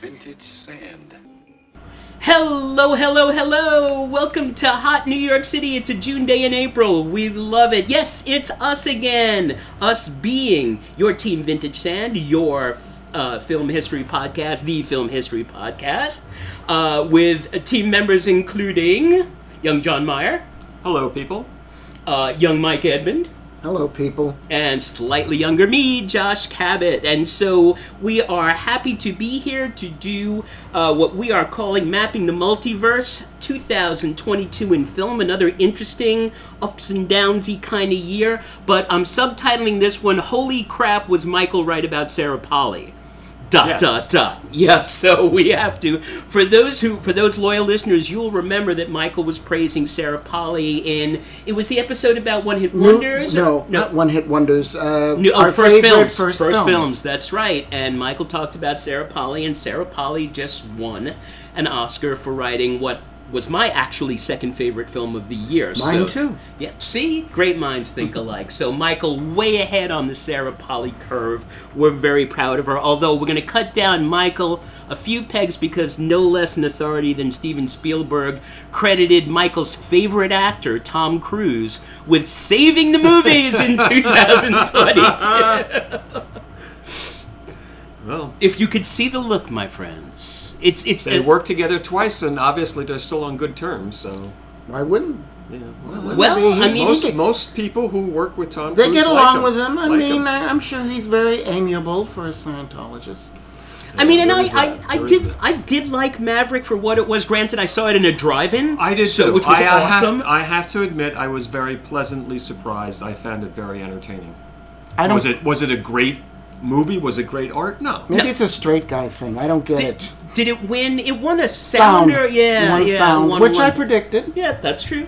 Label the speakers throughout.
Speaker 1: vintage sand.
Speaker 2: Hello, hello, hello! Welcome to Hot New York City. It's a June day in April. We love it. Yes, it's us again. Us being your Team Vintage Sand, your uh, film history podcast, the film history podcast, uh, with uh, team members including young John Meyer,
Speaker 3: Hello, people.
Speaker 2: uh, young Mike Edmond,
Speaker 4: Hello, people.
Speaker 2: and slightly younger me, Josh Cabot. And so we are happy to be here to do uh, what we are calling Mapping the Multiverse 2022 in film, another interesting ups and downsy kind of year. But I'm subtitling this one Holy Crap Was Michael Right About Sarah Polly? dot
Speaker 3: Yes.
Speaker 2: dot dot. Yeah, so we have to. For those who, for those loyal listeners, you'll remember that Michael was praising Sarah Polly in it was the episode about One Hit Wonders. or-
Speaker 4: No, not one hit wonders. Uh,
Speaker 2: New, oh,
Speaker 4: our
Speaker 2: first
Speaker 4: favorite
Speaker 2: films,
Speaker 4: First, films.
Speaker 2: That's right. And Michael talked about Sarah Polly, and Sarah Polly just won an Oscar for writing what was my actually second favorite film of the year. So-
Speaker 4: Mine too.
Speaker 2: Yeah. See, great minds think alike. So Michael, way ahead on the Sarah Polly curve. We're very proud of her. Although we're going to cut down Michael a few pegs because no less an authority than Steven Spielberg credited Michael's favorite actor Tom Cruise with saving the movies in 2022.
Speaker 3: Well,
Speaker 2: If you could see the look, my friends, it's it's
Speaker 3: they
Speaker 2: it-
Speaker 3: worked together twice, and obviously they're still on good terms. So,
Speaker 4: Why wouldn't
Speaker 3: yeah.
Speaker 2: Well,
Speaker 4: Maybe he-
Speaker 2: I mean,
Speaker 3: most
Speaker 2: he-
Speaker 3: most people who work with Tom,
Speaker 4: they
Speaker 3: Cruise
Speaker 4: get
Speaker 3: like
Speaker 4: along
Speaker 3: him,
Speaker 4: with him? I
Speaker 3: like
Speaker 4: mean, uh,
Speaker 3: him.
Speaker 4: I, I'm sure he's very amiable for a Scientologist.
Speaker 2: I mean, and
Speaker 3: there
Speaker 2: I,
Speaker 3: is
Speaker 2: I,
Speaker 3: that.
Speaker 2: I
Speaker 3: There is
Speaker 2: did
Speaker 3: that.
Speaker 2: I did like Maverick for what it was. Granted, I saw it in a drive-in.
Speaker 3: I did
Speaker 2: so,
Speaker 3: too.
Speaker 2: which was
Speaker 3: I, I have-
Speaker 2: awesome.
Speaker 3: I have to admit, I was very pleasantly surprised. I found it very entertaining.
Speaker 4: I don't.
Speaker 3: Was Oh, it was it a great movie? Was it great art? No.
Speaker 4: Maybe it's a straight guy thing. I don't get it.
Speaker 2: did it win? It won a sounder. Yeah,
Speaker 4: One
Speaker 2: yeah,
Speaker 4: sound,
Speaker 2: won
Speaker 4: which I
Speaker 2: one.
Speaker 4: predicted.
Speaker 2: Yeah, that's true.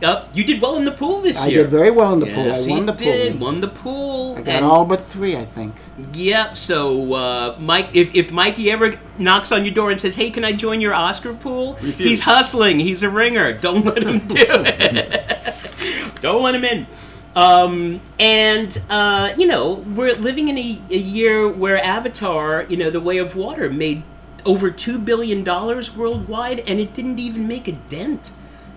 Speaker 2: Yep, you did well in the pool this
Speaker 4: I
Speaker 2: year.
Speaker 4: did very well in the
Speaker 2: Yes,
Speaker 4: pool. I
Speaker 2: you
Speaker 4: won the
Speaker 2: did.
Speaker 4: pool.
Speaker 2: Won the pool.
Speaker 4: I got
Speaker 2: and-
Speaker 4: all but three, I think.
Speaker 2: Yep. So, uh, Mike, if, if Mikey ever knocks on your door and says, "Hey, can I join your Oscar pool?"
Speaker 3: Refuse.
Speaker 2: He's hustling. He's a ringer. Don't let him do it. Don't let him in. Um, and uh, you know, we're living in a, a year where Avatar, you know, The Way of Water, made over two billion dollars worldwide, and it didn't even make a dent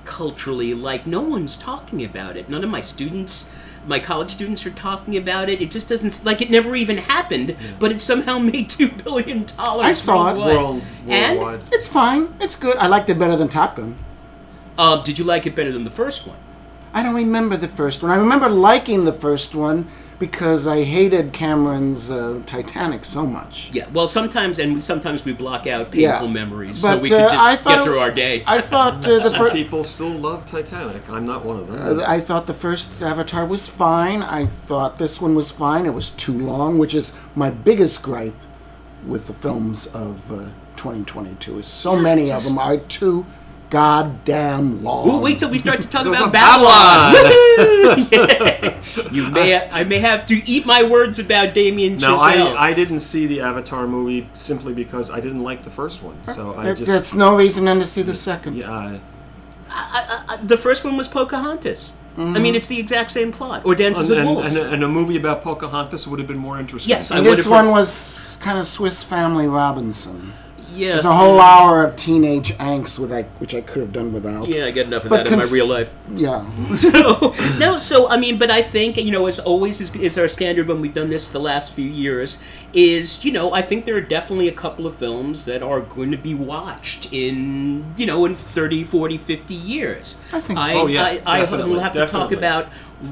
Speaker 2: culturally like no one's talking about it none of my students my college students are talking about it it just doesn't like it never even happened but it somehow made two billion dollars
Speaker 4: I saw it.
Speaker 2: worldwide.
Speaker 3: World- worldwide.
Speaker 2: and
Speaker 4: It's fine. It's good. I liked it better than Top Gun.
Speaker 2: uh, did you like it better than the first one
Speaker 4: I don't remember the first one. I remember liking the first one because I hated Cameron's uh, Titanic so much.
Speaker 2: yeah well sometimes and we, sometimes we block out
Speaker 4: Yeah.
Speaker 2: painful memories so
Speaker 4: But,
Speaker 2: we could
Speaker 4: uh,
Speaker 2: just
Speaker 4: I thought
Speaker 2: get
Speaker 4: it-
Speaker 2: through our day
Speaker 4: I thought uh, the
Speaker 3: Some
Speaker 4: first.
Speaker 3: people still love Titanic. I'm not one of them.
Speaker 4: I thought the first Avatar was fine. I thought this one was fine. It was too long, which is my biggest gripe with the films of uh, 2022. Is so many of them are too goddamn long.
Speaker 2: Ooh, wait till we start to talk about
Speaker 3: about
Speaker 2: Babylon. Woohoo! Yeah. You may, I may have to eat my words about Damien
Speaker 3: no,
Speaker 2: Chazelle.
Speaker 3: I, I didn't see the Avatar movie simply because I didn't like the first one. So I
Speaker 4: There-
Speaker 3: just
Speaker 4: There's no reason then to see the second.
Speaker 3: yeah. I-
Speaker 2: The first one was Pocahontas. I
Speaker 4: Mm-hmm.
Speaker 2: mean, it's the exact same plot. Or Dances
Speaker 3: And,
Speaker 2: with
Speaker 3: and,
Speaker 2: Wolves.
Speaker 3: and, a, and a movie about Pocahontas would have been more interesting.
Speaker 2: Yes, I
Speaker 4: And
Speaker 2: would
Speaker 4: this
Speaker 2: have-
Speaker 4: one was kind of Swiss Family Robinson.
Speaker 2: yeah.
Speaker 4: There's a whole hour of teenage angst with I, which I could have done without.
Speaker 2: Yeah, Mm-hmm. I get enough of
Speaker 4: But
Speaker 2: that in my
Speaker 4: cons-
Speaker 2: real life.
Speaker 4: Yeah.
Speaker 2: no, so I mean, but I think you know, as always is, is our standard when we've done this the last few years is you know I think there are definitely a couple of films that are going to be watched in you know in 30, 40, 50 years.
Speaker 4: I think
Speaker 2: I,
Speaker 4: so.
Speaker 3: Oh,
Speaker 2: I,
Speaker 3: yeah,
Speaker 2: I, hope- and
Speaker 3: definitely,
Speaker 2: we'll have to talk
Speaker 3: definitely.
Speaker 2: about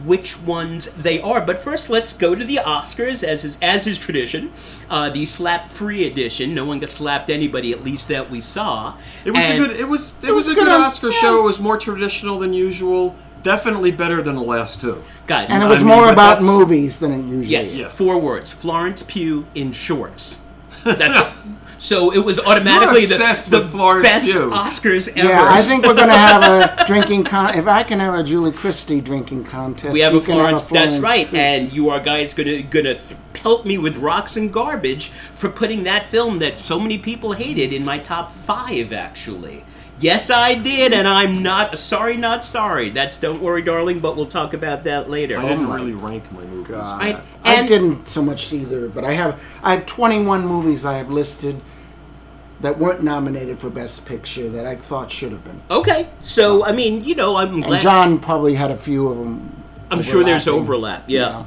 Speaker 2: which ones they are. But first, let's go to the Oscars as is as is tradition, uh, the slap-free edition. No one got slapped anybody, at least that we saw.
Speaker 3: It was
Speaker 2: And-
Speaker 3: a good. It was. It, was,
Speaker 4: was
Speaker 3: a good,
Speaker 4: good on-
Speaker 3: Oscar show. It was more traditional than usual. Definitely better than the last two.
Speaker 2: guys.
Speaker 4: And it
Speaker 2: I
Speaker 4: was
Speaker 3: mean,
Speaker 4: more
Speaker 3: but
Speaker 4: about
Speaker 3: that's-
Speaker 4: movies than it usually
Speaker 2: Yes,
Speaker 4: is.
Speaker 3: Yes.
Speaker 2: four words. Florence Pugh in shorts. That's it. So it was automatically
Speaker 3: You're
Speaker 2: the,
Speaker 3: obsessed
Speaker 2: the
Speaker 3: with Florence
Speaker 2: best
Speaker 3: Pugh.
Speaker 2: Oscars ever.
Speaker 4: Yeah, I think we're gonna have a drinking con. If I can have a Julie Christie drinking contest,
Speaker 2: we have
Speaker 4: you
Speaker 2: a
Speaker 4: can
Speaker 2: Florence.
Speaker 4: have a
Speaker 2: That's
Speaker 4: Florence.
Speaker 2: right, and you are guys gonna gonna th- pelt me with rocks and garbage for putting that film that so many people hated in my top five. Actually, yes, I did, and I'm not sorry, not sorry. That's don't worry, darling. But we'll talk about that later.
Speaker 3: I didn't
Speaker 4: my
Speaker 3: really rank my movies.
Speaker 4: God.
Speaker 2: Right,
Speaker 4: I
Speaker 2: and-
Speaker 4: didn't so much either, but I have I have 21 movies I have listed that weren't nominated for Best Picture that I thought should have been.
Speaker 2: Okay, so I mean, you know, I'm
Speaker 4: And
Speaker 2: glad.
Speaker 4: John probably had a few of them.
Speaker 2: I'm sure there's overlap. Yeah.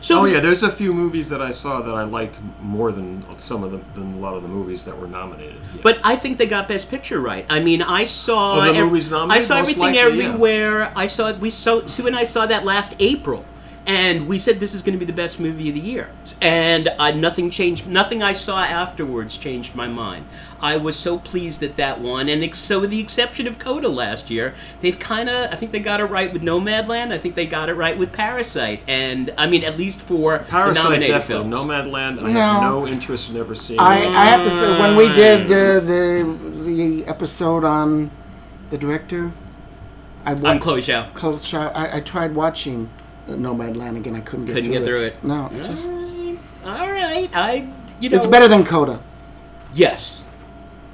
Speaker 2: So
Speaker 3: Oh yeah, there's a few movies that I saw that I liked more than some of the than a lot of the movies that were nominated. Yeah.
Speaker 2: But I think they got Best Picture right. I mean, I saw
Speaker 3: Oh, the
Speaker 2: ev-
Speaker 3: movie's
Speaker 2: I
Speaker 3: nominated?
Speaker 2: saw
Speaker 3: Most
Speaker 2: everything
Speaker 3: likely, yeah.
Speaker 2: everywhere. I saw we saw Sue and I saw that last April, and we said this is going to be the best movie of the year. And I, nothing changed. Nothing I saw afterwards changed my mind. I was so pleased at that one, and ex- so with the exception of Coda last year, they've kind of I think they got it right with Nomadland. I think they got it right with Parasite, and I mean at least for the
Speaker 3: Parasite
Speaker 2: nominated
Speaker 3: definitely.
Speaker 2: films.
Speaker 3: Nomadland. I
Speaker 4: No.
Speaker 3: have no interest in ever seeing.
Speaker 4: I,
Speaker 3: it.
Speaker 4: I have to say, when we did uh,
Speaker 2: Mm.
Speaker 4: the the episode on the director, I
Speaker 2: I'm
Speaker 4: went
Speaker 2: Chloe Zhao.
Speaker 4: close shot. I, I tried watching Nomadland again. I couldn't get
Speaker 2: Couldn't
Speaker 4: through
Speaker 2: get
Speaker 4: it.
Speaker 2: through it.
Speaker 4: No, it just
Speaker 2: All right, I you know
Speaker 4: it's better than Coda.
Speaker 2: Yes.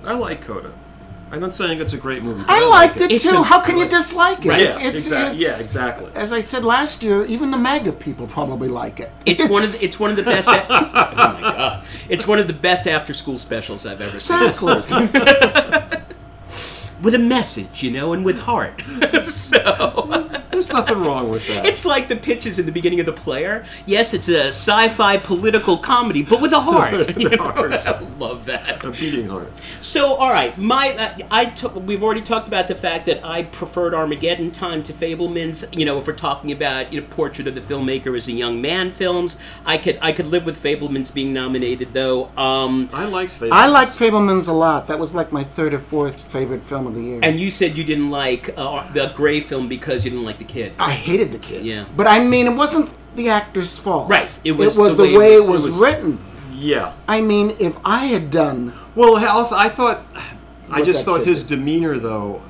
Speaker 3: I like Coda. I'm not saying it's a great movie. but
Speaker 4: I liked it
Speaker 2: It's
Speaker 4: too.
Speaker 2: a-
Speaker 4: How can you dislike it?
Speaker 2: Right.
Speaker 4: It's,
Speaker 3: Yeah,
Speaker 4: it's,
Speaker 3: exactly.
Speaker 4: it's,
Speaker 3: yeah, exactly.
Speaker 4: As I said last year, even the MAGA people probably like it.
Speaker 2: It's, one of the, it's one of the best. A- oh my god! It's one of the best after-school specials I've ever seen,
Speaker 4: exactly.
Speaker 2: with a message, you know, and with heart. so
Speaker 3: There's nothing wrong with that.
Speaker 2: it's like the pitches in the beginning of the player. Yes, it's a sci-fi political comedy, but with a heart. you know? I love that.
Speaker 3: a beating heart.
Speaker 2: So, all right, my uh, I took. We've already talked about the fact that I preferred Armageddon time to Fableman's. You know, if we're talking about you know, Portrait of the Filmmaker as a young man films, I could I could live with Fableman's being nominated though. Um,
Speaker 3: I liked Fablemans.
Speaker 4: I like Fableman's a lot. That was like my third or fourth favorite film of the year.
Speaker 2: And you said you didn't like uh, the Gray film because you didn't like the kid.
Speaker 4: I hated the kid.
Speaker 2: Yeah.
Speaker 4: But I mean, it wasn't the actor's fault.
Speaker 2: Right.
Speaker 4: It was, the, way, it was,
Speaker 2: it was-
Speaker 4: written.
Speaker 3: Yeah.
Speaker 4: I mean, if I had done,
Speaker 3: Well, he- also I thought, I
Speaker 4: What
Speaker 3: just
Speaker 4: that
Speaker 3: thought
Speaker 4: kid
Speaker 3: his
Speaker 4: did.
Speaker 3: demeanor though,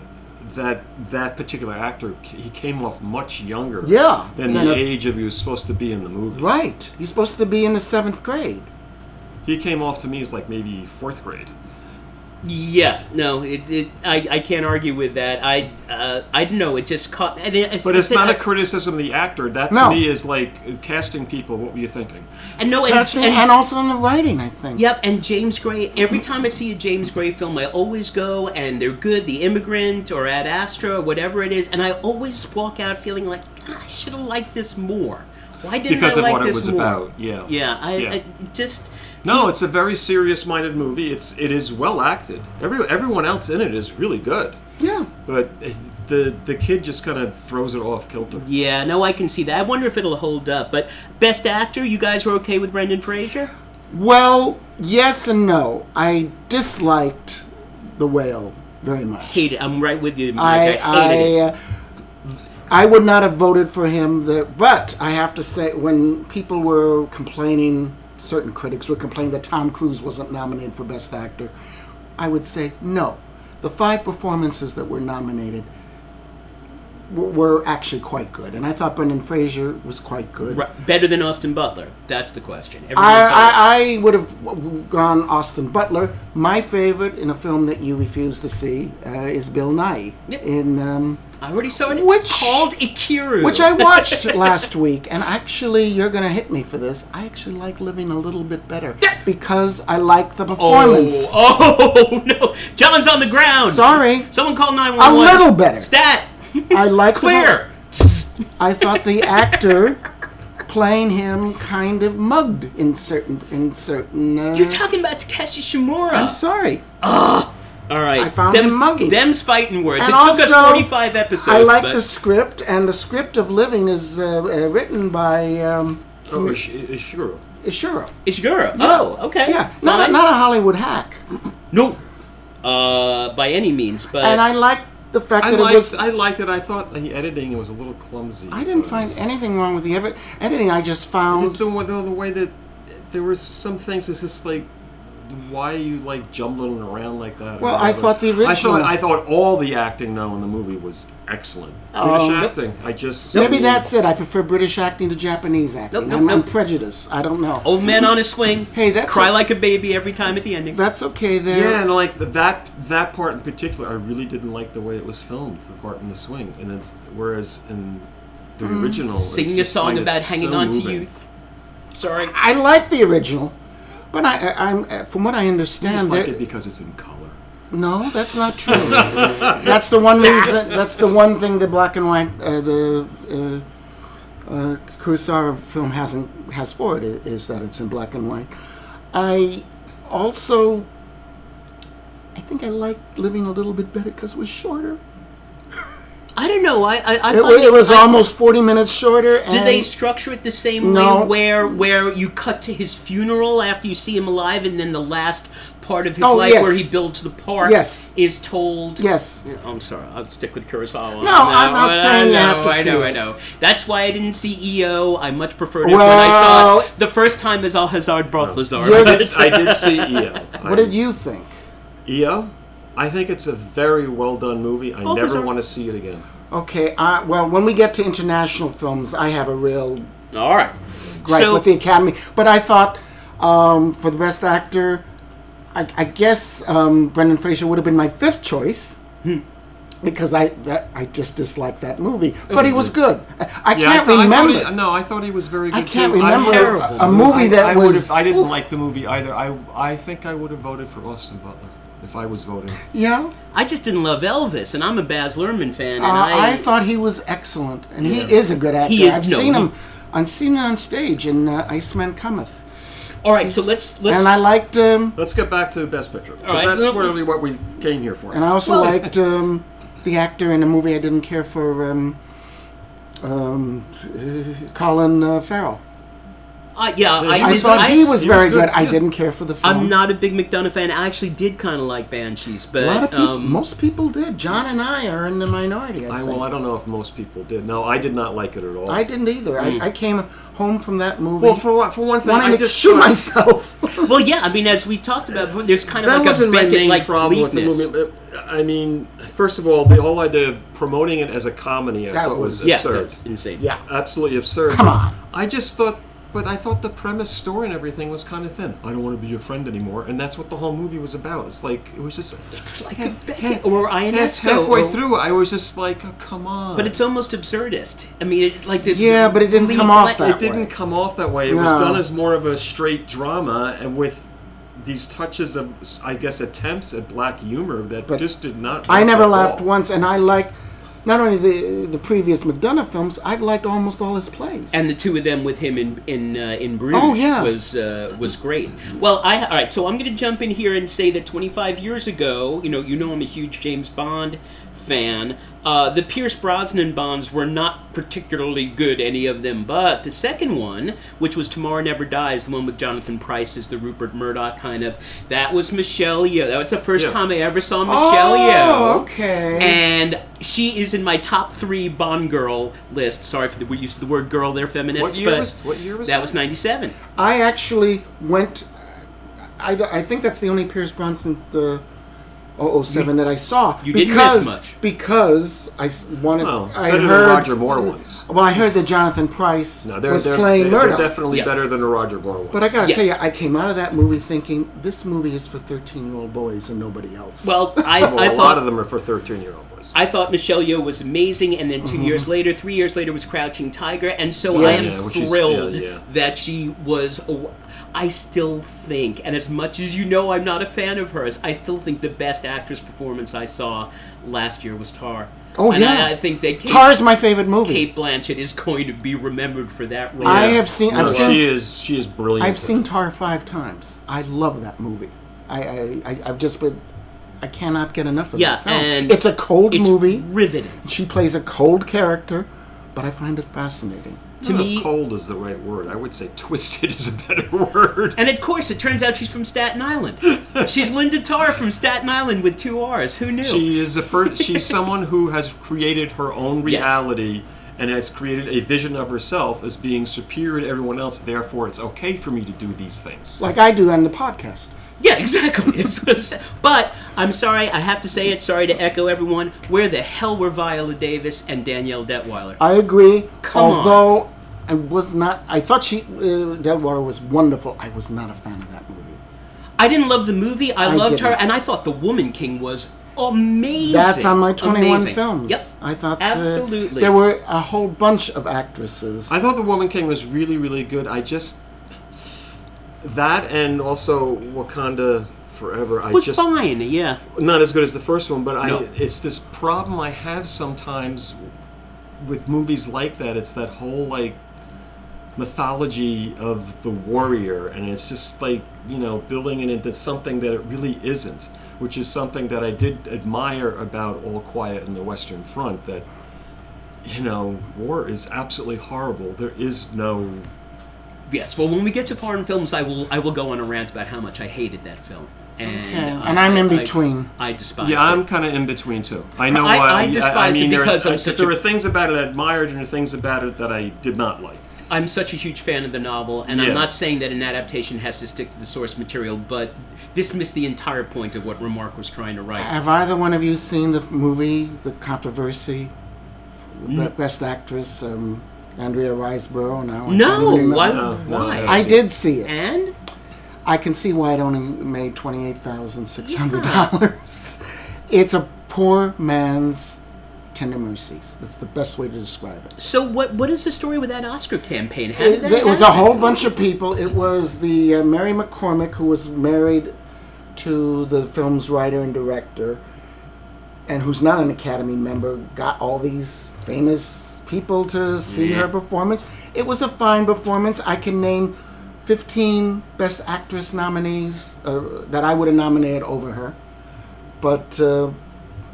Speaker 3: that that particular actor, he came off much younger.
Speaker 4: Yeah,
Speaker 3: Than
Speaker 4: than
Speaker 3: the
Speaker 4: if-
Speaker 3: age of he was supposed to be in the movie.
Speaker 4: right, he's supposed to be in the seventh grade.
Speaker 3: He came off to me as like maybe fourth grade.
Speaker 2: Yeah, no, it, it I, I can't argue with that. I uh, I don't know. It just caught. And it, uh,
Speaker 3: But it's
Speaker 2: it-
Speaker 3: not a criticism of the actor. That to
Speaker 4: No.
Speaker 3: me is like casting people. What were you thinking?
Speaker 2: And no, and,
Speaker 4: That's the-
Speaker 2: and-
Speaker 4: and also in the writing, I think.
Speaker 2: Yep, and James Gray. Every time I see a James Gray film, I always go, and they're good. The Immigrant or Ad Astra, whatever it is, and I always walk out feeling like "God, I should have liked this more. Why didn't
Speaker 3: Because
Speaker 2: I
Speaker 3: of
Speaker 2: like
Speaker 3: what it
Speaker 2: this
Speaker 3: was
Speaker 2: more?
Speaker 3: about. Yeah.
Speaker 2: Yeah, I,
Speaker 3: Yeah.
Speaker 2: I just
Speaker 3: No, it's a very serious-minded movie. It's it is well acted. Every everyone else in it is really good.
Speaker 4: Yeah.
Speaker 3: But eh, the the kid just kind of throws it off kilter.
Speaker 2: Yeah, no, I can see that. I wonder if it'll hold up. But best actor, you guys were okay with Brendan Fraser?
Speaker 4: Well, yes and no. I disliked the whale very much.
Speaker 2: Hate it. I'm right with you. Mike.
Speaker 4: I
Speaker 2: I hated
Speaker 4: I
Speaker 2: it.
Speaker 4: uh, I would not have voted for him there, but I have to say when people were complaining, certain critics were complaining that Tom Cruise wasn't nominated for Best Actor, I would say no. The five performances that were nominated were, were actually quite good, and I thought Brendan Fraser was quite good.
Speaker 2: Right, better than Austin Butler. That's the question. Everyone thought-
Speaker 4: I, I, I would have w- w- gone Austin Butler. My favorite in a film that you refuse to see uh, is Bill Nye
Speaker 2: Yep.
Speaker 4: in um,
Speaker 2: I already saw it. It's
Speaker 4: Which-
Speaker 2: called Ikiru.
Speaker 4: which I watched last week, and actually, you're going to hit me for this. I actually like living a little bit better because I like the performance.
Speaker 2: Oh, oh no! John's on the ground.
Speaker 4: Sorry,
Speaker 2: Someone call nine one one.
Speaker 4: A little better.
Speaker 2: Stat.
Speaker 4: I like
Speaker 2: oh, Clear.
Speaker 4: The, I thought the actor playing him kind of mugged in certain in certain. Uh,
Speaker 2: You're talking about Takeshi Shimura.
Speaker 4: I'm sorry.
Speaker 2: All right.
Speaker 4: I found
Speaker 2: them's,
Speaker 4: him mugging.
Speaker 2: Them's fighting words.
Speaker 4: And
Speaker 2: it took
Speaker 4: also,
Speaker 2: us 45 episodes.
Speaker 4: I like
Speaker 2: but
Speaker 4: the script, and the script of Living is uh, uh, written by um,
Speaker 3: Oh, is, is sure.
Speaker 4: Ishiro.
Speaker 2: Ishiguro. Oh, okay.
Speaker 4: Yeah, not a,
Speaker 2: Fine.
Speaker 4: not a Hollywood hack.
Speaker 2: No, uh, by any means. But
Speaker 4: And I like the fact
Speaker 3: I
Speaker 4: that
Speaker 3: liked,
Speaker 4: it was.
Speaker 3: I liked it. I thought the editing was a little clumsy.
Speaker 4: I didn't find anything wrong with the ever- editing. I just found
Speaker 3: Just the, way- the, the way that there were some things. It's just like, why are you like jumbling around like that? or
Speaker 4: Well, I
Speaker 3: whatever.
Speaker 4: thought the
Speaker 3: I thought,
Speaker 4: original-
Speaker 3: I thought all the acting now in the movie was excellent.
Speaker 4: Um,
Speaker 3: British acting. I just
Speaker 4: maybe that's it. I prefer British acting to Japanese acting.
Speaker 2: Nope, nope,
Speaker 4: I'm, I'm
Speaker 2: nope.
Speaker 4: prejudiced. I don't know.
Speaker 3: Oh.
Speaker 2: old man on a swing.
Speaker 4: Hey, that's
Speaker 2: cry
Speaker 4: a-
Speaker 2: like a baby every time at the ending.
Speaker 4: That's okay there.
Speaker 3: Yeah, and like th- that that part in particular, I really didn't like the way it was filmed. The part in the swing, and it's whereas in the
Speaker 4: Mm.
Speaker 3: original, it's
Speaker 2: Singing a
Speaker 3: just
Speaker 2: song
Speaker 3: like,
Speaker 2: about
Speaker 3: it's
Speaker 2: hanging
Speaker 3: so
Speaker 2: on to
Speaker 3: moving.
Speaker 2: youth. Sorry.
Speaker 4: I like the original, But I, I, I'm uh, from what I understand,
Speaker 3: just like
Speaker 4: there-
Speaker 3: it because it's in color.
Speaker 4: No, that's not true. that's the one reason. That's the one thing the black and white, uh, the uh, uh, Kurosawa film hasn't has for it i- is that it's in black and white. I also, I think I liked living a little bit better because it was shorter.
Speaker 2: I don't know. I I, I
Speaker 4: It,
Speaker 2: find
Speaker 4: was, it was
Speaker 2: I-
Speaker 4: almost forty minutes shorter. And
Speaker 2: Do they structure it the same
Speaker 4: Um, No.
Speaker 2: way where where you cut to his funeral after you see him alive and then the last part of his
Speaker 4: Oh,
Speaker 2: life where
Speaker 4: yes.
Speaker 2: he builds the park
Speaker 4: Yes.
Speaker 2: is told
Speaker 4: Yes.
Speaker 2: I'm sorry. I'll stick with Kurosawa. No,
Speaker 4: I'm not
Speaker 2: I
Speaker 4: saying you have
Speaker 2: know,
Speaker 4: to
Speaker 2: I
Speaker 4: see
Speaker 2: know,
Speaker 4: it.
Speaker 2: I know. That's why I didn't see EO. I much preferred it when I saw
Speaker 4: Well-
Speaker 2: it the first time as Alhazard Balthazar.
Speaker 4: You're
Speaker 3: I did, I did see E EO.
Speaker 4: What did you think?
Speaker 3: EO? E I think it's a very well done movie. I
Speaker 2: Oh, there's
Speaker 3: never
Speaker 2: a-
Speaker 3: want to see it again.
Speaker 4: Okay. Uh, well, when we get to international films, I have a real
Speaker 2: All right.
Speaker 4: right
Speaker 2: so,
Speaker 4: with the Academy. But I thought um, for the best actor, I, I guess um, Brendan Fraser would have been my fifth choice because I that, I just disliked that movie. But he was good. I, I
Speaker 3: Yeah, I
Speaker 4: can't
Speaker 3: thought- I thought
Speaker 4: remember.
Speaker 3: he- no, I thought he was very good.
Speaker 4: can't
Speaker 3: too.
Speaker 4: remember
Speaker 3: would've-
Speaker 4: a- a movie
Speaker 3: I-
Speaker 4: that
Speaker 3: I would've-
Speaker 4: was-
Speaker 3: I didn't like the movie either. I I think I would have voted for Austin Butler if I was voting.
Speaker 4: yeah,
Speaker 2: I just didn't love Elvis, and I'm a Baz Luhrmann fan, and
Speaker 4: uh,
Speaker 2: I,
Speaker 4: I, thought he was excellent, and he is a good actor.
Speaker 2: He is-
Speaker 4: I've
Speaker 2: no,
Speaker 4: seen
Speaker 2: he-
Speaker 4: him. I've seen him on stage in uh, Iceman Cometh,
Speaker 2: All right, so let's let's
Speaker 4: and I liked um,
Speaker 3: Let's get back to the best picture because
Speaker 2: Alright,
Speaker 3: that's
Speaker 2: well-
Speaker 3: really what we came here for.
Speaker 4: and I also
Speaker 2: Well-
Speaker 4: liked um, the actor in a movie I didn't care for, um, um, uh, Colin uh, Farrell.
Speaker 2: Uh, yeah, I,
Speaker 4: I
Speaker 2: did,
Speaker 4: thought
Speaker 2: I,
Speaker 4: he was
Speaker 3: he was
Speaker 4: very
Speaker 3: good,
Speaker 4: good. I
Speaker 3: yeah.
Speaker 4: didn't care for the film.
Speaker 2: I'm not a big McDonough fan. I actually did kind of like Banshees, but
Speaker 4: A lot of people,
Speaker 2: um,
Speaker 4: most people did. John and I are in the minority. I,
Speaker 3: I,
Speaker 4: think.
Speaker 3: well, I don't know if most people did. No, I did not like it at all.
Speaker 4: I didn't either. I, I came home from that movie
Speaker 3: well, for what? For one thing,
Speaker 4: wanting
Speaker 3: I
Speaker 4: to
Speaker 3: just
Speaker 4: shoot
Speaker 3: thought-
Speaker 4: myself.
Speaker 2: well, yeah. I mean, as we talked about before, there's kind of
Speaker 3: That
Speaker 2: like a
Speaker 3: wasn't my
Speaker 2: bending,
Speaker 3: main
Speaker 2: like
Speaker 3: problem with the
Speaker 2: bleakness.
Speaker 3: movie. I mean, first of all, the whole idea of promoting it as a comedy I
Speaker 4: That
Speaker 3: thought was,
Speaker 4: was-
Speaker 2: Yeah,
Speaker 3: absurd.
Speaker 2: that's insane.
Speaker 4: yeah.
Speaker 3: Absolutely absurd.
Speaker 4: Come on.
Speaker 3: I just thought, but I thought the premise, story, and everything was kind of thin. I don't want to be your friend anymore, and that's what the whole movie was about. It's like it was just
Speaker 2: It's like a Beckett or INS
Speaker 3: half, halfway through. I was just like, oh, come on.
Speaker 2: but it's almost absurdist. I mean, it, like this.
Speaker 4: Yeah, but it didn't come off
Speaker 2: bleak-
Speaker 4: that
Speaker 3: it didn't
Speaker 4: way.
Speaker 3: come off that way. It was
Speaker 4: No.
Speaker 3: done as more of a straight drama, and with these touches of, I guess, attempts at black humor that
Speaker 4: But
Speaker 3: just did not.
Speaker 4: I
Speaker 3: work
Speaker 4: never
Speaker 3: at
Speaker 4: laughed
Speaker 3: all.
Speaker 4: once, and I like not only the the previous McDonough films. I've liked almost all his plays.
Speaker 2: And the two of them with him in in uh, in Bruges
Speaker 4: Oh, yeah.
Speaker 2: was uh, was great. Well, I all right. So I'm going to jump in here and say that 25 years ago, you know, you know, I'm a huge James Bond fan. Uh, the Pierce Brosnan Bonds were not particularly good, any of them. But the second one, which was Tomorrow Never Dies, the one with Jonathan Price as the Rupert Murdoch kind of, that was Michelle Yeoh. That was the first
Speaker 3: Yeah.
Speaker 2: time I ever saw Michelle Yeoh.
Speaker 4: oh, okay.
Speaker 2: And she is in my top three Bond girl list. Sorry for the we used the word girl there, feminists.
Speaker 3: What year
Speaker 2: but
Speaker 3: was- what year was
Speaker 2: that?
Speaker 3: that?
Speaker 2: was ninety seven.
Speaker 4: I actually went. I, I think that's the only Pierce Bronson the 007 that I saw.
Speaker 2: you didn't miss
Speaker 4: because,
Speaker 2: much.
Speaker 4: Because I s- wanted.
Speaker 3: Well,
Speaker 4: I
Speaker 3: better than
Speaker 4: heard
Speaker 3: Roger Moore once.
Speaker 4: Well, I heard that Jonathan Price
Speaker 3: No, they're,
Speaker 4: was
Speaker 3: they're,
Speaker 4: playing
Speaker 3: they're,
Speaker 4: Murdoch.
Speaker 3: They're definitely
Speaker 2: Yeah.
Speaker 3: better than a Roger Moore one.
Speaker 4: but I gotta
Speaker 2: Yes.
Speaker 4: tell you, I came out of that movie thinking this movie is for 13 year old boys and nobody else.
Speaker 2: Well, I,
Speaker 3: well,
Speaker 2: I
Speaker 3: a
Speaker 2: thought
Speaker 3: lot of them are for thirteen-year-old boys.
Speaker 2: I thought Michelle Yeoh was amazing, and then 2 years later, three years later, was Crouching Tiger, and so
Speaker 4: Yes.
Speaker 2: I
Speaker 4: Yeah,
Speaker 2: am
Speaker 3: which is-
Speaker 2: thrilled
Speaker 3: Mm-hmm. yeah, yeah.
Speaker 2: that she was. A, I still think, and as much as you know, I'm not a fan of hers. I still think the best actress performance I saw last year was Tar.
Speaker 4: Oh,
Speaker 2: and
Speaker 4: yeah.
Speaker 2: I, I think that Kate,
Speaker 4: Tar's my favorite movie.
Speaker 2: Kate Blanchett is going to be remembered for that role.
Speaker 4: I have seen-
Speaker 3: No,
Speaker 4: I've
Speaker 3: she
Speaker 4: seen-
Speaker 3: is. She is brilliant.
Speaker 4: I've seen Tar five times. I love that movie. I, I, I I've just been. I cannot get enough of
Speaker 2: Yeah,
Speaker 4: that film.
Speaker 2: and
Speaker 4: it's a cold
Speaker 2: it's
Speaker 4: movie.
Speaker 2: riveting.
Speaker 4: She plays a cold character, but I find it fascinating.
Speaker 2: to
Speaker 3: I don't know
Speaker 2: me-
Speaker 3: if cold is the right word. I would say twisted is a better word.
Speaker 2: And of course, it turns out she's from Staten Island. she's Linda Tarr from Staten Island with two R's. Who knew?
Speaker 3: She is a first. She's someone who has created her own
Speaker 2: Yes.
Speaker 3: reality and has created a vision of herself as being superior to everyone else. Therefore, it's okay for me to do these things.
Speaker 4: Like I do on the podcast.
Speaker 2: yeah, exactly. That's what I'm saying. But I'm sorry, I have to say it. Sorry to echo everyone. Where the hell were Viola Davis and Danielle Detweiler?
Speaker 4: I agree.
Speaker 2: Come on.
Speaker 4: although I was not. I thought she uh, Deadwater was wonderful. I was not a fan of that movie.
Speaker 2: I didn't love the movie. I,
Speaker 4: I
Speaker 2: loved her,
Speaker 4: didn't.
Speaker 2: and I thought The Woman King was amazing.
Speaker 4: That's on my twenty-one
Speaker 2: Amazing.
Speaker 4: films.
Speaker 2: Yep.
Speaker 4: I thought the-
Speaker 2: Absolutely.
Speaker 4: there were a whole bunch of actresses.
Speaker 3: I thought The Woman King was really, really good. I just that and also Wakanda Forever. I
Speaker 2: was
Speaker 3: just
Speaker 2: fine. Yeah,
Speaker 3: not as good as the first one, but
Speaker 2: No.
Speaker 3: I, it's this problem I have sometimes with movies like that. It's that whole like mythology of the warrior, and it's just like you know building it into something that it really isn't, which is something that I did admire about All Quiet in the Western Front. That you know, war is absolutely horrible. There is no
Speaker 2: yes. Well, when we get to foreign films, I will I will go on a rant about how much I hated that film. And,
Speaker 4: Okay, and I'm in
Speaker 2: I-
Speaker 4: between.
Speaker 2: I, despise.
Speaker 3: Yeah, I'm
Speaker 2: it.
Speaker 3: kind of in between too. I know
Speaker 2: I-
Speaker 3: why.
Speaker 2: I despised it
Speaker 3: mean, there are-
Speaker 2: because I'm
Speaker 3: I-
Speaker 2: such
Speaker 3: there
Speaker 2: a-
Speaker 3: were things about it I admired and there were things about it that I did not like.
Speaker 2: I'm such a huge fan of the novel, and
Speaker 3: Yeah.
Speaker 2: I'm not saying that an adaptation has to stick to the source material, but this missed the entire point of what Remark was trying to write.
Speaker 4: Have either one of you seen the f- movie, The Controversy? The
Speaker 2: Mm.
Speaker 4: Best Actress, um, Andrea Riseborough. Now I
Speaker 2: No,
Speaker 4: can't remember.
Speaker 2: why?
Speaker 3: No, no,
Speaker 2: why?
Speaker 3: no.
Speaker 4: I did see it.
Speaker 2: and
Speaker 4: I can see why it only made twenty eight thousand six hundred dollars. It's a poor man's Tender Mercies. That's the best way to describe it.
Speaker 2: so what? What is the story with that Oscar campaign? How did
Speaker 4: It,
Speaker 2: that
Speaker 4: it was a
Speaker 2: happen?
Speaker 4: whole bunch of people. It was the uh, Mary McCormick who was married to the film's writer and director, and who's not an Academy member, got all these famous people to see her performance. It was a fine performance. I can name fifteen Best Actress nominees uh, that I would have nominated over her, but uh,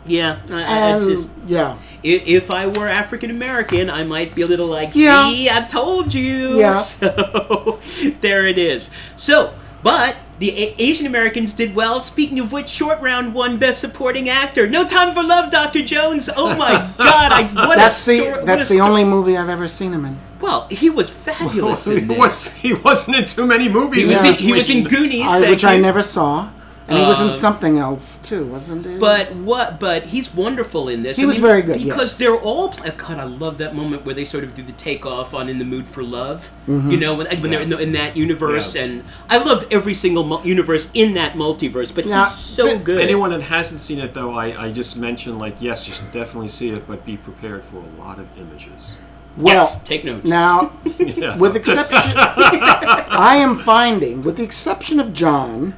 Speaker 2: Yeah, I- I, I
Speaker 4: and
Speaker 2: just,
Speaker 4: yeah,
Speaker 2: i- if I were African American, I might be a little like,
Speaker 4: Yeah.
Speaker 2: "See, I told you."
Speaker 4: Yeah.
Speaker 2: So there it is. So, but the A- Asian Americans did well. Speaking of which, Short Round won Best Supporting Actor. No Time for Love, Doctor Jones. Oh my God! I, what
Speaker 4: that's
Speaker 2: a
Speaker 4: the
Speaker 2: stor- what
Speaker 4: that's
Speaker 2: a
Speaker 4: the
Speaker 2: stor-
Speaker 4: only movie I've ever seen him in.
Speaker 2: Well, he was fabulous in
Speaker 3: He,
Speaker 2: this.
Speaker 3: was, he wasn't in too many movies.
Speaker 2: He was
Speaker 4: Yeah.
Speaker 2: in, he was in Goonies,
Speaker 4: I,
Speaker 2: thank
Speaker 4: which I
Speaker 2: you.
Speaker 4: never saw. And he was in
Speaker 2: Uh,
Speaker 4: something else too, wasn't he?
Speaker 2: But what? But he's wonderful in this.
Speaker 4: He was very good,
Speaker 2: because
Speaker 4: yes.
Speaker 2: they're all. Pl- God, I love that moment where they sort of do the takeoff on "In the Mood for Love." You
Speaker 4: Mm-hmm.
Speaker 2: know, when, when they're in, the, in that universe,
Speaker 3: Yeah.
Speaker 2: and I love every single mul- universe in that multiverse. But
Speaker 4: Yeah.
Speaker 2: he's so
Speaker 4: But
Speaker 2: good.
Speaker 3: Anyone that hasn't seen it, though, I, I just mentioned, like, yes, you should definitely see it, but be prepared for a lot of images.
Speaker 4: well,
Speaker 2: yes, take notes.
Speaker 4: now,
Speaker 3: Yeah.
Speaker 4: with exception, I am finding, with the exception of John,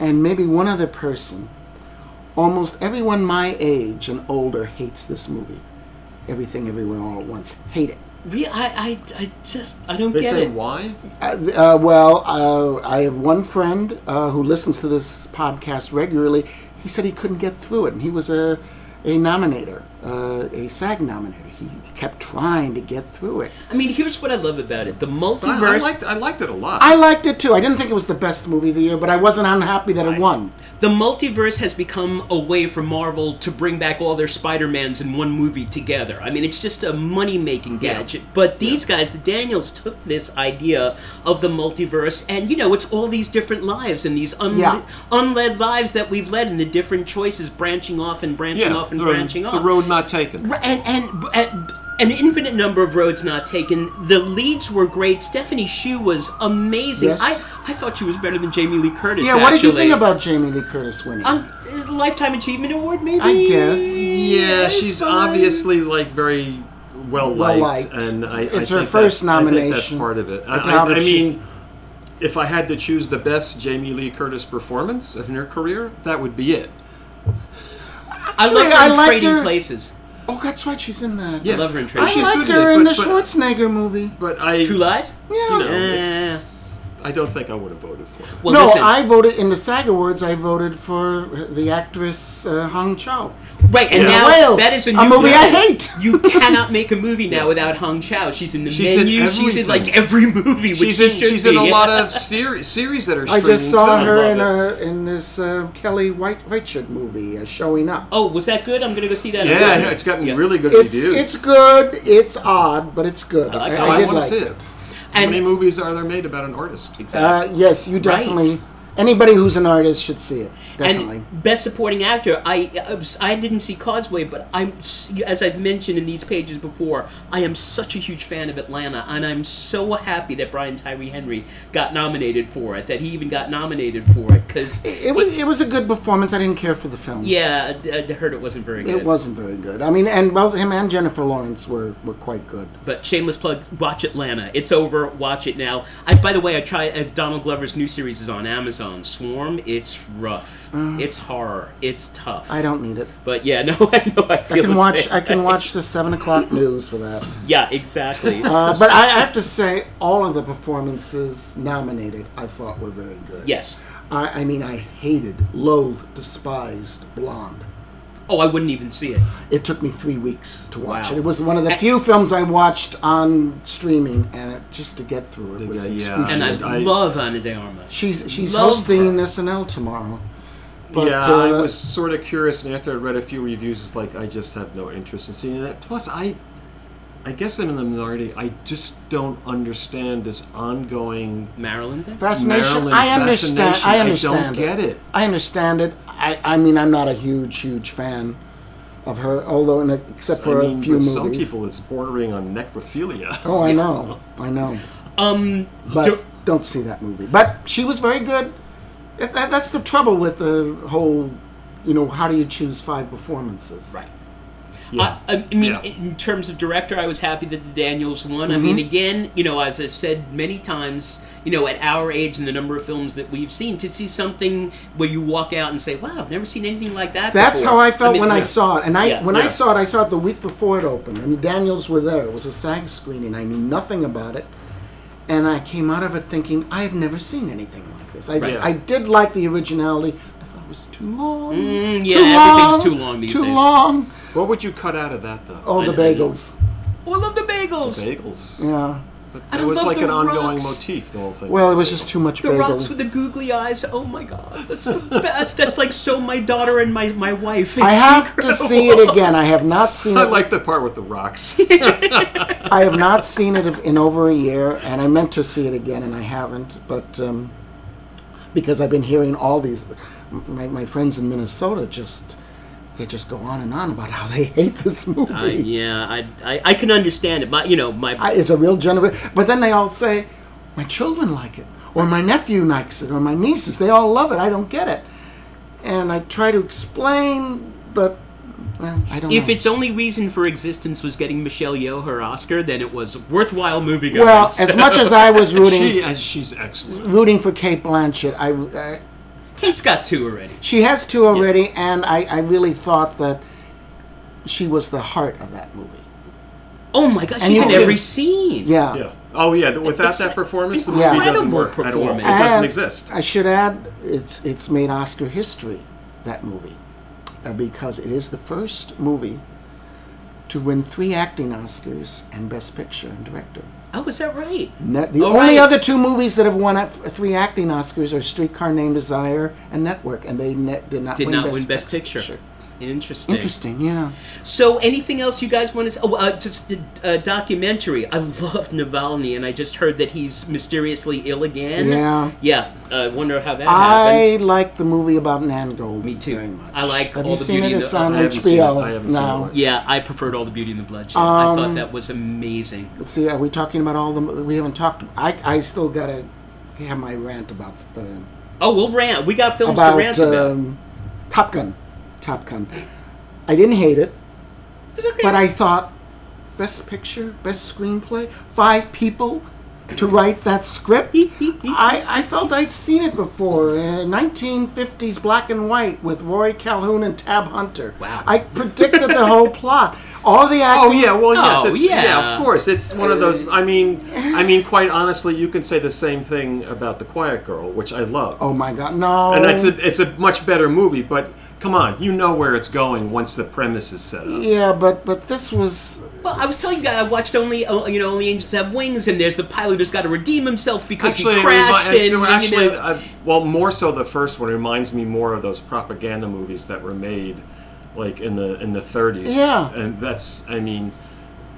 Speaker 4: and maybe one other person, almost everyone my age and older hates this movie. Everything, everywhere, all at once. Hate it.
Speaker 2: Re- I, I, I just, I don't
Speaker 3: they
Speaker 2: get
Speaker 3: say
Speaker 2: it.
Speaker 3: why?
Speaker 4: Uh, uh, well, uh, I have one friend uh, who listens to this podcast regularly. He said he couldn't get through it, and he was a a nominator, uh, a SAG nominator. He kept trying to get through it.
Speaker 2: I mean, here's what I love about it: the
Speaker 3: I,
Speaker 2: multiverse.
Speaker 3: I liked, I liked it a lot.
Speaker 4: I liked it too. I didn't think it was the best movie of the year, but I wasn't unhappy that it won.
Speaker 2: The multiverse has become a way for Marvel to bring back all their Spider-Mans in one movie together. I mean, it's just a money-making gadget. But these guys, the Daniels, took this idea of the multiverse and, you know, it's all these different lives and these unle-
Speaker 4: Yeah.
Speaker 2: unled lives that we've led and the different choices branching off and branching
Speaker 3: yeah,
Speaker 2: off and
Speaker 3: the,
Speaker 2: branching
Speaker 3: the
Speaker 2: off.
Speaker 3: road not taken.
Speaker 2: Right, and, and and an infinite number of roads not taken. The leads were great. Stephanie Shu was amazing.
Speaker 4: Yes.
Speaker 2: I, I thought she was better than Jamie Lee Curtis.
Speaker 4: Yeah, what did you
Speaker 2: actually.
Speaker 4: think about Jamie Lee Curtis winning?
Speaker 2: Um, is a lifetime achievement award, maybe.
Speaker 4: I guess.
Speaker 3: Yeah,
Speaker 2: it's
Speaker 3: she's
Speaker 2: fine.
Speaker 3: obviously like very well liked,
Speaker 4: Well-liked.
Speaker 3: and I,
Speaker 4: It's
Speaker 3: I
Speaker 4: her
Speaker 3: think that-
Speaker 4: first
Speaker 3: I think that's
Speaker 4: nomination.
Speaker 3: part of it. I,
Speaker 4: I
Speaker 3: I,
Speaker 4: doubt
Speaker 3: I
Speaker 4: if she-
Speaker 3: mean, if I had to choose the best Jamie Lee Curtis performance of her career, that would be it.
Speaker 2: I
Speaker 4: Actually,
Speaker 2: love her
Speaker 4: I
Speaker 2: in
Speaker 4: liked
Speaker 2: Trading
Speaker 4: her-
Speaker 2: Places.
Speaker 4: oh, that's right, she's in that.
Speaker 3: Yeah,
Speaker 2: love her in
Speaker 3: I
Speaker 2: Tracy.
Speaker 4: I
Speaker 3: she's
Speaker 4: liked
Speaker 3: good in
Speaker 4: her
Speaker 3: it,
Speaker 4: in
Speaker 3: but-
Speaker 4: the
Speaker 3: but-
Speaker 4: Schwarzenegger movie.
Speaker 3: But I,
Speaker 2: True Lies.
Speaker 4: Yeah.
Speaker 3: you know, it's, I don't think I would have voted for it.
Speaker 2: Well,
Speaker 4: no,
Speaker 2: listen,
Speaker 4: I voted in the SAG Awards. I voted for the actress uh, Hong Chao.
Speaker 2: right, and
Speaker 3: Yeah.
Speaker 2: now
Speaker 4: Whale,
Speaker 2: that is a,
Speaker 4: a
Speaker 2: new
Speaker 4: movie I
Speaker 2: rule.
Speaker 4: hate.
Speaker 2: You cannot make a movie now without Hong Chao. She's in the
Speaker 3: She's in
Speaker 2: menu. she's in like
Speaker 3: everything.
Speaker 2: every movie. Which
Speaker 3: She's in,
Speaker 2: she should
Speaker 3: she's in
Speaker 2: be.
Speaker 3: a lot of seri- series that are
Speaker 4: I
Speaker 3: streaming.
Speaker 4: just saw
Speaker 3: too.
Speaker 4: her
Speaker 3: Love
Speaker 4: in
Speaker 3: it.
Speaker 4: a, in this uh, Kelly White White Shirt movie, uh, Showing Up.
Speaker 2: Oh, was that good? I'm gonna go see that.
Speaker 3: Yeah,
Speaker 2: again.
Speaker 3: yeah, it's gotten
Speaker 2: Yeah.
Speaker 3: really good
Speaker 4: it's
Speaker 3: reviews. Oh,
Speaker 4: it's good. It's odd, but it's good.
Speaker 2: like
Speaker 4: I,
Speaker 2: how
Speaker 4: I
Speaker 3: I,
Speaker 4: did
Speaker 3: want
Speaker 4: like
Speaker 3: to see
Speaker 4: it.
Speaker 3: it. How
Speaker 2: And-
Speaker 3: many movies are there made about an artist? Exactly.
Speaker 4: Uh, yes, you definitely. Anybody who's an artist should see it. Definitely.
Speaker 2: And best supporting actor, I I was- I didn't see Causeway, but I'm s- as I've mentioned in these pages before, I am such a huge fan of Atlanta, and I'm so happy that Brian Tyree Henry got nominated for it. That he even got nominated for it because
Speaker 4: it was it was a good performance. I didn't care for the film.
Speaker 2: yeah, I, I heard it wasn't very good.
Speaker 4: It wasn't very good. I mean, and both him and Jennifer Lawrence were, were quite good.
Speaker 2: But shameless plug, watch Atlanta. It's over. Watch it now. I, by the way, I tried uh, Donald Glover's new series is on Amazon. Swarm. It's rough. It's horror. It's tough.
Speaker 4: Uh. I don't need it.
Speaker 2: But yeah, no, I know. I feel
Speaker 4: I can
Speaker 2: the
Speaker 4: watch
Speaker 2: same.
Speaker 4: I can watch the seven o'clock news for that.
Speaker 2: Yeah, exactly.
Speaker 4: Uh, but I have to say, all of the performances nominated, I thought were very good.
Speaker 2: yes.
Speaker 4: I, I mean, I hated, loathed, despised Blonde.
Speaker 2: Oh, I wouldn't even see it.
Speaker 4: It took me three weeks to watch
Speaker 2: Wow.
Speaker 4: it. It was one of the few films I watched on streaming, and it, just to get through it was
Speaker 3: Yeah, yeah.
Speaker 2: And
Speaker 4: excruciating.
Speaker 2: I,
Speaker 3: I-
Speaker 2: love Ana de Armas.
Speaker 4: she's she's
Speaker 2: love
Speaker 4: hosting
Speaker 2: her.
Speaker 4: SNL tomorrow. But,
Speaker 3: yeah, I
Speaker 4: uh,
Speaker 3: was sort of curious, and after I read a few reviews, it's like I just have no interest in seeing it. Plus, I, I guess I'm in the minority. I just don't understand this ongoing
Speaker 2: Marilyn. thing?
Speaker 4: fascination.
Speaker 3: Marilyn
Speaker 4: I understand.
Speaker 3: fascination.
Speaker 4: I
Speaker 3: I
Speaker 4: understand.
Speaker 3: don't get it.
Speaker 4: I understand it. I, I mean, I'm not a huge, huge fan of her, although in a, except for
Speaker 3: I mean,
Speaker 4: a few
Speaker 3: with
Speaker 4: movies.
Speaker 3: some people, it's bordering on necrophilia.
Speaker 4: oh, I know. I know.
Speaker 2: Um,
Speaker 4: But
Speaker 2: do-
Speaker 4: don't see that movie. But she was very good. That, that- that's the trouble with the whole, you know, how do you choose five performances?
Speaker 2: right.
Speaker 3: Yeah.
Speaker 2: I, I mean,
Speaker 3: Yeah.
Speaker 2: in terms of director, I was happy that the Daniels won. I
Speaker 4: Mm-hmm.
Speaker 2: mean, again, you know, as I said many times, you know, at our age and the number of films that we've seen, to see something where you walk out and say, "Wow, I've never seen anything like that."
Speaker 4: That's
Speaker 2: before."
Speaker 4: how I felt
Speaker 2: mean,
Speaker 4: when I
Speaker 2: yeah.
Speaker 4: saw it. And I
Speaker 2: Yeah.
Speaker 4: when I
Speaker 3: Yeah.
Speaker 4: saw it, I saw it the week before it opened, and the Daniels were there. It was a SAG screening. I knew nothing about it, and I came out of it thinking I've never seen anything like this. I,
Speaker 2: Right.
Speaker 4: I did like the originality. I thought it was too long.
Speaker 2: Mm,
Speaker 4: too
Speaker 2: yeah,
Speaker 4: long,
Speaker 2: everything's too long these
Speaker 4: too
Speaker 2: days.
Speaker 4: long.
Speaker 3: What would you cut out of that, though?
Speaker 4: Oh, the
Speaker 2: I know, I know.
Speaker 4: bagels.
Speaker 2: Oh, I love the bagels.
Speaker 3: Bagels.
Speaker 4: Yeah.
Speaker 3: But
Speaker 2: I
Speaker 3: that was
Speaker 2: love
Speaker 3: like
Speaker 2: the
Speaker 3: an ongoing
Speaker 2: rocks.
Speaker 3: motif, the whole thing.
Speaker 4: Well, it was just too much
Speaker 2: The
Speaker 4: bagel.
Speaker 2: rocks with the googly eyes. Oh my god, that's the best. That's like so my daughter and my my wife. It's
Speaker 4: I have to
Speaker 2: incredible.
Speaker 4: see it again. I have not seen
Speaker 3: I
Speaker 4: it.
Speaker 3: like the part with the rocks.
Speaker 4: I have not seen it in over a year, and I meant to see it again, and I haven't. But um, because I've been hearing all these, my, my friends in Minnesota just they just go on and on about how they hate this movie.
Speaker 2: I- Uh, yeah, I, I I can understand it. My you know my
Speaker 4: I- it's a real Jennifer. But then they all say, my children like it, or my nephew likes it, or my nieces. They all love it. I don't get it, and I try to explain, but well, I don't.
Speaker 2: If
Speaker 4: know.
Speaker 2: its only reason for existence was getting Michelle Yeoh her Oscar, then it was worthwhile movie going.
Speaker 4: well,
Speaker 2: So-
Speaker 4: as much as I was rooting.
Speaker 3: she, uh, she's excellent.
Speaker 4: Rooting for Kate Blanchett, I, I
Speaker 2: Kate's got two already.
Speaker 4: She has two already, and I, I really thought that she was the heart of that movie.
Speaker 2: Oh my gosh,
Speaker 4: And
Speaker 2: she's
Speaker 4: you
Speaker 2: in
Speaker 4: can-
Speaker 2: every scene.
Speaker 4: Yeah.
Speaker 3: Yeah. Oh, yeah. th- Without
Speaker 2: It's
Speaker 3: that performance, the movie
Speaker 4: incredible
Speaker 3: doesn't work at all. It
Speaker 2: performance.
Speaker 3: doesn't
Speaker 4: And
Speaker 3: exist.
Speaker 4: I should add, it's it's made Oscar history, that movie, uh, because it is the first movie to win three acting Oscars and Best Picture and Director.
Speaker 2: Oh, is that right?
Speaker 4: Ne- the
Speaker 2: All
Speaker 4: only
Speaker 2: Oh, right.
Speaker 4: other two movies that have won at f- three acting Oscars are Streetcar Named Desire and Network, and they ne- did not
Speaker 2: Did
Speaker 4: win
Speaker 2: not
Speaker 4: Best
Speaker 2: win Best Picture. Interesting.
Speaker 4: Interesting, yeah.
Speaker 2: So, anything else you guys want to? Oh, uh, just the uh, documentary. I love Navalny, and I just heard that he's mysteriously ill again.
Speaker 4: Yeah.
Speaker 2: Yeah. I wonder how that happened.
Speaker 4: I like the movie about Nangold.
Speaker 2: Me too.
Speaker 4: Very much.
Speaker 2: I like
Speaker 4: Have
Speaker 2: all
Speaker 4: you
Speaker 2: the
Speaker 4: seen
Speaker 2: beauty
Speaker 4: it?
Speaker 2: and
Speaker 4: It's
Speaker 2: the-
Speaker 4: on
Speaker 2: I
Speaker 3: haven't seen it.
Speaker 4: HBO.
Speaker 3: I haven't seen it.
Speaker 4: now.
Speaker 2: Yeah, I preferred all the Beauty and the Bloodshed. I
Speaker 4: Um,
Speaker 2: thought that was amazing.
Speaker 4: Let's see. Are we talking about all the? We haven't talked. I I still gotta have my rant about uh,
Speaker 2: Oh, we'll rant. We got films to
Speaker 4: about
Speaker 2: rant about.
Speaker 4: um, Top Gun. Top Gun. I didn't hate it,
Speaker 2: It's okay.
Speaker 4: but I thought best picture, best screenplay, five people to write that script. I, I felt I'd seen it before, uh, 1950s black and white with Roy Calhoun and Tab Hunter.
Speaker 2: Wow.
Speaker 4: I predicted the whole plot. All the acting.
Speaker 3: Oh yeah, well yes,
Speaker 2: Oh,
Speaker 3: it's, yeah.
Speaker 2: yeah.
Speaker 3: of course. It's one of those. I mean, I mean, quite honestly, you can say the same thing about the Quiet Girl, which I love,
Speaker 4: Oh my God, no!
Speaker 3: and it's a, it's a much better movie. But come on, you know where it's going once the premise is set up.
Speaker 4: yeah, but but this was.
Speaker 2: Well, I was telling you guys, I watched only uh, you know only angels have wings, and there's the pilot who's got to redeem himself because he
Speaker 3: it
Speaker 2: crashed.
Speaker 3: remi-
Speaker 2: and,
Speaker 3: actually,
Speaker 2: you know,
Speaker 3: uh, well, more so the first one reminds me more of those propaganda movies that were made, like in the in the 30s.
Speaker 4: Yeah.
Speaker 3: and that's I mean,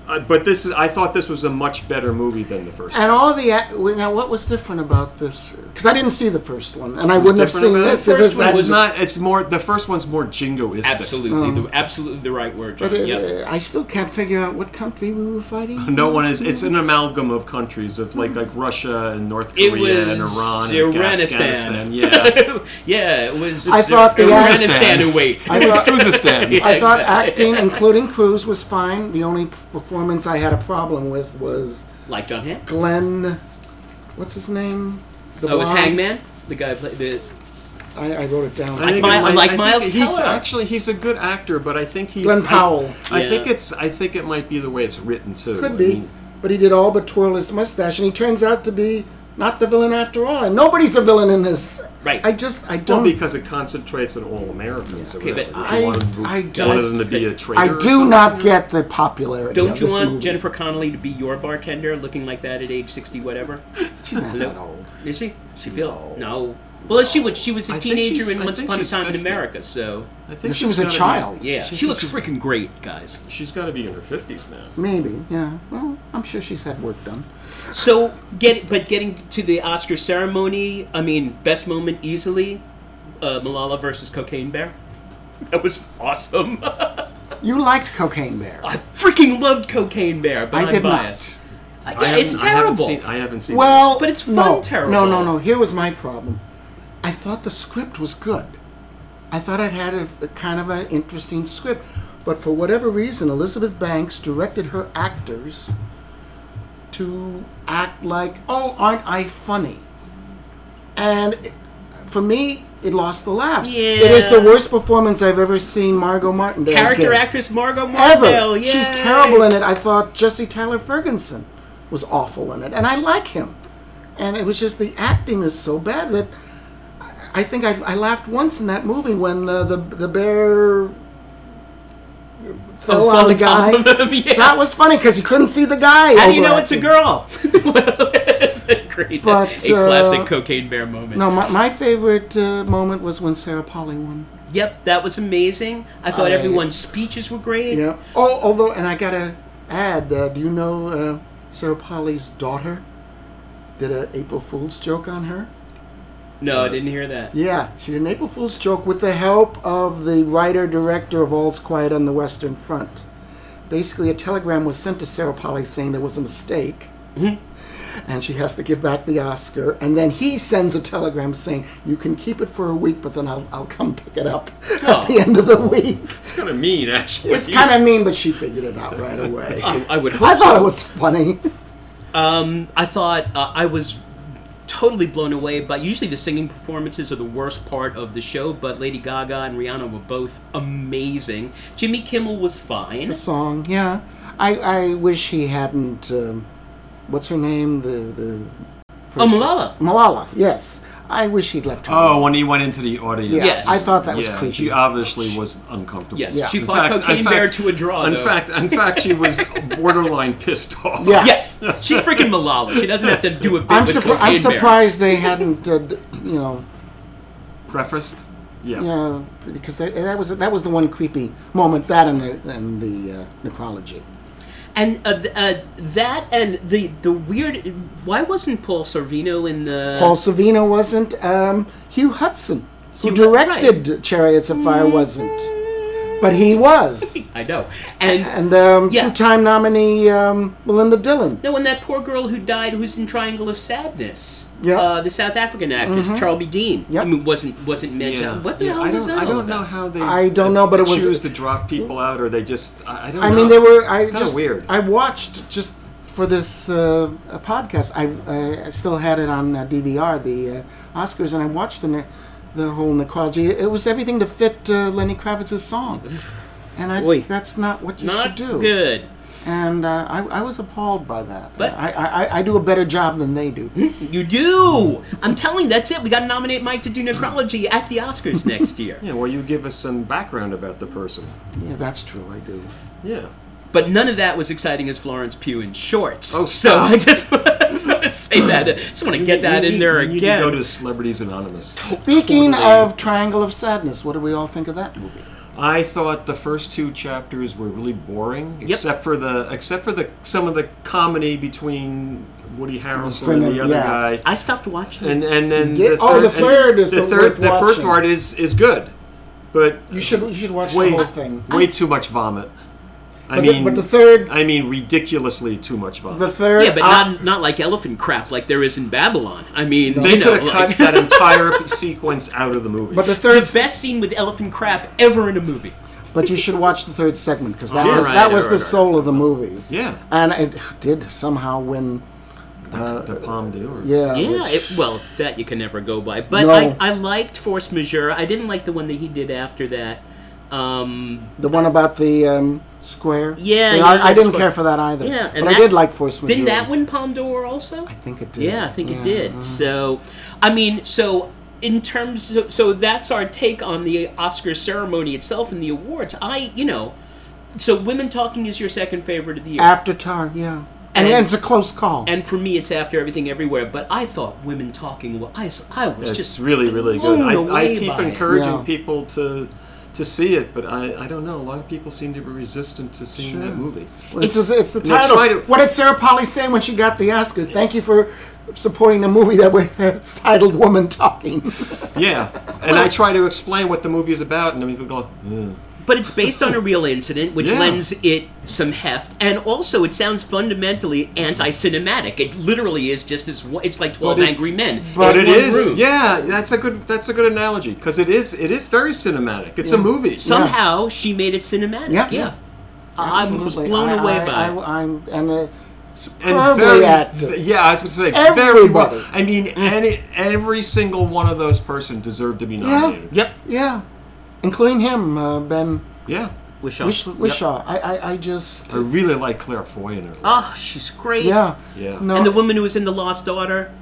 Speaker 3: uh, but this is. I thought this was a much better movie than the first.
Speaker 4: And all the act- well, now, what was different about this? Because I didn't see the first one, and I wouldn't have
Speaker 3: different
Speaker 4: seen
Speaker 3: about it?
Speaker 4: this
Speaker 2: The
Speaker 4: if
Speaker 2: first
Speaker 4: this
Speaker 2: one
Speaker 3: It's
Speaker 2: was
Speaker 4: was
Speaker 3: not. It's more. The first one's more jingoistic.
Speaker 2: Absolutely, the, absolutely the right word, John.
Speaker 4: But, uh,
Speaker 2: Yep.
Speaker 4: I still can't figure out what country we were fighting.
Speaker 3: No one is. It's an amalgam of countries of like like Russia and North
Speaker 2: It
Speaker 3: Korea and
Speaker 2: was
Speaker 3: Iran and
Speaker 2: Iranistan.
Speaker 3: Afghanistan. Yeah,
Speaker 2: yeah, it was.
Speaker 4: I thought the
Speaker 2: it was
Speaker 4: act-
Speaker 2: Afghanistan. Oh, wait.
Speaker 4: I thought,
Speaker 3: Kazakhstan.
Speaker 4: I thought
Speaker 2: exactly.
Speaker 4: acting, including Cruz, was fine. The only p- performance I had a problem with was
Speaker 2: like John Hamm.
Speaker 4: Glenn. What's his name? The
Speaker 2: Oh, it was
Speaker 4: blonde-
Speaker 2: Hangman, the guy who played the.
Speaker 4: I, I wrote it down.
Speaker 3: I think
Speaker 2: Mi-
Speaker 3: it might-
Speaker 2: like
Speaker 3: I think
Speaker 2: Miles
Speaker 3: he's,
Speaker 2: Teller.
Speaker 3: Actually, he's a good actor, but I think he's
Speaker 4: Glenn
Speaker 3: I-
Speaker 4: Powell.
Speaker 3: I,
Speaker 2: Yeah.
Speaker 3: think it's. I think it might be the way it's written too. I
Speaker 4: Could be,
Speaker 3: mean,
Speaker 4: but he did all but twirl his mustache, and he turns out to be not the villain after all. And nobody's a villain in this.
Speaker 2: Right.
Speaker 4: I just I
Speaker 3: well,
Speaker 4: don't.
Speaker 3: because it concentrates on all Americans.
Speaker 2: Okay, but
Speaker 4: I- I
Speaker 3: wanted
Speaker 4: don't-
Speaker 3: him to be a traitor.
Speaker 4: I
Speaker 3: or
Speaker 4: do
Speaker 3: something.
Speaker 4: not get the popularity
Speaker 2: Don't
Speaker 4: of
Speaker 2: you
Speaker 4: this
Speaker 2: want
Speaker 4: movie.
Speaker 2: Jennifer Connelly to be your bartender, looking like that at age sixty, whatever?
Speaker 4: She's not
Speaker 2: Hello?
Speaker 4: that old.
Speaker 2: Is she? She feel no. Well, she was she was a
Speaker 3: I think
Speaker 2: teenager
Speaker 3: she's-
Speaker 2: in
Speaker 3: I
Speaker 2: Once
Speaker 3: think
Speaker 2: Upon a
Speaker 3: she's
Speaker 2: Time in
Speaker 3: 50.
Speaker 2: America, so
Speaker 3: I think
Speaker 4: No, she
Speaker 3: she's
Speaker 4: was a
Speaker 3: gotta be-
Speaker 4: child.
Speaker 2: yeah, she looks freaking great, guys.
Speaker 3: She's got to be in her fifties now.
Speaker 4: Maybe, yeah. Well, I'm sure she's had work done.
Speaker 2: So get but getting to the Oscar ceremony, I mean, best moment easily, uh, Malala versus Cocaine Bear. That was awesome.
Speaker 4: You liked Cocaine Bear.
Speaker 2: I freaking loved Cocaine Bear, but
Speaker 4: I
Speaker 2: I am
Speaker 4: did not.
Speaker 2: biased. Uh,
Speaker 3: I
Speaker 2: yeah,
Speaker 3: haven't-
Speaker 2: it's
Speaker 3: I haven't
Speaker 2: terrible.
Speaker 3: seen- I haven't seen.
Speaker 4: Well,
Speaker 2: But it's fun
Speaker 4: no,
Speaker 2: terrible.
Speaker 4: No, no, no. Here was my problem. I thought the script was good. I thought it had a, a kind of an interesting script, but for whatever reason, Elizabeth Banks directed her actors to act like, "Oh, aren't I funny?" And it- for me, it lost the laughs. It is the
Speaker 2: Yeah.
Speaker 4: worst performance I've ever seen Margot Martindale
Speaker 2: Character
Speaker 4: give.
Speaker 2: actress Margot
Speaker 4: ever.
Speaker 2: Martindale.
Speaker 4: She's
Speaker 2: yay.
Speaker 4: terrible in it. I thought Jesse Tyler Ferguson was awful in it, and I like him. And it was just the acting is so bad that I- I think I, I laughed once in that movie when uh, the the bear fell
Speaker 2: Oh, fell
Speaker 4: on the
Speaker 2: on top
Speaker 4: guy.
Speaker 2: of him, yeah.
Speaker 4: That was funny because you couldn't see the guy.
Speaker 2: How do you know
Speaker 4: overacting.
Speaker 2: it's a girl? well, it's a great,
Speaker 4: But,
Speaker 2: a
Speaker 4: uh,
Speaker 2: classic Cocaine Bear moment.
Speaker 4: No, my, my favorite uh, moment was when Sarah Polly won.
Speaker 2: Yep, that was amazing. I thought
Speaker 4: I-
Speaker 2: everyone's speeches were great.
Speaker 4: Yeah. Oh, although, and I gotta add, uh, do you know uh, Sarah Polly's daughter did a April Fool's joke on her?
Speaker 2: No, I didn't hear that.
Speaker 4: Yeah, she did an April Fool's joke with the help of the writer director of All's Quiet on the Western Front. Basically, a telegram was sent to Sarah Polly saying there was a mistake. And she has to give back the Oscar. And then he sends a telegram saying, You can keep it for a week, but then I'll, I'll come pick it up at the end of the week.
Speaker 3: it's kind of mean, actually.
Speaker 4: It's kind of mean, but she figured it out right away.
Speaker 2: I, I would hope.
Speaker 4: I thought
Speaker 2: so.
Speaker 4: it was funny.
Speaker 2: Um, I thought uh, I was totally blown away by. Usually, the singing performances are the worst part of the show, but Lady Gaga and Rihanna were both amazing. Jimmy Kimmel was fine.
Speaker 4: The song, yeah. I, I wish he hadn't. Um, what's her name? The the.
Speaker 2: Oh,
Speaker 4: person-
Speaker 2: Malala.
Speaker 4: Malala, yes. I wish he'd left her.
Speaker 3: Oh, when he went into the audience.
Speaker 4: yes.
Speaker 2: yes.
Speaker 4: I thought that was
Speaker 3: yeah,
Speaker 4: creepy.
Speaker 3: She obviously was uncomfortable.
Speaker 2: Yes,
Speaker 4: Yeah.
Speaker 2: she
Speaker 4: In
Speaker 2: fought Cocaine Bear to a draw.
Speaker 3: In
Speaker 2: though.
Speaker 3: fact, in fact, she was borderline pissed off.
Speaker 4: Yeah.
Speaker 2: yes, she's freaking Malala. She doesn't have to do a bit
Speaker 4: I'm,
Speaker 2: with
Speaker 4: surpri-
Speaker 2: Cocaine
Speaker 4: I'm
Speaker 2: Bear.
Speaker 4: surprised they hadn't, uh, d- you know,
Speaker 3: Prefaced. Yeah.
Speaker 4: yeah, because they, that was that was the one creepy moment. That and the, and the uh, necrology.
Speaker 2: And uh, th- uh, that and the the weird. Why wasn't Paul Sorvino in the?
Speaker 4: Paul Savino wasn't. Um, Hugh Hudson, who
Speaker 2: Hugh-
Speaker 4: directed *Chariots of Fire*, wasn't, but he was.
Speaker 2: I know. And
Speaker 4: And um,
Speaker 2: Yeah.
Speaker 4: two-time nominee um, Melinda Dillon.
Speaker 2: No, and that poor girl who died, who's in Triangle of Sadness.
Speaker 4: Yeah.
Speaker 2: Uh, the South African actress Charlie Dean.
Speaker 4: Yep.
Speaker 2: I mean, wasn't wasn't mentioned.
Speaker 3: Yeah.
Speaker 2: What the
Speaker 3: Mm-hmm. Yeah,
Speaker 2: hell
Speaker 3: I
Speaker 2: was
Speaker 3: don't,
Speaker 2: that?
Speaker 3: I
Speaker 2: all
Speaker 3: don't know
Speaker 2: about?
Speaker 3: how they.
Speaker 4: I don't know, but
Speaker 3: to
Speaker 4: it was-
Speaker 3: choose to drop people out, or they just. I, I don't.
Speaker 4: I
Speaker 3: know.
Speaker 4: mean, they were. I
Speaker 3: Kinda
Speaker 4: just
Speaker 3: weird.
Speaker 4: I watched just for this uh, uh, podcast. I, uh, I still had it on uh, DVR, the uh, Oscars, and I watched the ne- the whole necrology. It was everything to fit uh, Lenny Kravitz's song, and I,
Speaker 2: Oy.
Speaker 4: that's not what you should
Speaker 2: Not
Speaker 4: do.
Speaker 2: good.
Speaker 4: And uh, I, I was appalled by that.
Speaker 2: But-
Speaker 4: I, I, I- I do a better job than they do.
Speaker 2: You do. I'm telling. you, That's it. We got to nominate Mike to do necrology at the Oscars next year.
Speaker 3: Yeah. Well, you give us some background about the person.
Speaker 4: yeah, that's true. I do.
Speaker 3: Yeah.
Speaker 2: But none of that was exciting as Florence Pugh in shorts.
Speaker 3: Oh,
Speaker 2: so
Speaker 3: stop.
Speaker 2: I just want to say that. I just want to get that in there
Speaker 3: you Need to
Speaker 2: again.
Speaker 3: go to Celebrities Anonymous.
Speaker 4: Speaking of Triangle of Sadness, what do we all think of that movie?
Speaker 3: I thought the first two chapters were really boring, except for the except for the some of the comedy between Woody Harrelson and the
Speaker 4: Singing,
Speaker 3: other
Speaker 4: yeah.
Speaker 3: guy.
Speaker 2: I stopped watching.
Speaker 3: And and then
Speaker 4: did? Oh, the third is the worth
Speaker 3: the first
Speaker 4: watching.
Speaker 3: part is is good, but
Speaker 4: You should you should watch
Speaker 3: way
Speaker 4: the whole thing.
Speaker 3: way too much vomit. I
Speaker 4: But the-
Speaker 3: mean,
Speaker 4: but the third-
Speaker 3: I mean, ridiculously too much vomit.
Speaker 4: The third, uh,
Speaker 2: yeah, but
Speaker 4: I-
Speaker 2: not not like elephant crap like there is in Babylon. I mean,
Speaker 3: they
Speaker 2: you know,
Speaker 3: could have
Speaker 2: like,
Speaker 3: cut that entire sequence out of the movie.
Speaker 4: but the
Speaker 2: the
Speaker 4: third,
Speaker 2: best scene with elephant crap ever in a movie.
Speaker 4: but you should watch the third segment because that
Speaker 2: All
Speaker 4: was
Speaker 2: right,
Speaker 4: that was
Speaker 2: all
Speaker 4: the
Speaker 2: right,
Speaker 4: soul of the movie.
Speaker 3: yeah,
Speaker 4: and it did somehow win.
Speaker 3: the Palm d'Or.
Speaker 4: Uh, Yeah,
Speaker 2: Yeah,
Speaker 4: which-
Speaker 2: it, well, that you can never go by. But
Speaker 4: No.
Speaker 2: I, I liked Force Majeure. I didn't like the one that he did after that. Um,
Speaker 4: the one about the um, square.
Speaker 2: Yeah,
Speaker 4: The-
Speaker 2: yeah,
Speaker 4: I, I
Speaker 2: the
Speaker 4: didn't
Speaker 2: square.
Speaker 4: care for that either.
Speaker 2: Yeah,
Speaker 4: but
Speaker 2: and
Speaker 4: I
Speaker 2: that-
Speaker 4: did like Force Majeure.
Speaker 2: didn't that win Palm d'Or also?
Speaker 4: I Uh-huh. think it did.
Speaker 2: Yeah, I think it did. So, I mean, so in terms, of, so that's our take on the Oscar ceremony itself and the awards. I, you know, so Women Talking is your second favorite of the year,
Speaker 4: After Tar, yeah, and,
Speaker 2: And-
Speaker 4: it's a close call.
Speaker 2: and for me, it's After Everything Everywhere. But I thought Women Talking, well, I, s- I was
Speaker 3: It's
Speaker 2: just
Speaker 3: really, really good.
Speaker 2: blown
Speaker 3: I, I
Speaker 2: away
Speaker 3: keep
Speaker 2: by it.
Speaker 3: encouraging
Speaker 4: Yeah.
Speaker 3: people to to see it, but I, I don't know. A lot of people seem to be resistant to seeing
Speaker 4: Sure.
Speaker 3: that movie.
Speaker 4: Well, it's,
Speaker 2: it's-
Speaker 4: the- it's the
Speaker 3: Now
Speaker 4: title.
Speaker 3: try to-
Speaker 4: what did Sarah Polly say when she got the Oscar? Thank you for supporting a movie that way that's titled "Woman Talking."
Speaker 3: Yeah, and I try to explain what the movie is about, and then people go, "Ugh."
Speaker 2: But it's based on a real incident, which
Speaker 3: Yeah.
Speaker 2: lends it some heft, and also it sounds fundamentally anti-cinematic. It literally is just this. one- It's like Twelve
Speaker 3: it's-
Speaker 2: Angry Men. it's
Speaker 3: But it
Speaker 2: one
Speaker 3: is,
Speaker 2: room.
Speaker 3: yeah. That's a good. That's a good analogy because it is. It is very cinematic. It's a movie.
Speaker 2: Somehow she made it cinematic.
Speaker 4: Yeah.
Speaker 2: Yeah, I was
Speaker 4: Absolutely.
Speaker 2: blown
Speaker 4: I-
Speaker 2: away
Speaker 4: I-
Speaker 2: by
Speaker 4: I,
Speaker 2: it.
Speaker 4: am and uh, superbly
Speaker 3: and very,
Speaker 4: acted.
Speaker 3: yeah, I was going to say very
Speaker 4: Everybody.
Speaker 3: well. I mean, any, every single one of those person deserved to be nominated.
Speaker 2: Yep.
Speaker 4: yeah, including him, uh, Ben
Speaker 3: Yeah,
Speaker 2: Wish I-
Speaker 4: Wish, Wishaw. I, I, I just
Speaker 3: I really like Claire Foy in her.
Speaker 2: Oh, she's great.
Speaker 4: yeah
Speaker 3: Yeah.
Speaker 4: No,
Speaker 2: And the woman who was in The Lost Daughter,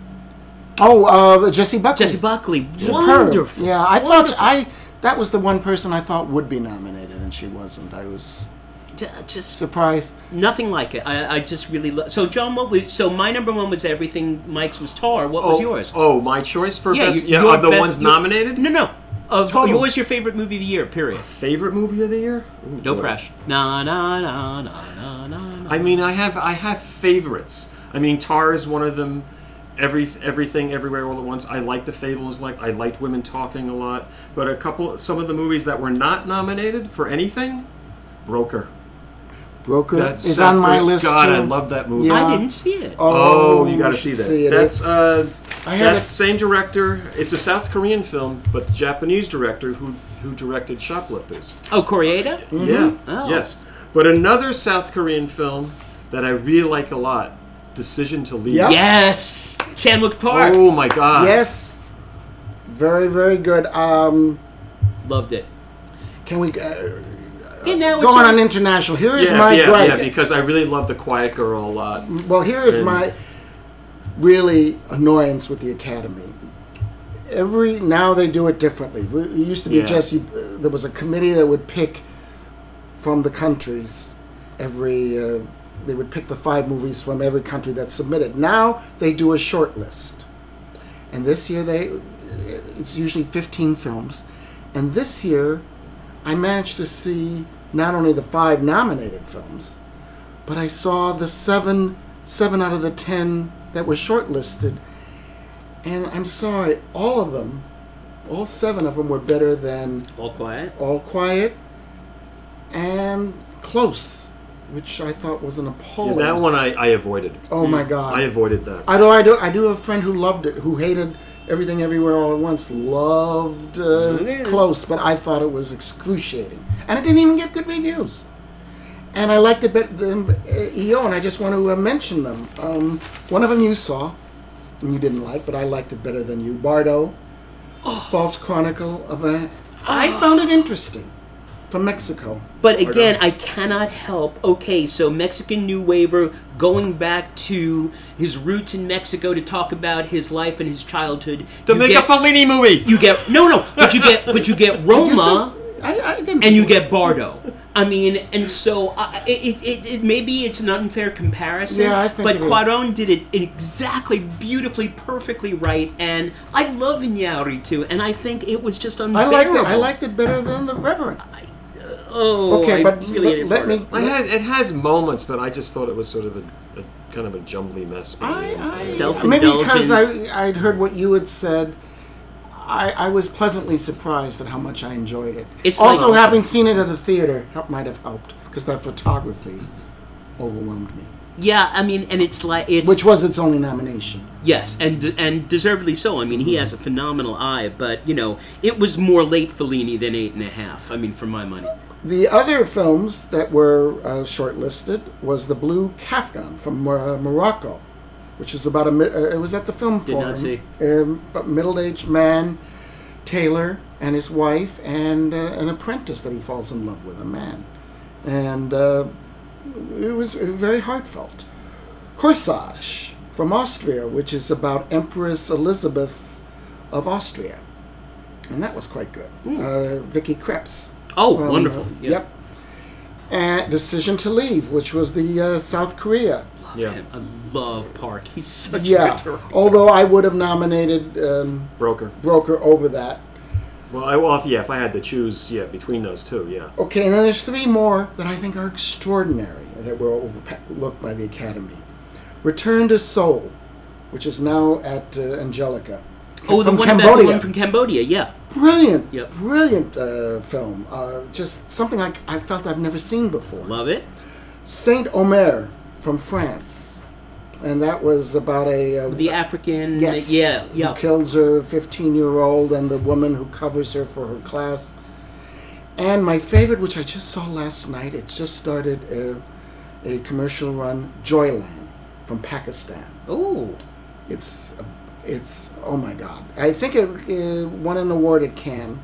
Speaker 4: oh, uh, Jesse Buckley.
Speaker 2: Jessie Buckley.
Speaker 4: Superb.
Speaker 2: Wonderful.
Speaker 4: Yeah, I
Speaker 2: Wonderful.
Speaker 4: thought I that was the one person I thought would be nominated, and she wasn't. I was
Speaker 2: J- Just
Speaker 4: surprised.
Speaker 2: nothing like it. I, I just really love. So John, what was? So my number one was everything. Mike's was Tar. What was
Speaker 3: oh,
Speaker 2: yours?
Speaker 3: Oh, my choice for
Speaker 2: Yeah,
Speaker 3: best.
Speaker 2: you-
Speaker 3: yeah,
Speaker 2: your
Speaker 3: are the
Speaker 2: best-
Speaker 3: ones
Speaker 2: your-
Speaker 3: nominated.
Speaker 2: No, no. Of
Speaker 3: Total.
Speaker 2: yours, your favorite movie of the year. Period.
Speaker 3: Favorite movie of the year? Ooh,
Speaker 2: No
Speaker 3: boy.
Speaker 2: pressure. Na na na na na na. na.
Speaker 3: I mean, I have I have favorites. I mean, Tar is one of them. Every everything, everywhere, all at once. I liked the Fables. Like I liked Women Talking a lot. But a couple, some of the movies that were not nominated for anything, Broker.
Speaker 4: Broker
Speaker 3: That's
Speaker 4: is on my list
Speaker 3: God,
Speaker 4: too.
Speaker 3: I love that movie.
Speaker 4: Yeah.
Speaker 2: I didn't see it.
Speaker 4: Uh,
Speaker 3: Oh, you got to
Speaker 4: you
Speaker 3: see
Speaker 4: should
Speaker 3: that.
Speaker 4: see it.
Speaker 3: That's
Speaker 4: It's-
Speaker 3: uh,
Speaker 4: I had
Speaker 3: that's
Speaker 4: it-
Speaker 3: same director. It's a South Korean film, but the Japanese director who who directed Shoplifters.
Speaker 2: Oh, Koreeda.
Speaker 4: Mm-hmm.
Speaker 3: Yeah.
Speaker 2: Oh.
Speaker 3: Yes. But another South Korean film that I really like a lot, Decision to Leave.
Speaker 4: Yep.
Speaker 2: Yes, Chanwook Park.
Speaker 3: Oh my God.
Speaker 4: Yes, very very good. Um,
Speaker 2: Loved it.
Speaker 4: can we uh,
Speaker 2: Hey, now it's
Speaker 4: go on
Speaker 2: your-
Speaker 4: on international? Here is
Speaker 3: Yeah,
Speaker 4: my
Speaker 3: yeah,
Speaker 4: gripe.
Speaker 3: yeah, because I really love The Quiet Girl a lot.
Speaker 4: Well, here is
Speaker 3: And-
Speaker 4: my really annoyance with the Academy. Every now they do it differently. We- It used to be
Speaker 3: Yeah.
Speaker 4: just you, uh, there was a committee that would pick from the countries every. Uh, they would pick the five movies from every country that's submitted. Now they do a short list, and this year they uh, it's usually 15 films, and this year I managed to see not only the five nominated films, but I saw the seven seven out of the ten that were shortlisted. And I'm sorry, all of them, all seven of them were better than
Speaker 2: All quiet.
Speaker 4: All Quiet and Close, which I thought was an appalling.
Speaker 3: that one I, I avoided.
Speaker 4: Oh my God!
Speaker 3: I avoided that.
Speaker 4: I do. I do. I do have a friend who loved it, who hated everything, everywhere, all at once. Loved uh,
Speaker 2: Okay.
Speaker 4: Close, but I thought it was excruciating, and it didn't even get good reviews. And I liked it better than uh, EO, and I just want to uh, mention them. Um, one of them you saw, and you didn't like, but I liked it better than you. Bardo, False Chronicle of a. I
Speaker 2: Ah.
Speaker 4: found it interesting, from Mexico.
Speaker 2: But again, I cannot help. Okay, so Mexican New Waver going back to his roots in Mexico to talk about his life and his childhood.
Speaker 3: to
Speaker 2: You
Speaker 3: make
Speaker 2: get-
Speaker 3: a Fellini movie.
Speaker 2: You get no, no, but you get, but you get Roma.
Speaker 4: I, I didn't.
Speaker 2: and you get Bardo. I mean, and so I, it, it, it maybe it's an unfair comparison.
Speaker 4: Yeah, I think
Speaker 2: but
Speaker 4: it is.
Speaker 2: Cuaron did it exactly, beautifully, perfectly right. And I love Iñárritu, and I think it was just
Speaker 4: I liked
Speaker 2: unbearable.
Speaker 4: it. I liked it better than the Reverend.
Speaker 2: oh,
Speaker 4: Okay,
Speaker 2: I
Speaker 4: but
Speaker 2: really didn't
Speaker 4: let- let me-
Speaker 2: part
Speaker 3: I had it has moments, but I just thought it was sort of a, a kind of a jumbly mess. by the
Speaker 4: I-
Speaker 3: end.
Speaker 4: I-
Speaker 2: Self-indulgent.
Speaker 4: maybe because I I'd heard what you had said. I, I was pleasantly surprised at how much I enjoyed it.
Speaker 2: It's
Speaker 4: also,
Speaker 2: like-
Speaker 4: having seen it at a theater help, might have helped because that photography overwhelmed me,
Speaker 2: Yeah, I mean, and it's like it's
Speaker 4: which was its only nomination.
Speaker 2: yes, and and deservedly so. I mean, he has a phenomenal eye, but you know, it was more late Fellini than eight and a half. I mean, for my money.
Speaker 4: The other films that were uh, shortlisted was the Blue Kafkan from uh, Morocco, which is about a. mi- Uh, it was at the film
Speaker 2: not
Speaker 4: forum.
Speaker 2: see.
Speaker 4: Um, a middle-aged man, Taylor, and his wife, and uh, an apprentice that he falls in love with, a man, and uh, it was very heartfelt. Corsage from Austria, which is about Empress Elizabeth of Austria, and that was quite good. Uh, Vicky Krebs.
Speaker 2: Hmm. Oh,
Speaker 4: from,
Speaker 2: wonderful.
Speaker 4: uh,
Speaker 2: Yeah.
Speaker 4: Yep. And Decision to Leave, which was the uh, South Korea.
Speaker 3: yeah,
Speaker 2: I love Park. He's such a
Speaker 4: Yeah. Oh,
Speaker 2: good director.
Speaker 4: Although I would have nominated um,
Speaker 3: broker.
Speaker 4: Broker over that.
Speaker 3: Well, I well, if- yeah, if I had to choose, yeah, between those two, yeah.
Speaker 4: Okay, and then there's three more that I think are extraordinary that were overlooked by the Academy. Return to Seoul, which is now at uh, Angelica.
Speaker 2: oh, the
Speaker 4: from
Speaker 2: one about the
Speaker 4: Cambodia.
Speaker 2: one from Cambodia. Yeah.
Speaker 4: Brilliant,
Speaker 2: Yep.
Speaker 4: brilliant uh, film. Uh, just something I, I felt I've never seen before.
Speaker 2: Love it.
Speaker 4: Saint Omer from France, and that was about a uh,
Speaker 2: The African.
Speaker 4: yes,
Speaker 2: Yeah. Yeah.
Speaker 4: who kills her fifteen-year-old and the woman who covers her for her class. And my favorite, which I just saw last night, it just started a, a commercial run, Joyland from Pakistan.
Speaker 2: Oh.
Speaker 4: It's it's oh my god! I think it, uh won an award at Cannes.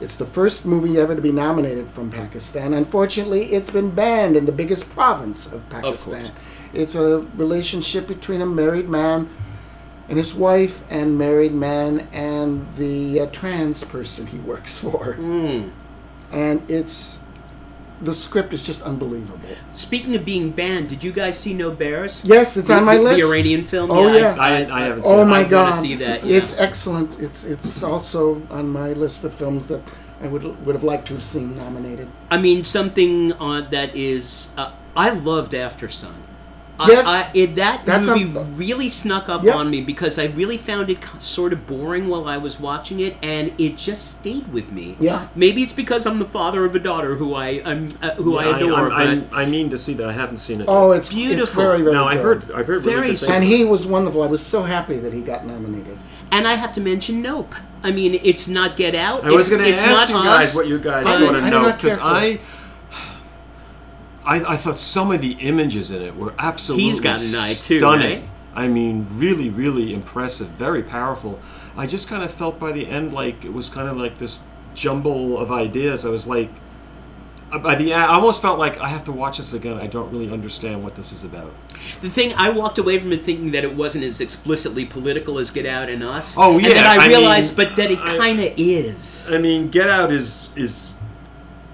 Speaker 4: It's the first movie ever to be nominated from Pakistan. Unfortunately, it's been banned in the biggest province of Pakistan. it's a relationship between a married man and his wife, and married man and the uh, trans person he works for.
Speaker 2: Hmm.
Speaker 4: And it's the script is just unbelievable.
Speaker 2: Speaking of being banned, did you guys see No Bears?
Speaker 4: Yes, it's
Speaker 2: The-
Speaker 4: on my
Speaker 2: the-
Speaker 4: list.
Speaker 2: The Iranian film.
Speaker 4: Oh, yeah.
Speaker 3: I, I haven't seen.
Speaker 4: Oh
Speaker 3: it.
Speaker 4: my
Speaker 2: I wanna
Speaker 4: god!
Speaker 2: see that,
Speaker 4: It's
Speaker 2: yeah.
Speaker 4: excellent. It's it's also on my list of films that I would would have liked to have seen nominated.
Speaker 2: I mean, something on that is. Uh, I loved After Sun. I-
Speaker 4: Yes.
Speaker 2: I, it, that
Speaker 4: That's
Speaker 2: movie
Speaker 4: something.
Speaker 2: really snuck up
Speaker 4: Yep.
Speaker 2: on me because I really found it k- sort of boring while I was watching it, and it just stayed with me.
Speaker 4: Yeah.
Speaker 2: Maybe it's because I'm the father of a daughter who I I'm, uh, who
Speaker 3: I,
Speaker 2: I adore.
Speaker 3: I'm- I'm-
Speaker 2: but
Speaker 3: I mean to see that. I haven't seen it.
Speaker 4: Oh,
Speaker 3: yet.
Speaker 4: it's it's
Speaker 2: Beautiful.
Speaker 4: very very
Speaker 3: no,
Speaker 4: good.
Speaker 3: I've heard. I've heard
Speaker 2: Very
Speaker 3: really good things.
Speaker 2: sad.
Speaker 4: and he was wonderful. I was so happy that he got nominated.
Speaker 2: And I have to mention Nope. I mean, it's not Get Out.
Speaker 3: I was
Speaker 2: it's-
Speaker 3: going to
Speaker 2: it's not
Speaker 3: ask you guys
Speaker 2: Us.
Speaker 3: what you guys
Speaker 4: I-
Speaker 3: want
Speaker 4: I
Speaker 3: to
Speaker 4: do
Speaker 3: know
Speaker 4: not care
Speaker 3: because
Speaker 4: for
Speaker 3: I,
Speaker 4: it.
Speaker 3: I, I thought some of the images in it were absolutely
Speaker 2: He's got an eye too,
Speaker 3: stunning.
Speaker 2: right?
Speaker 3: I mean, really, really impressive, very powerful. I just kind of felt by the end like it was kind of like this jumble of ideas. I was like, uh, by the end, I almost felt like I have to watch this again. I don't really understand what this is about.
Speaker 2: The thing I walked away from it thinking that it wasn't as explicitly political as Get Out and Us.
Speaker 3: Oh,
Speaker 2: And then
Speaker 3: yeah,
Speaker 2: I
Speaker 3: I
Speaker 2: realized,
Speaker 3: mean,
Speaker 2: but that it
Speaker 3: I- Uh,
Speaker 2: kind of is.
Speaker 3: I mean, Get Out is is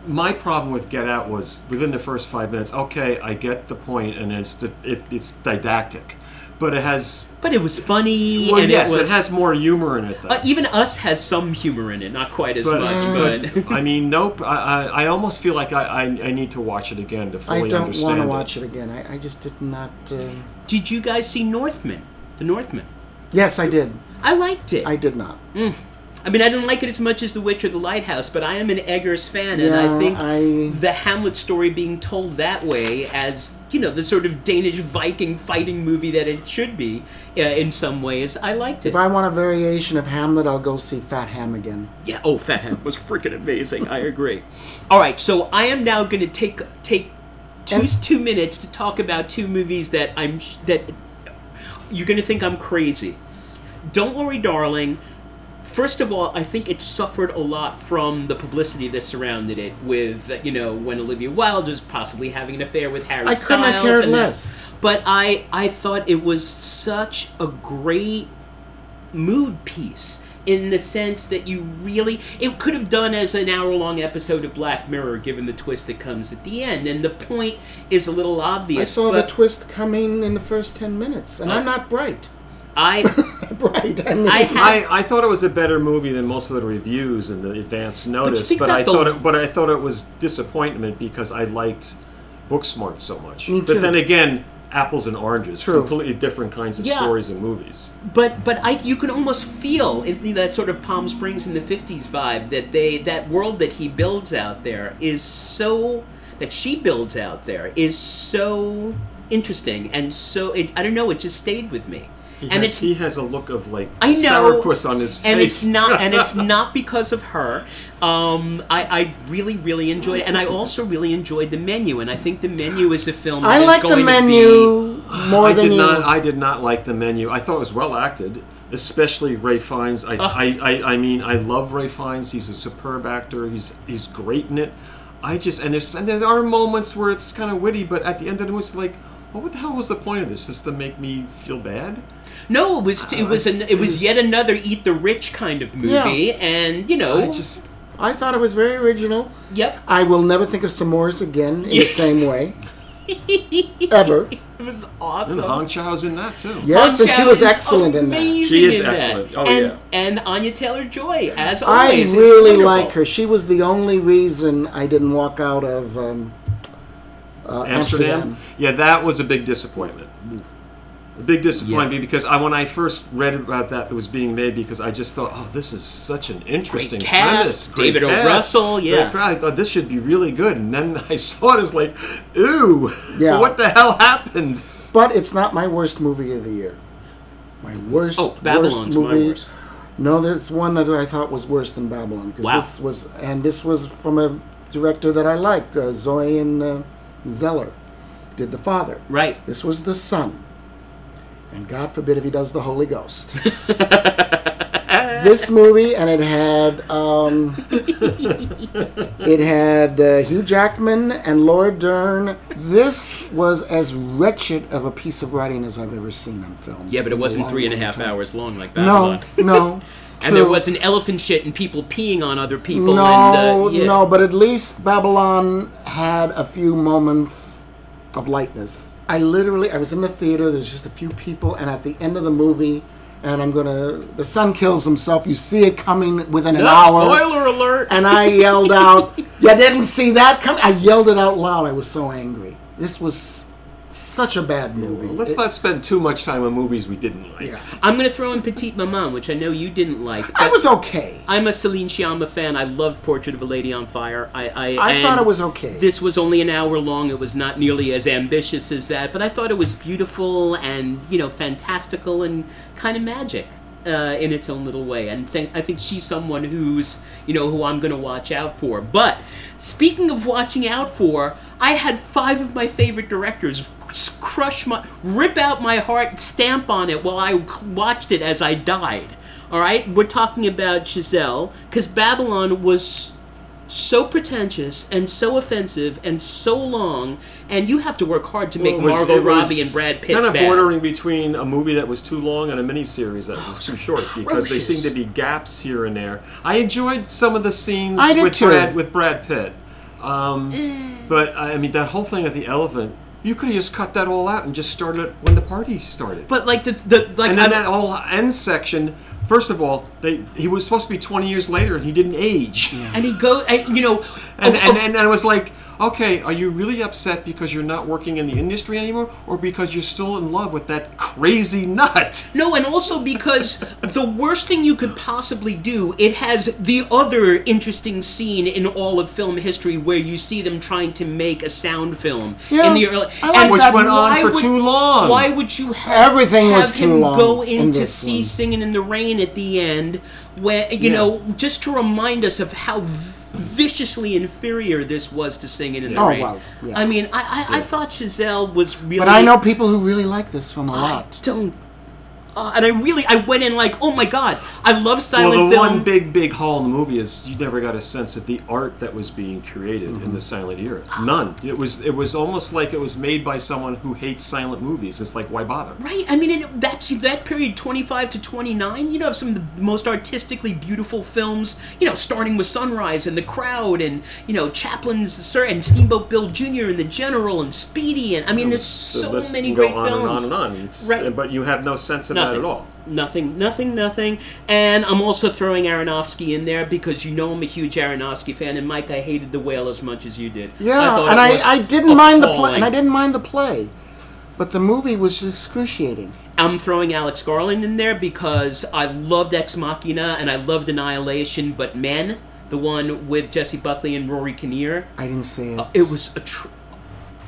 Speaker 3: my problem with Get Out was within the first five minutes. Okay, I get the point, and it's di- it, it's didactic, but it has
Speaker 2: But it was funny.
Speaker 3: well,
Speaker 2: and
Speaker 3: yes,
Speaker 2: it,
Speaker 3: it,
Speaker 2: was,
Speaker 3: has more humor in it. Though.
Speaker 2: Uh, even Us has some humor in it, not quite as
Speaker 3: But- uh,
Speaker 2: much, but.
Speaker 3: I mean, nope. I, I, I almost feel like I, I, I need to watch it again to fully
Speaker 4: I don't
Speaker 3: understand.
Speaker 4: want to watch it again. I, I just did not. Uh,
Speaker 2: Did you guys see Northman? The Northman.
Speaker 4: yes, I did.
Speaker 2: I liked it.
Speaker 4: I did not.
Speaker 2: I mean, I didn't like it as much as The Witch or The Lighthouse, but I am an Eggers fan, and
Speaker 4: Yeah,
Speaker 2: I think
Speaker 4: I-
Speaker 2: the Hamlet story being told that way, as you know, the sort of Danish Viking fighting movie that it should be uh, in some ways, I liked it.
Speaker 4: If I want a variation of Hamlet, I'll go see Fat Ham again.
Speaker 2: Yeah. Oh, Fat Ham was freaking amazing. I agree. All right, so I am now going to take take two
Speaker 4: And-
Speaker 2: two minutes to talk about two movies that I'm sh- that you're going to think I'm crazy. Don't worry, darling. First of all, I think it suffered a lot from the publicity that surrounded it, with you know when Olivia Wilde was possibly having an affair with Harry
Speaker 4: I could
Speaker 2: Styles.
Speaker 4: not care
Speaker 2: and that-
Speaker 4: less.
Speaker 2: But I I thought it was such a great mood piece in the sense that you really it could have done as an hour long episode of Black Mirror given the twist that comes at the end and the point is a little obvious
Speaker 4: I saw the
Speaker 2: but
Speaker 4: twist coming in the first ten minutes, and I'm not bright.
Speaker 2: I
Speaker 4: right. I mean,
Speaker 2: I have-
Speaker 3: I, I thought it was a better movie than most of the reviews and the advance notice,
Speaker 2: think
Speaker 3: but,
Speaker 2: about
Speaker 3: I
Speaker 2: the-
Speaker 3: thought it, but I thought it was disappointment because I liked Booksmart so much.
Speaker 4: Me too.
Speaker 3: But then again, apples and oranges,
Speaker 4: True.
Speaker 3: completely different kinds of
Speaker 2: Yeah.
Speaker 3: stories and movies.
Speaker 2: but but I you can almost feel it, that sort of Palm Springs in the '50s vibe that they that world that he builds out there is so that she builds out there is so interesting and so it, I don't know it just stayed with me
Speaker 3: He
Speaker 2: and
Speaker 3: has,
Speaker 2: it's
Speaker 3: he has a look of like
Speaker 2: I know
Speaker 3: sourpuss on his face,
Speaker 2: and it's not and it's not because of her. Um, I, I really really enjoyed it, and I also really enjoyed the menu, and I think the menu is a film. that
Speaker 4: I
Speaker 2: is
Speaker 4: like the
Speaker 2: going to be-
Speaker 4: menu more
Speaker 3: I
Speaker 4: than
Speaker 3: did
Speaker 4: you.
Speaker 3: not. I did not like the menu. I thought it was well acted, especially Ray Fiennes. I,
Speaker 4: Ah.
Speaker 3: I, I, I mean, I love Ray Fiennes. He's a superb actor. He's he's great in it. I just and there's and there are moments where it's kind of witty, but at the end of it, it's like, well, what the hell was the point of this? Just to make me feel bad?
Speaker 2: no, it was it was an, it was yet another eat the rich kind of movie,
Speaker 4: Uh, Yeah.
Speaker 2: and you know,
Speaker 3: I just
Speaker 4: I thought it was very original.
Speaker 2: yep,
Speaker 4: I will never think of s'mores again in
Speaker 2: Yes.
Speaker 4: the same way. Ever.
Speaker 2: it was
Speaker 3: and
Speaker 2: awesome.
Speaker 3: Hong Chao's in that too.
Speaker 4: Yes, and she
Speaker 2: Hong
Speaker 4: was
Speaker 2: Chao is
Speaker 4: excellent in that.
Speaker 2: amazing
Speaker 3: She is
Speaker 2: in that.
Speaker 3: excellent. Oh,
Speaker 2: and,
Speaker 3: yeah.
Speaker 2: and Anya Taylor Joy as
Speaker 4: I
Speaker 2: always. It's
Speaker 4: really
Speaker 2: wonderful.
Speaker 4: like her. She was the only reason I didn't walk out of um, uh,
Speaker 3: Amsterdam.
Speaker 4: Amsterdam.
Speaker 3: Yeah, that was a big disappointment. A big disappointment because I, when I first read about that, that was being made because I just thought, oh, this is such an interesting
Speaker 2: Great cast,
Speaker 3: premise. Great
Speaker 2: David O.
Speaker 3: cast,
Speaker 2: Russell,
Speaker 3: great
Speaker 2: yeah.
Speaker 3: crowd. I thought this should be really good, and then I saw it. I was like, ooh,
Speaker 4: Yeah.
Speaker 3: what the hell happened?
Speaker 4: But it's not my worst movie of the year. My worst,
Speaker 2: Oh, Babylon's
Speaker 4: worst movie.
Speaker 2: my worst.
Speaker 4: No, there's one that I thought was worse than Babylon because
Speaker 2: Wow.
Speaker 4: this was, and this was from a director that I liked, uh, Zoe and uh, Zeller, did the father.
Speaker 2: Right.
Speaker 4: This was the son, and God forbid if he does the Holy Ghost. this movie, and it had, um, it had uh, Hugh Jackman and Laura Dern. This was as wretched of a piece of writing as I've ever seen on film.
Speaker 2: Yeah, but it
Speaker 4: In a
Speaker 2: wasn't
Speaker 4: long,
Speaker 2: three and a
Speaker 4: long
Speaker 2: half
Speaker 4: time.
Speaker 2: hours long like
Speaker 4: No,
Speaker 2: Babylon.
Speaker 4: no.
Speaker 2: And there
Speaker 4: true.
Speaker 2: was an elephant shit and people peeing on other people. and,
Speaker 4: No,
Speaker 2: uh, yeah.
Speaker 4: no, but at least Babylon had a few moments of lightness. I literally, I was in the theater. There's just a few people, and at the end of the movie, and I'm gonna. The son kills himself. You see it coming within an hour.
Speaker 2: Spoiler alert!
Speaker 4: And I yelled out, "You didn't see that coming!" I yelled it out loud. I was so angry. This was such a bad movie.
Speaker 3: Let's
Speaker 4: It-
Speaker 3: not spend too much time on movies we didn't like.
Speaker 4: Yeah.
Speaker 2: I'm gonna throw in Petite Maman, which I know you didn't like. But
Speaker 4: I was okay.
Speaker 2: I'm a Celine Sciamma fan. I loved Portrait of a Lady on Fire. I I,
Speaker 4: I thought
Speaker 2: and
Speaker 4: it was okay.
Speaker 2: This was only an hour long. It was not nearly as ambitious as that, but I thought it was beautiful and you know fantastical and kind of magic uh, in its own little way. And think, I think she's someone who's you know who I'm going to watch out for. But speaking of watching out for, I had five of my favorite directors crush my rip out my heart, stamp on it while I watched it as I died. All right, we're talking about Giselle because Babylon was so pretentious and so offensive and so long, and you have to work hard to make
Speaker 3: It was-
Speaker 2: Margot
Speaker 3: it was
Speaker 2: Robbie and Brad Pitt
Speaker 3: kind of
Speaker 2: bad.
Speaker 3: bordering between a movie that was too long and a miniseries that was too short because there
Speaker 2: Oh, atrocious.
Speaker 3: seemed to be gaps here and there. I enjoyed some of the scenes
Speaker 4: I did
Speaker 3: with
Speaker 4: too.
Speaker 3: Brad with Brad Pitt, um,
Speaker 2: Eh.
Speaker 3: but I mean that whole thing at the elephant. You could have just cut that all out and just started it when the party started.
Speaker 2: But like the the like
Speaker 3: and then
Speaker 2: I'm-
Speaker 3: that whole end section. First of all, they, he was supposed to be 20 years later and he didn't age.
Speaker 2: and he go and you know
Speaker 3: And,
Speaker 2: oh,
Speaker 3: and,
Speaker 2: oh,
Speaker 3: and I was like, okay, are you really upset because you're not working in the industry anymore or because you're still in love with that crazy nut?
Speaker 2: no, and also because the worst thing you could possibly do, it has the other interesting scene in all of film history where you see them trying to make a sound film
Speaker 4: Yeah,
Speaker 2: in the early
Speaker 4: I like
Speaker 2: and
Speaker 4: Which
Speaker 2: God,
Speaker 3: went on
Speaker 2: why
Speaker 3: for
Speaker 2: would-
Speaker 3: too long.
Speaker 2: Why would you have
Speaker 4: Everything
Speaker 2: have
Speaker 4: was too
Speaker 2: him
Speaker 4: long
Speaker 2: go in,
Speaker 4: in
Speaker 2: to
Speaker 4: this
Speaker 2: see
Speaker 4: one.
Speaker 2: singing in the rain at the end where you
Speaker 3: Yeah.
Speaker 2: know just to remind us of how v- viciously inferior this was to singing in the
Speaker 4: Oh,
Speaker 2: rain
Speaker 4: wow, yeah.
Speaker 2: i mean I, I, I thought giselle was really
Speaker 4: But I know people who really like this film a lot.
Speaker 2: don't uh, and i really i went in like oh my god i love
Speaker 3: Well,
Speaker 2: silent
Speaker 3: the
Speaker 2: film
Speaker 3: one big, big hole in the movie is you never got a sense of the art that was being created in
Speaker 2: Mm-hmm.
Speaker 3: the silent era. None. It was it was almost like it was made by someone who hates silent movies. It's like why bother?
Speaker 2: Right, I mean, and that's that period, twenty-five to twenty-nine. You know, have some of the most artistically beautiful films. You know, starting with Sunrise and The Crowd, and you know, Chaplin's The Sir and Steamboat Bill Jr. and The General and Speedy, and I mean, there's
Speaker 3: The
Speaker 2: so
Speaker 3: list
Speaker 2: many
Speaker 3: can go
Speaker 2: great
Speaker 3: on
Speaker 2: films.
Speaker 3: and on and on. It's-
Speaker 2: Right.
Speaker 3: But you have no sense of that at all.
Speaker 2: Nothing, nothing, nothing. And I'm also throwing Aronofsky in there because you know I'm a huge Aronofsky fan, and Mike, I hated The Whale as much as you did.
Speaker 4: Yeah,
Speaker 2: thought
Speaker 4: and
Speaker 2: it
Speaker 4: I,
Speaker 2: was
Speaker 4: I didn't mind the play,
Speaker 2: appalling.
Speaker 4: and I didn't mind the play, but the movie was excruciating.
Speaker 2: I'm throwing Alex Garland in there because I loved Ex Machina and I loved Annihilation, but Men, the one with Jesse Buckley and Rory Kinnear,
Speaker 4: I didn't see it.
Speaker 2: Uh, it was atr-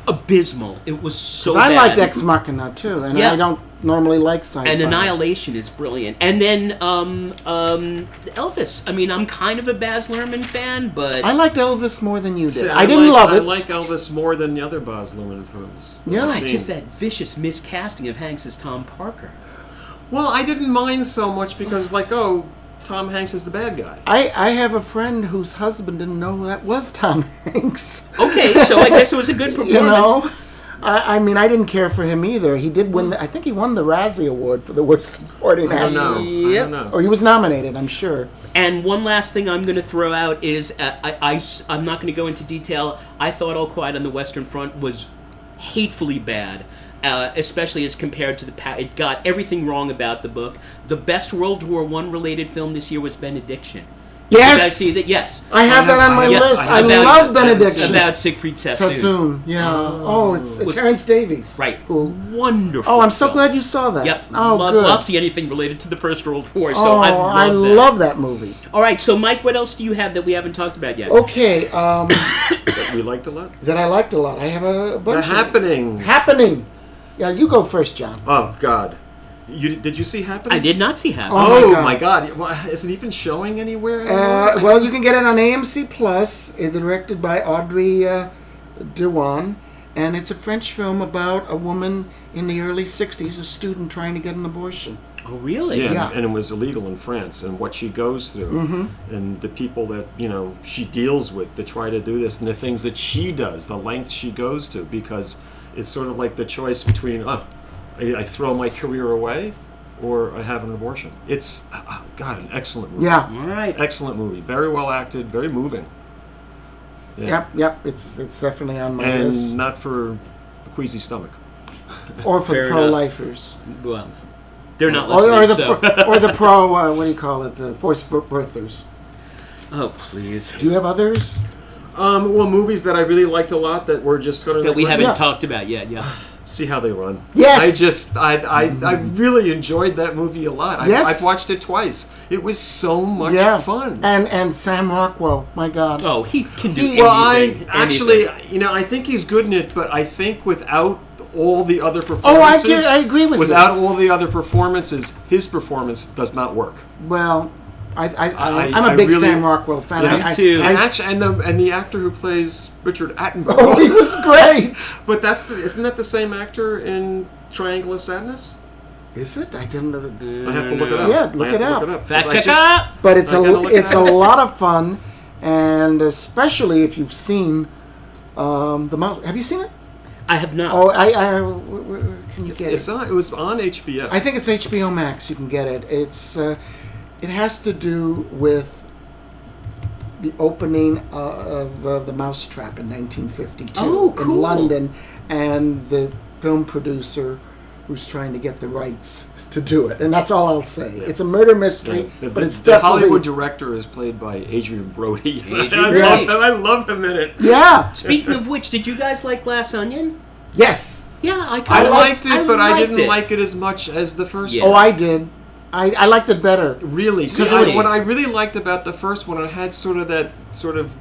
Speaker 2: abysmal. It was so.
Speaker 4: 'Cause I liked
Speaker 2: bad.
Speaker 4: Ex Machina too, and
Speaker 2: Yeah.
Speaker 4: I don't normally like sci-fi.
Speaker 2: and Annihilation is brilliant. And then um, um, Elvis. I mean, I'm kind of a Baz Luhrmann fan, but
Speaker 4: I liked Elvis more than you did.
Speaker 3: See,
Speaker 4: I, didn't
Speaker 3: like,
Speaker 4: love
Speaker 3: I
Speaker 4: it.
Speaker 3: like Elvis more than the other Baz Luhrmann films. that
Speaker 4: Yeah.
Speaker 3: I've
Speaker 2: God,
Speaker 4: I
Speaker 3: seen.
Speaker 2: just that vicious miscasting of Hanks as Tom Parker.
Speaker 3: Well, I didn't mind so much because, like, oh, Tom Hanks is the bad guy.
Speaker 4: I, I have a friend whose husband didn't know who that was Tom Hanks.
Speaker 2: Okay, so I guess it was a good performance.
Speaker 4: you know, I, I mean, I didn't care for him either. He did win. The, I think he won the Razzie Award for the worst supporting
Speaker 3: I don't
Speaker 4: actor.
Speaker 3: know.
Speaker 2: Yep.
Speaker 3: I don't know.
Speaker 4: Or he was nominated, I'm sure.
Speaker 2: And one last thing I'm going to throw out is uh, I, am not going to go into detail. I thought All Quiet on the Western Front was hatefully bad, uh, especially as compared to the pa- it got everything wrong about the book. The best World War One related film this year was Benediction. Did I
Speaker 4: Yes, Oh,
Speaker 2: see that? Yes.
Speaker 4: I have that on my
Speaker 3: Yes,
Speaker 4: list.
Speaker 3: I
Speaker 4: I,
Speaker 3: have that.
Speaker 4: love
Speaker 3: That is-
Speaker 4: Benediction.
Speaker 2: About Siegfried Sassoon.
Speaker 4: Sassoon, yeah. Oh, it's uh,
Speaker 2: Was-
Speaker 4: Terrence Davies.
Speaker 2: Right.
Speaker 4: Who,
Speaker 2: Wonderful.
Speaker 4: oh, I'm so
Speaker 2: film.
Speaker 4: glad you saw that.
Speaker 2: Yep.
Speaker 4: Oh,
Speaker 2: love,
Speaker 4: good.
Speaker 2: love see anything related to the First World War. So
Speaker 4: oh,
Speaker 2: I love
Speaker 4: I
Speaker 2: that.
Speaker 4: love that movie.
Speaker 2: All right, so Mike, what else do you have that we haven't talked about yet?
Speaker 4: Okay, um,
Speaker 3: But we liked a lot.
Speaker 4: that I liked a lot. I have a
Speaker 3: The
Speaker 4: bunch. of-
Speaker 3: Happening.
Speaker 4: Happening. Yeah, you go first, John.
Speaker 3: Oh God. You did you see Happening?
Speaker 2: I did not see Havoc.
Speaker 4: Oh,
Speaker 3: Oh,
Speaker 4: my
Speaker 3: my God! Why- Is it even showing anywhere?
Speaker 4: Uh,
Speaker 3: anymore?
Speaker 4: well, you can get it on AMC Plus, uh, directed by Audrey uh, Dewan, and it's a French film about a woman in the early '60s, a student trying to get an abortion.
Speaker 2: Oh, really?
Speaker 3: yeah,
Speaker 4: yeah.
Speaker 3: and it was illegal in France, and what she goes through,
Speaker 4: Mm-hmm.
Speaker 3: and the people that you know she deals with to try to do this, and the things that she does, the length she goes to, because it's sort of like the choice between, oh, I, I throw my career away, or I have an abortion. It's oh, God, an excellent movie.
Speaker 4: Yeah.
Speaker 2: All right.
Speaker 3: excellent movie, very well acted, very moving,
Speaker 4: Yep. Yep. It's it's definitely on my
Speaker 3: and
Speaker 4: list.
Speaker 3: not for a queasy stomach.
Speaker 4: Or for
Speaker 2: Fair
Speaker 4: the
Speaker 2: enough.
Speaker 4: pro-lifers,
Speaker 2: Well, they're not
Speaker 4: or,
Speaker 2: listening.
Speaker 4: or Oh, the
Speaker 2: so.
Speaker 4: pro, or the pro uh, what do you call it, the forced bir- birthers.
Speaker 2: oh, please.
Speaker 4: Do you have others?
Speaker 3: Um, well, movies that I really liked a lot that were just sort of
Speaker 2: That
Speaker 3: like
Speaker 2: we
Speaker 3: right-
Speaker 2: haven't
Speaker 4: Yeah.
Speaker 2: talked about yet. Yeah.
Speaker 3: See how they run.
Speaker 4: Yes!
Speaker 3: I just I I, I really enjoyed that movie a lot. I,
Speaker 4: Yes.
Speaker 3: I've watched it twice. It was so much
Speaker 4: yeah.
Speaker 3: fun.
Speaker 4: And and Sam Rockwell. My God.
Speaker 2: Oh, he can do.
Speaker 4: He-
Speaker 3: well, I
Speaker 2: anything,
Speaker 3: actually
Speaker 2: anything.
Speaker 3: you know I think he's good in it, but I think without all the other
Speaker 4: Oh, I
Speaker 3: performances,
Speaker 4: agree- I agree with you.
Speaker 3: Without all the other performances, his performance does not work.
Speaker 4: Well. I, I, I,
Speaker 3: I-
Speaker 4: I'm a
Speaker 3: I
Speaker 4: big
Speaker 3: really-
Speaker 4: Sam Rockwell fan.
Speaker 3: Yeah.
Speaker 4: I,
Speaker 3: Me
Speaker 4: I-
Speaker 2: too.
Speaker 4: I
Speaker 3: And,
Speaker 4: s-
Speaker 3: act- and the and the actor who plays Richard Attenborough.
Speaker 4: Oh, he was great.
Speaker 3: But that's the, isn't that the same actor in Triangle of Sadness?
Speaker 4: Is it? I didn't know.
Speaker 3: I have to look it up.
Speaker 4: Yeah,
Speaker 3: I
Speaker 4: look
Speaker 3: have
Speaker 4: it
Speaker 3: to
Speaker 4: up.
Speaker 3: Look it up 'cause
Speaker 2: Fact
Speaker 3: I
Speaker 2: check
Speaker 3: just-
Speaker 2: up.
Speaker 4: But it's
Speaker 3: I
Speaker 4: a
Speaker 3: gotta look
Speaker 4: it's
Speaker 3: it
Speaker 4: a
Speaker 3: up.
Speaker 4: lot of fun, and especially if you've seen um, the mouse. Have you seen it?
Speaker 2: I have not.
Speaker 4: Oh, I, I where, where- where can you get
Speaker 3: Uh, It's
Speaker 4: it?
Speaker 3: on. It was on HBO.
Speaker 4: I think it's HBO Max. You can get it. It's uh, it has to do with the opening uh, of uh, the Mousetrap in 1952
Speaker 2: Oh, cool.
Speaker 4: in London, and the film producer who's trying to get the rights to do it. And that's all I'll say. It's a murder mystery,
Speaker 3: The-
Speaker 4: but
Speaker 3: the-
Speaker 4: it's
Speaker 3: the
Speaker 4: definitely
Speaker 3: Hollywood director is played by Adrian Brody.
Speaker 2: Adrian
Speaker 3: I,
Speaker 4: Yes.
Speaker 3: love, I love him in it.
Speaker 4: Yeah.
Speaker 2: Speaking of which, did you guys like Glass Onion?
Speaker 4: Yes.
Speaker 2: Yeah, I kind
Speaker 3: I
Speaker 2: of
Speaker 3: liked it, but I
Speaker 2: liked
Speaker 3: didn't
Speaker 2: it.
Speaker 3: like it as much as the first.
Speaker 2: Yeah.
Speaker 3: one.
Speaker 4: Oh, I did. I, I liked it better.
Speaker 3: Really, because
Speaker 2: See, I-
Speaker 3: what I really liked about the first one, it had sort of that sort of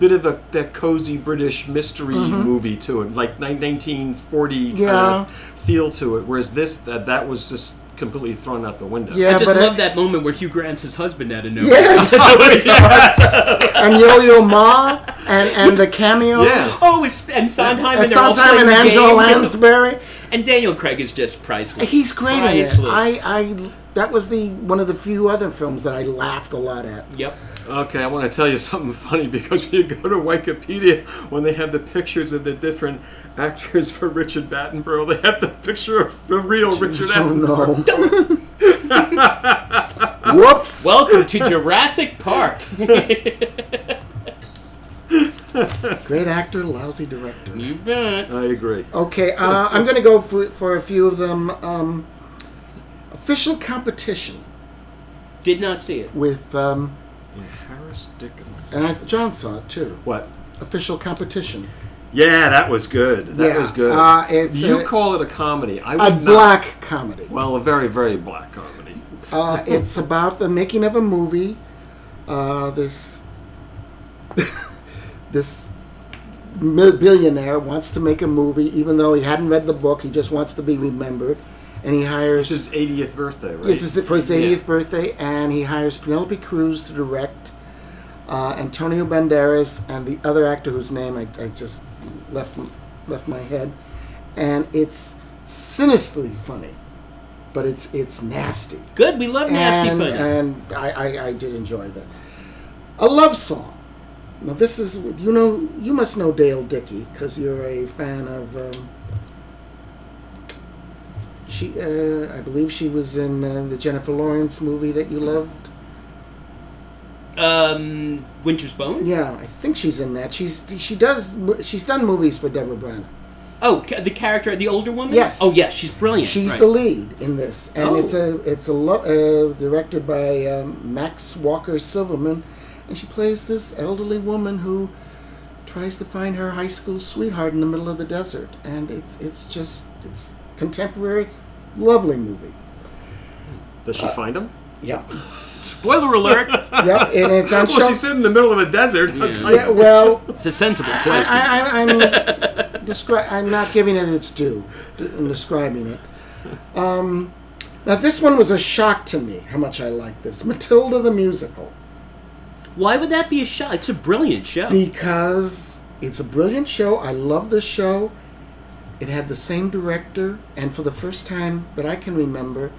Speaker 3: bit of the, that cozy British mystery movie to it, like ni- 1940 kind
Speaker 4: Yeah.
Speaker 3: of feel to it. Whereas this, that that was just completely thrown out the window.
Speaker 2: I
Speaker 4: Yeah,
Speaker 2: just
Speaker 4: but it-
Speaker 2: love that moment where Hugh Grant's his husband out of nowhere.
Speaker 4: Yes.
Speaker 2: yes.
Speaker 4: and Yo Yo Ma and, and the cameos.
Speaker 3: Yes.
Speaker 2: Oh, it's, and Sondheim
Speaker 4: And
Speaker 2: and, they're all
Speaker 4: sometime
Speaker 2: playing
Speaker 4: in
Speaker 2: the
Speaker 4: Angela
Speaker 2: game.
Speaker 4: Lansbury.
Speaker 2: And Daniel Craig is just priceless.
Speaker 4: He's great in it.
Speaker 2: priceless.
Speaker 4: I, I that was the one of the few other films that I laughed a lot at.
Speaker 2: Yep.
Speaker 3: Okay, I want to tell you something funny because when you go to Wikipedia, when they have the pictures of the different actors for Richard Attenborough, they have the picture of the real Richard
Speaker 4: Oh
Speaker 3: Attenborough.
Speaker 4: no. Whoops.
Speaker 2: Welcome to Jurassic Park.
Speaker 4: great actor, lousy director.
Speaker 2: you bet.
Speaker 3: I agree.
Speaker 4: Okay, uh, I'm going to go for, for a few of them. Um, official competition
Speaker 2: Did not see it.
Speaker 4: with, um,
Speaker 3: Yeah, Harris Dickens.
Speaker 4: and I, John saw it too.
Speaker 3: What?
Speaker 4: Official competition.
Speaker 3: Yeah, that was good. That
Speaker 4: Yeah,
Speaker 3: was good.
Speaker 4: uh, it's
Speaker 3: you
Speaker 4: a-
Speaker 3: call it a comedy. I
Speaker 4: A
Speaker 3: would not-
Speaker 4: black comedy.
Speaker 3: Well, a very, very black comedy.
Speaker 4: Uh, it's about the making of a movie. Uh, this this mil- billionaire wants to make a movie, even though he hadn't read the book. He just wants to be remembered, and he hires.
Speaker 3: It's his 80th birthday, right?
Speaker 4: It's his, for his 80th
Speaker 3: Yeah.
Speaker 4: birthday, and he hires Penelope Cruz to direct, uh, Antonio Banderas, and the other actor whose name I, I just left left my head. And it's sinisterly funny, but it's it's nasty.
Speaker 2: Good. We love nasty
Speaker 4: and,
Speaker 2: fun.
Speaker 4: And I, I, I did enjoy that. A love song. Now this is you know you must know Dale Dickey because you're a fan of. Um, she, uh, I believe she was in uh, the Jennifer Lawrence movie that you loved.
Speaker 2: um, Winter's Bone.
Speaker 4: uh, Yeah, I think she's in that. She's she does she's done movies for Deborah Branner.
Speaker 2: Oh, ca- the character, the older woman.
Speaker 4: Yes.
Speaker 2: Oh, yes. She's brilliant.
Speaker 4: She's
Speaker 2: Right.
Speaker 4: the lead in this, and
Speaker 2: Oh.
Speaker 4: it's a it's a lo- uh, directed by um, Max Walker Silverman, and she plays this elderly woman who tries to find her high school sweetheart in the middle of the desert, and it's it's just it's contemporary, lovely movie.
Speaker 3: Does she find him?
Speaker 4: Yep,
Speaker 2: Spoiler alert.
Speaker 4: yep, and it's on
Speaker 3: Well,
Speaker 4: show.
Speaker 3: she's sitting in the middle of a desert. I was
Speaker 2: Yeah.
Speaker 3: like,
Speaker 4: Yeah, well,
Speaker 2: it's a sensible
Speaker 4: I,
Speaker 2: question.
Speaker 4: I, I'm descri- I'm not giving it its due d- in describing it. Um, now this one was a shock to me how much I like this Matilda the musical
Speaker 2: Why would that be a show? It's a brilliant show.
Speaker 4: because it's a brilliant show. I love this show. It had the same director, and for the first time that I can remember,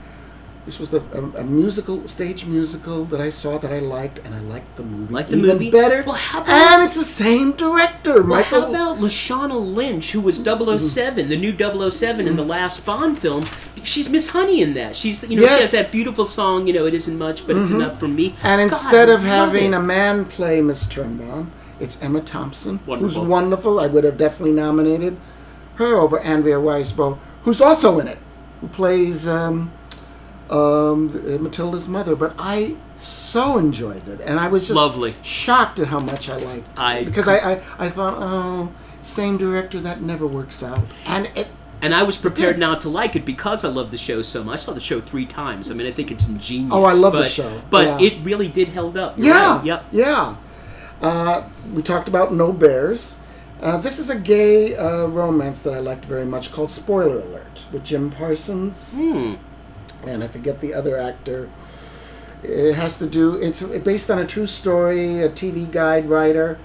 Speaker 4: this was the, a, a musical, stage musical that I saw that I liked, and I liked the movie
Speaker 2: Liked the
Speaker 4: even
Speaker 2: movie?
Speaker 4: better.
Speaker 2: Well, how about-
Speaker 4: and it's the same director,
Speaker 2: Well,
Speaker 4: Michael.
Speaker 2: how about Lashana Lynch, who was 007, the new 007
Speaker 4: Mm-hmm.
Speaker 2: in the last Bond film? She's Miss Honey in that. She's you know
Speaker 4: Yes. Mm-hmm.
Speaker 2: she has that beautiful song. You know it isn't much, but it's enough for me.
Speaker 4: And
Speaker 2: God,
Speaker 4: instead
Speaker 2: I
Speaker 4: of
Speaker 2: love
Speaker 4: having
Speaker 2: it.
Speaker 4: a man play Miss Turnbaum, it's Emma Thompson,
Speaker 2: Wonderful.
Speaker 4: who's wonderful. I would have definitely nominated her over Andrea Weisbach, who's also in it, who plays um, um, th- uh, Matilda's mother. But I so enjoyed it, and I was just
Speaker 2: Lovely.
Speaker 4: shocked at how much I liked it.
Speaker 2: I-
Speaker 4: because I, I I thought, oh, same director that never works out, and it
Speaker 2: and I was prepared
Speaker 4: did.
Speaker 2: not to like it because I love the show so much. I saw the show three times. I mean, I think it's ingenious.
Speaker 4: Oh, I love the
Speaker 2: but-
Speaker 4: show.
Speaker 2: but
Speaker 4: Yeah.
Speaker 2: it really did held up. You're
Speaker 4: Yeah.
Speaker 2: right. Yep.
Speaker 4: Yeah. Uh, we talked about No Bears. Uh, this is a gay uh, romance that I liked very much called Spoiler Alert with Jim Parsons.
Speaker 2: Hmm.
Speaker 4: And I forget the other actor. It has to do, it's based on a true story, a TV guide writer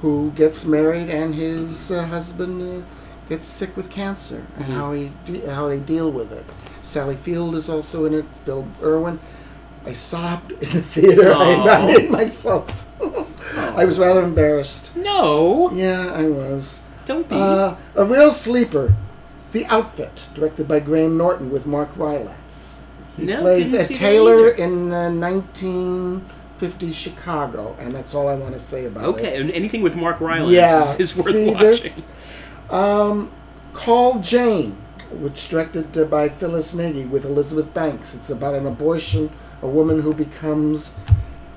Speaker 4: who gets married and his uh, husband uh, gets sick with cancer and how, he de- how they deal with it. Sally Field is also in it, Bill Irwin. I sobbed in the theater. I, I
Speaker 2: Aw.
Speaker 4: made myself. I was rather embarrassed.
Speaker 2: No,
Speaker 4: Yeah, I was.
Speaker 2: don't be.
Speaker 4: Uh, a real sleeper. The Outfit, directed by Graham Norton with Mark Rylance. He
Speaker 2: No,
Speaker 4: plays
Speaker 2: didn't
Speaker 4: a
Speaker 2: see that
Speaker 4: tailor
Speaker 2: either.
Speaker 4: in uh, 1950 Chicago, and that's all I want to say about it.
Speaker 2: okay, and anything with Mark Rylance
Speaker 4: Yeah,
Speaker 2: is, is worth
Speaker 4: see
Speaker 2: watching.
Speaker 4: this? Um, Call Jane, which directed uh, by Phyllis Nagy with Elizabeth Banks. It's about an abortion, a woman who becomes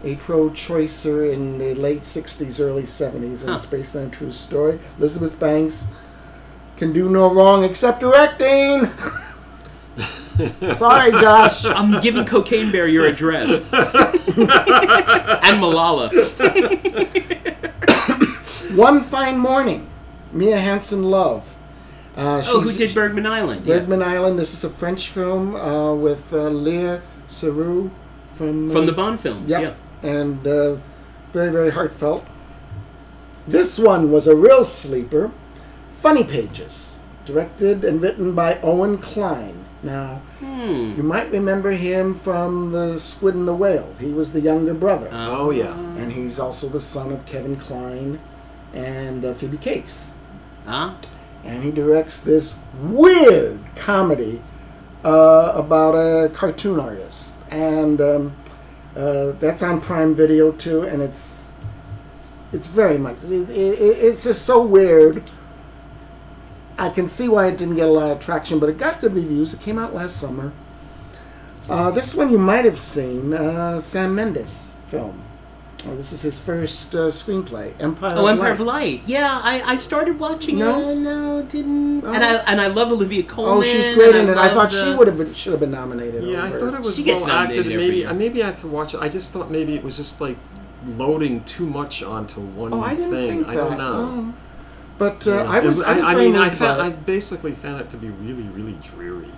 Speaker 4: a pro-choicer in the late 60s, early 70s, and it's
Speaker 2: Huh.
Speaker 4: based on a true story. Elizabeth Banks can do no wrong except directing. Sorry, Josh.
Speaker 2: I'm giving Cocaine Bear your address. and Malala.
Speaker 4: One Fine Morning, Mia Hansen Love. Uh,
Speaker 2: Oh, who
Speaker 4: she's-
Speaker 2: did Bergman Island? Yeah.
Speaker 4: Redman Island. This is a French film uh, with uh, Leah Seroux from
Speaker 2: From the
Speaker 4: uh,
Speaker 2: Bond films,
Speaker 4: Yep, and uh, very very heartfelt. This one was a real sleeper. Funny Pages, directed and written by Owen Klein. Now
Speaker 2: Hmm.
Speaker 4: you might remember him from the Squid and the Whale. He was the younger brother,
Speaker 2: yeah. Uh,
Speaker 3: oh, yeah.
Speaker 4: and he's also the son of Kevin Klein and uh, Phoebe Cates
Speaker 2: huh?
Speaker 4: and he directs this weird comedy uh, about a cartoon artist, and um, uh, that's on Prime Video too, and it's it's very much it, it, it's just so weird. I can see why it didn't get a lot of traction, but it got good reviews. It came out last summer. Uh, this one you might have seen, uh, Sam Mendes film. Uh, this is his first uh, screenplay, Empire.
Speaker 2: Oh,
Speaker 4: of
Speaker 2: Empire of
Speaker 4: Light.
Speaker 2: Light. Yeah, I, I started watching
Speaker 4: No?
Speaker 2: it. No, didn't.
Speaker 4: Oh.
Speaker 2: And I and I love Olivia Colman.
Speaker 4: Oh, she's great in
Speaker 2: and
Speaker 4: it. I
Speaker 2: love
Speaker 4: thought
Speaker 2: the-
Speaker 4: she would have been, should have been nominated.
Speaker 3: Yeah, I
Speaker 4: over-
Speaker 3: thought it was
Speaker 2: She gets
Speaker 3: well acted.
Speaker 2: nominated
Speaker 3: and Maybe
Speaker 2: every year.
Speaker 3: maybe I have to watch it. I just thought maybe it was just like loading too much onto one
Speaker 4: Oh, I didn't
Speaker 3: thing.
Speaker 4: think
Speaker 3: I
Speaker 4: that.
Speaker 3: don't know.
Speaker 4: Oh. But uh, I
Speaker 3: It
Speaker 4: was. I, was
Speaker 3: I
Speaker 4: very
Speaker 3: mean, I
Speaker 4: moved by
Speaker 3: found,
Speaker 4: it.
Speaker 3: I basically found it to be really, really dreary.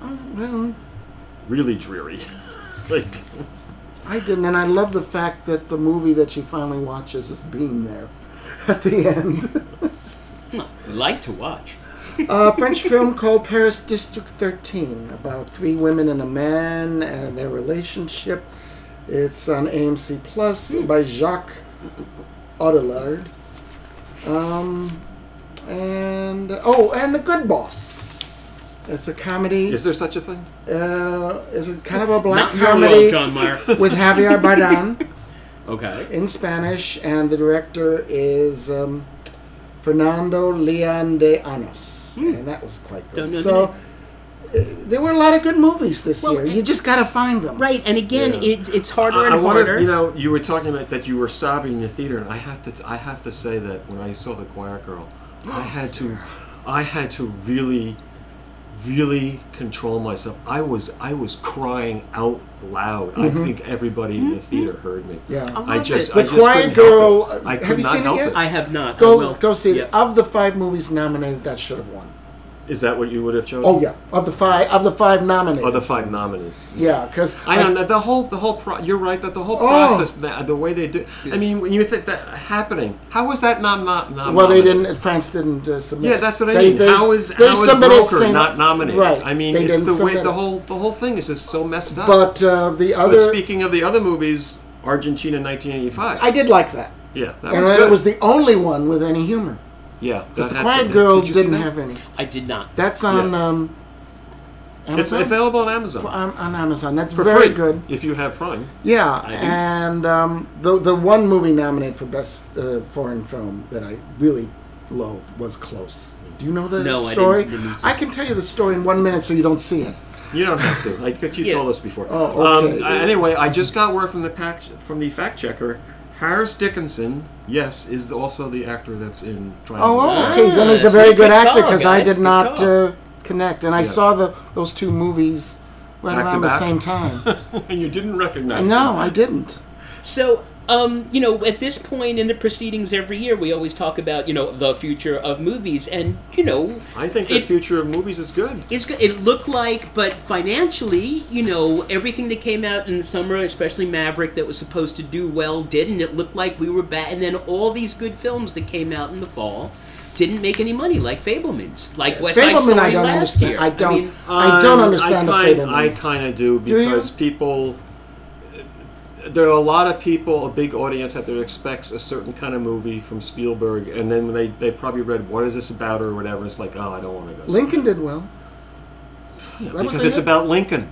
Speaker 4: Oh, well,
Speaker 3: Really dreary. like,
Speaker 4: I didn't, and I love the fact that the movie that she finally watches is being there at the end.
Speaker 2: like to watch.
Speaker 4: a French film called Paris District 13 about three women and a man and their relationship. It's on AMC Plus by Jacques Audelaard. Um, and oh, and The Good Boss. It's a comedy.
Speaker 3: is there such a thing?
Speaker 4: uh, is it kind of a
Speaker 2: Not
Speaker 4: black
Speaker 2: your world,
Speaker 4: comedy
Speaker 2: John Mayer.
Speaker 4: with Javier Bardem?
Speaker 2: okay.
Speaker 4: in Spanish, and the director is um, Fernando Leon de Anos,
Speaker 2: Hmm.
Speaker 4: and that was quite
Speaker 2: Don't
Speaker 4: good.
Speaker 2: know
Speaker 4: So uh, there were a lot of good movies this
Speaker 2: Well,
Speaker 4: year.
Speaker 2: and-
Speaker 4: You just gotta find them.
Speaker 2: Right, and again,
Speaker 3: Yeah.
Speaker 2: it, it's harder and
Speaker 3: I
Speaker 2: harder.
Speaker 3: wanted, you know, you were talking about that you were sobbing in the theater, and I have to, I have to say that when I saw the Choir Girl, I had to, I had to really, really control myself. I was, I was crying out loud. I think everybody in the theater heard me.
Speaker 4: Mm-hmm. Yeah.
Speaker 2: love
Speaker 3: I just,
Speaker 2: it.
Speaker 3: I
Speaker 4: The
Speaker 3: just
Speaker 4: Choir
Speaker 3: couldn't
Speaker 4: Girl,
Speaker 3: help it.
Speaker 4: uh,
Speaker 3: I could
Speaker 4: have you
Speaker 3: not
Speaker 4: seen it
Speaker 3: help
Speaker 4: yet?
Speaker 2: I have not. I
Speaker 4: Go
Speaker 2: will.
Speaker 4: go see
Speaker 2: Yep.
Speaker 4: it. Of the five movies nominated, that should have won.
Speaker 3: Is that what you would have chosen?
Speaker 4: Oh yeah, of the five of the five nominated.
Speaker 3: Or the five nominees.
Speaker 4: Yeah, because
Speaker 3: I don't know the whole the whole pro- you're right that the
Speaker 4: Oh.
Speaker 3: whole process that, the way they did I mean when you think that happening how was that not not, not
Speaker 4: Well, they
Speaker 3: nominated?
Speaker 4: didn't. France didn't uh, submit.
Speaker 3: Yeah,
Speaker 4: it.
Speaker 3: that's what I
Speaker 4: They-
Speaker 3: mean.
Speaker 4: they-
Speaker 3: how is
Speaker 4: they
Speaker 3: how is
Speaker 4: submitted
Speaker 3: Broker
Speaker 4: saying-
Speaker 3: not nominated?
Speaker 4: Right.
Speaker 3: I mean,
Speaker 4: they
Speaker 3: it's
Speaker 4: didn't
Speaker 3: the way
Speaker 4: submit
Speaker 3: the
Speaker 4: it.
Speaker 3: whole the whole thing is just so messed up.
Speaker 4: But uh, the
Speaker 3: But
Speaker 4: other,
Speaker 3: speaking of the other movies, Argentina, nineteen eighty-five.
Speaker 4: I did like that,
Speaker 3: yeah, that
Speaker 4: and
Speaker 3: was
Speaker 4: it
Speaker 3: good.
Speaker 4: was the only one with any humor.
Speaker 3: yeah,
Speaker 4: Because
Speaker 3: that
Speaker 4: the
Speaker 3: had
Speaker 4: Quiet
Speaker 3: something.
Speaker 4: Girl
Speaker 3: Did you see
Speaker 4: didn't
Speaker 3: that?
Speaker 4: have any.
Speaker 2: I did not.
Speaker 4: That's on
Speaker 3: Yeah.
Speaker 4: um,
Speaker 3: It's
Speaker 4: Amazon.
Speaker 3: available on Amazon
Speaker 4: on, on Amazon. That's
Speaker 3: for
Speaker 4: very
Speaker 3: free
Speaker 4: good.
Speaker 3: if you have Prime.
Speaker 4: Yeah,
Speaker 2: do.
Speaker 4: and um, the the one movie nominated for best uh, foreign film that I really loathe was Close. Do you know the
Speaker 2: No, I didn't
Speaker 4: story?
Speaker 2: see the news.
Speaker 4: I can tell you the story in one minute, so you don't see it.
Speaker 3: You don't have to. I think you
Speaker 2: Yeah.
Speaker 3: told us before.
Speaker 4: Oh, okay.
Speaker 3: Um, I- anyway, I just got word from the pack, from the fact checker. Harris Dickinson, yes, is also the actor that's in Triangle.
Speaker 4: Oh,
Speaker 3: of Sadness.
Speaker 4: okay. Then he's a
Speaker 2: Nice.
Speaker 4: very
Speaker 2: Good
Speaker 4: good actor
Speaker 2: call,
Speaker 4: because I
Speaker 2: guys.
Speaker 4: did
Speaker 2: Good
Speaker 4: not
Speaker 2: call.
Speaker 4: uh, connect, and I
Speaker 3: Yeah.
Speaker 4: saw the those two movies right
Speaker 3: Back to
Speaker 4: around the
Speaker 3: back?
Speaker 4: same time.
Speaker 3: And you didn't recognize him.
Speaker 4: no, I didn't.
Speaker 2: So, um, you know, at this point in the proceedings every year, we always talk about, you know, the future of movies. And, you know,
Speaker 3: I think the
Speaker 2: It-
Speaker 3: future of movies is good.
Speaker 2: it's go- it looked like, but financially, you know, everything that came out in the summer, especially Maverick, that was supposed to do well, didn't. It looked like we were bad. And then all these good films that came out in the fall didn't make any money, like Fableman's, like West Side
Speaker 4: Fableman,
Speaker 2: Story
Speaker 4: I don't
Speaker 2: last
Speaker 4: understand.
Speaker 2: year.
Speaker 4: I don't. I,
Speaker 2: mean,
Speaker 4: don't
Speaker 3: Um,
Speaker 4: understand
Speaker 3: I
Speaker 4: the
Speaker 3: kind, I
Speaker 4: Fablemans.
Speaker 3: kind of do
Speaker 4: Do you?
Speaker 3: because people. There are a lot of people, a big audience out there expects a certain kind of movie from Spielberg, and then when they, they probably read "What is this about?" or whatever. It's like, oh, I don't want to go. see
Speaker 4: Lincoln did well.
Speaker 3: it." Yeah,
Speaker 4: that was
Speaker 3: because
Speaker 4: a
Speaker 3: it's
Speaker 4: hit.
Speaker 3: about Lincoln.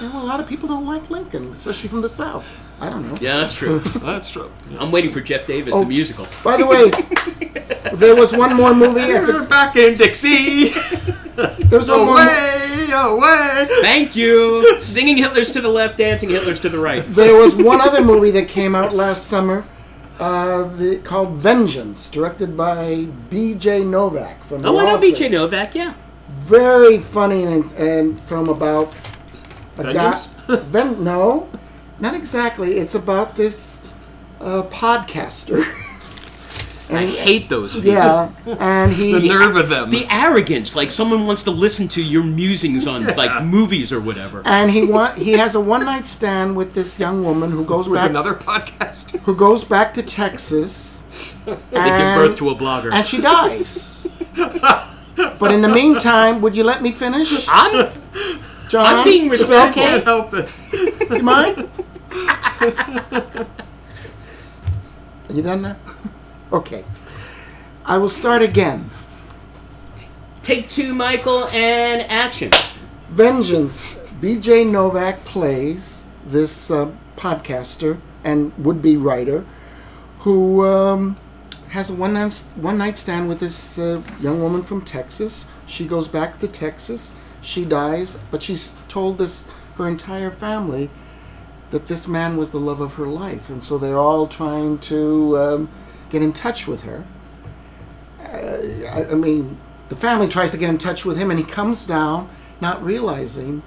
Speaker 4: You know, a lot of people don't like Lincoln, especially from the South. I don't know.
Speaker 2: yeah, that's true.
Speaker 3: That's true. Yeah.
Speaker 2: I'm waiting for Jeff Davis,
Speaker 4: Oh.
Speaker 2: the musical.
Speaker 4: By the way, there was one more movie. I
Speaker 3: We're
Speaker 4: for,
Speaker 3: back in Dixie.
Speaker 4: there was one more. mo-
Speaker 3: away, away.
Speaker 2: Thank you. Singing Hitler's to the left, dancing Hitler's to the right.
Speaker 4: There was one other movie that came out last summer, uh, the, called Vengeance, directed by B.J. Novak from.
Speaker 2: Oh,
Speaker 4: the
Speaker 2: I know
Speaker 4: Office.
Speaker 2: BJ Novak, yeah.
Speaker 4: Very funny and, and film about a guy.
Speaker 3: Vengeance?
Speaker 4: Ven- no, not exactly. It's about this uh, podcaster.
Speaker 2: I hate those people.
Speaker 4: yeah, and he
Speaker 3: The nerve of them.
Speaker 2: The arrogance, like someone wants to listen to your musings on like movies or whatever.
Speaker 4: and he wa- he has a one night stand with this young woman who goes
Speaker 3: With
Speaker 4: back
Speaker 3: another podcast.
Speaker 4: who goes back to Texas.
Speaker 2: They give
Speaker 4: and-
Speaker 2: birth to a blogger.
Speaker 4: and she dies. but in the meantime, would you let me finish,
Speaker 2: I'm
Speaker 4: John?
Speaker 2: I'm being
Speaker 4: Is it
Speaker 2: respectful.
Speaker 4: okay?
Speaker 3: Can't help it.
Speaker 4: You mind? you done now? Okay. I will start again.
Speaker 2: take two, Michael, and action.
Speaker 4: Vengeance. B.J. Novak plays this uh, podcaster and would-be writer who um, has a one night one night stand with this uh, young woman from Texas. She goes back to Texas. She dies, but she's told this her entire family that this man was the love of her life, and so they're all trying to um, get in touch with her. Uh, I, I mean, the family tries to get in touch with him, and he comes down, not realizing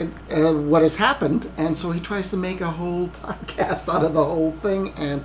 Speaker 4: uh, what has happened, and so he tries to make a whole podcast out of the whole thing, and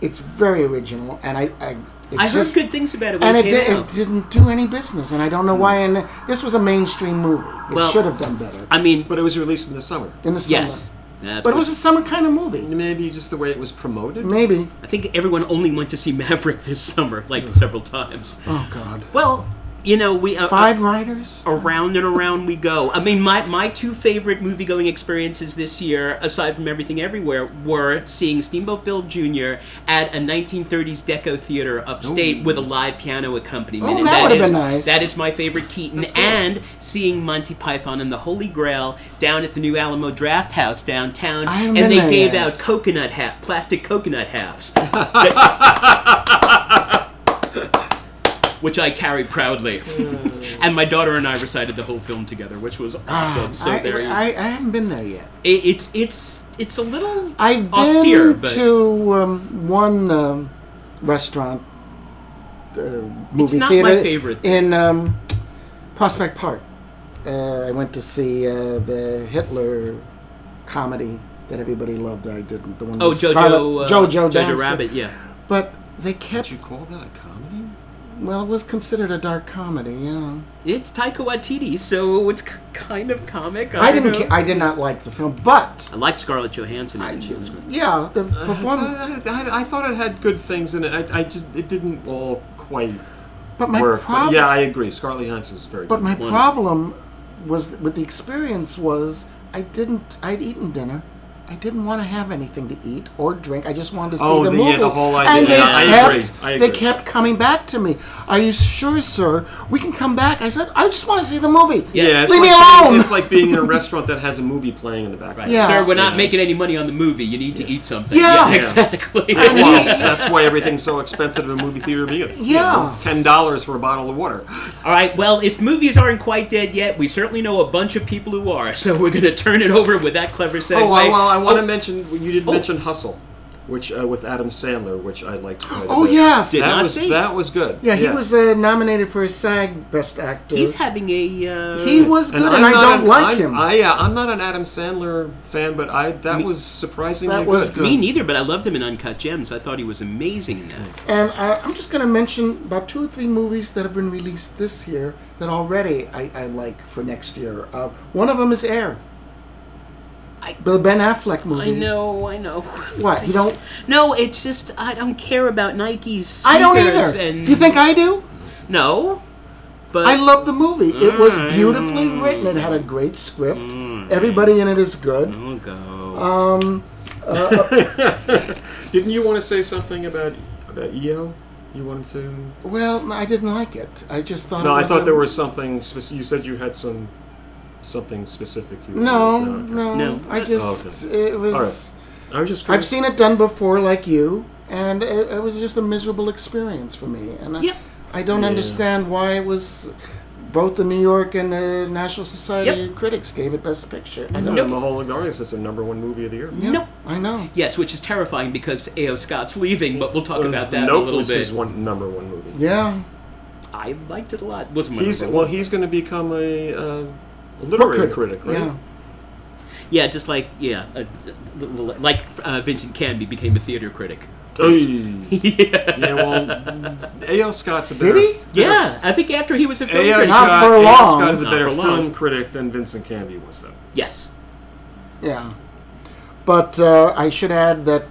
Speaker 4: it's very original. And I, I, it
Speaker 2: I heard
Speaker 4: just-
Speaker 2: good things about it. When
Speaker 4: and
Speaker 2: it,
Speaker 4: it, di-
Speaker 2: came
Speaker 4: it
Speaker 2: out.
Speaker 4: didn't do any business, and I don't know why. And this was a mainstream movie; it
Speaker 2: Well-
Speaker 4: should have done better
Speaker 2: I mean,
Speaker 3: But it was released in the summer.
Speaker 4: in the summer.
Speaker 2: yes, That's
Speaker 4: but it
Speaker 2: what-
Speaker 4: was a summer kind of movie,
Speaker 3: Maybe just the way it was promoted.
Speaker 4: maybe.
Speaker 2: I think everyone only went to see Maverick this summer, like several times.
Speaker 4: Oh God,
Speaker 2: Well, you know, we uh,
Speaker 4: five writers.
Speaker 2: around and around we go. I mean, my, my two favorite movie going experiences this year, aside from everything everywhere, were seeing Steamboat Bill Jr. at a 1930s Deco theater upstate with a live piano accompaniment.
Speaker 4: Oh,
Speaker 2: and
Speaker 4: that would've
Speaker 2: is-
Speaker 4: been nice.
Speaker 2: That is my favorite Keaton. And seeing Monty Python and the Holy Grail down at the New Alamo Draft House downtown.
Speaker 4: I
Speaker 2: And
Speaker 4: haven't been
Speaker 2: they
Speaker 4: there
Speaker 2: gave
Speaker 4: yet.
Speaker 2: out coconut hat, plastic coconut halves. Which I carry proudly. And my daughter and I recited the whole film together, which was awesome. so
Speaker 4: Ah, I,
Speaker 2: there,
Speaker 4: I, I haven't been there yet.
Speaker 2: it, it's it's it's a little
Speaker 4: I've been
Speaker 2: austere, but
Speaker 4: to um, one um, restaurant, uh, movie
Speaker 2: not my
Speaker 4: theater
Speaker 2: favorite.
Speaker 4: in um, Prospect Park. Uh, I went to see uh, the Hitler comedy that everybody loved. I didn't. The one
Speaker 2: oh,
Speaker 4: with
Speaker 2: Jojo,
Speaker 4: Scarlett-
Speaker 2: uh,
Speaker 4: Jojo,
Speaker 2: Jojo
Speaker 4: Dancer.
Speaker 2: Rabbit, yeah.
Speaker 4: But they
Speaker 3: Would
Speaker 4: kept.
Speaker 3: you call that a comedy?
Speaker 4: Well, it was considered a dark comedy. Yeah.
Speaker 2: It's Taika Waititi, so it's k- kind of comic. I,
Speaker 4: I
Speaker 2: don't
Speaker 4: didn't.
Speaker 2: know.
Speaker 4: Ca- I did not like the film, but
Speaker 2: I liked Scarlett Johansson. in it. She was good.
Speaker 4: yeah, the performance.
Speaker 3: I, I, I thought it had good things in it. I, I just it didn't all quite
Speaker 4: But my
Speaker 3: work. but
Speaker 4: problem.
Speaker 3: yeah, I agree. Scarlett Johansson was very.
Speaker 4: But my
Speaker 2: Wonderful.
Speaker 4: problem was with the experience was I didn't I'd eaten dinner. I didn't want to have anything to eat or drink. I just wanted to see
Speaker 3: Oh,
Speaker 4: the,
Speaker 3: the-
Speaker 4: movie.
Speaker 3: yeah, the whole idea.
Speaker 4: And they
Speaker 2: Yeah, I
Speaker 4: kept,
Speaker 3: agree. I
Speaker 4: they
Speaker 3: agree.
Speaker 4: kept coming back to me. Are you sure, sir? We can come back. I said, I just want to see the movie.
Speaker 2: Yeah.
Speaker 3: yeah, it's
Speaker 4: Leave
Speaker 3: like
Speaker 4: me
Speaker 3: being-
Speaker 4: alone!
Speaker 3: It's like being in a restaurant that has a movie playing in the background.
Speaker 4: Yeah.
Speaker 2: Sir, we're not
Speaker 3: Yeah.
Speaker 2: making any money on the movie. You need to eat something.
Speaker 4: Yeah. Yeah.
Speaker 2: exactly.
Speaker 3: Well, that's why everything's so expensive in a movie theater. Either.
Speaker 4: Yeah. Oh,
Speaker 3: ten dollars for a bottle of water.
Speaker 2: All right. Well, if movies aren't quite dead yet, we certainly know a bunch of people who are. So we're going to turn it over with that clever segue.
Speaker 3: Oh well, well I want to
Speaker 2: Oh,
Speaker 3: mention you did not mention Hustle, which uh, with Adam Sandler, which I liked. Quite a
Speaker 4: Oh,
Speaker 3: bit.
Speaker 4: yes. Did
Speaker 3: that
Speaker 2: not
Speaker 3: was
Speaker 2: see.
Speaker 3: that was good.
Speaker 4: Yeah, he was uh, nominated for a SAG Best Actor.
Speaker 2: He's having a. Uh,
Speaker 4: he was good, and,
Speaker 3: I'm
Speaker 4: I
Speaker 3: not
Speaker 4: don't
Speaker 3: an-
Speaker 4: like
Speaker 3: I'm-
Speaker 4: him.
Speaker 3: I, yeah, I'm not an Adam Sandler fan, but I that was surprisingly
Speaker 4: That was
Speaker 2: Me
Speaker 4: good.
Speaker 2: neither, but I loved him in Uncut Gems. I thought he was amazing in that.
Speaker 4: And I, I'm just going to mention about two or three movies that have been released this year that already I, I like for next year. Uh, one of them is Air.
Speaker 2: I-
Speaker 4: the Ben Affleck
Speaker 2: I
Speaker 4: movie.
Speaker 2: know, I know.
Speaker 4: What, you don't-
Speaker 2: No, it's just I don't care about Nike's.
Speaker 4: I don't
Speaker 2: sneakers
Speaker 4: either.
Speaker 2: And
Speaker 4: You think I do?
Speaker 2: no? But
Speaker 4: I love the movie. It was
Speaker 2: Mm.
Speaker 4: beautifully written. It had a great script. Everybody in it is good.
Speaker 2: I'll go.
Speaker 4: Uh,
Speaker 3: Didn't you want to say something about about EO? You wanted to?
Speaker 4: Well, I didn't like it. I just thought.
Speaker 3: No,
Speaker 4: it
Speaker 3: I
Speaker 4: was
Speaker 3: thought
Speaker 4: a-
Speaker 3: there was something. Spec- you said you had some something specific. You
Speaker 4: No,
Speaker 3: wanted to say.
Speaker 4: no,
Speaker 2: No. Oh,
Speaker 4: I just it was.
Speaker 3: All right. I was just.
Speaker 4: I've
Speaker 3: Curious.
Speaker 4: seen it done before, like you, and it, it was just a miserable experience for me. And I,
Speaker 2: Yep.
Speaker 4: I don't
Speaker 3: Yeah.
Speaker 4: understand why it was. Both the New York and the National Society
Speaker 2: Yep.
Speaker 4: of Critics gave it Best Picture. I
Speaker 3: No,
Speaker 4: know.
Speaker 2: Nope.
Speaker 3: Mulholland Gardens is their number one movie of the year.
Speaker 4: Yeah,
Speaker 2: Nope.
Speaker 4: I know.
Speaker 2: Yes, which is terrifying because A.O. Scott's leaving, but we'll talk about that
Speaker 3: nope
Speaker 2: a little
Speaker 3: was
Speaker 2: bit.
Speaker 3: his one number one movie.
Speaker 4: Yeah.
Speaker 2: I liked it a lot. Wasn't my
Speaker 3: He's
Speaker 2: number one.
Speaker 3: well, he's going to become a uh, literary
Speaker 4: Book
Speaker 3: critic, right?
Speaker 4: Yeah.
Speaker 2: Yeah, just like yeah, uh, like uh, Vincent Canby became a theater critic.
Speaker 3: Hey. yeah, well, A.L. Scott's a better.
Speaker 4: Did he?
Speaker 2: Yeah, I think after he was a film
Speaker 3: A.L.
Speaker 2: critic.
Speaker 4: Not
Speaker 3: Scott,
Speaker 4: for
Speaker 3: A.L.
Speaker 4: long.
Speaker 3: Scott is a
Speaker 2: Not
Speaker 3: better
Speaker 2: for long.
Speaker 3: film critic than Vincent Canby was, though.
Speaker 2: Yes.
Speaker 4: Yeah. But uh, I should add that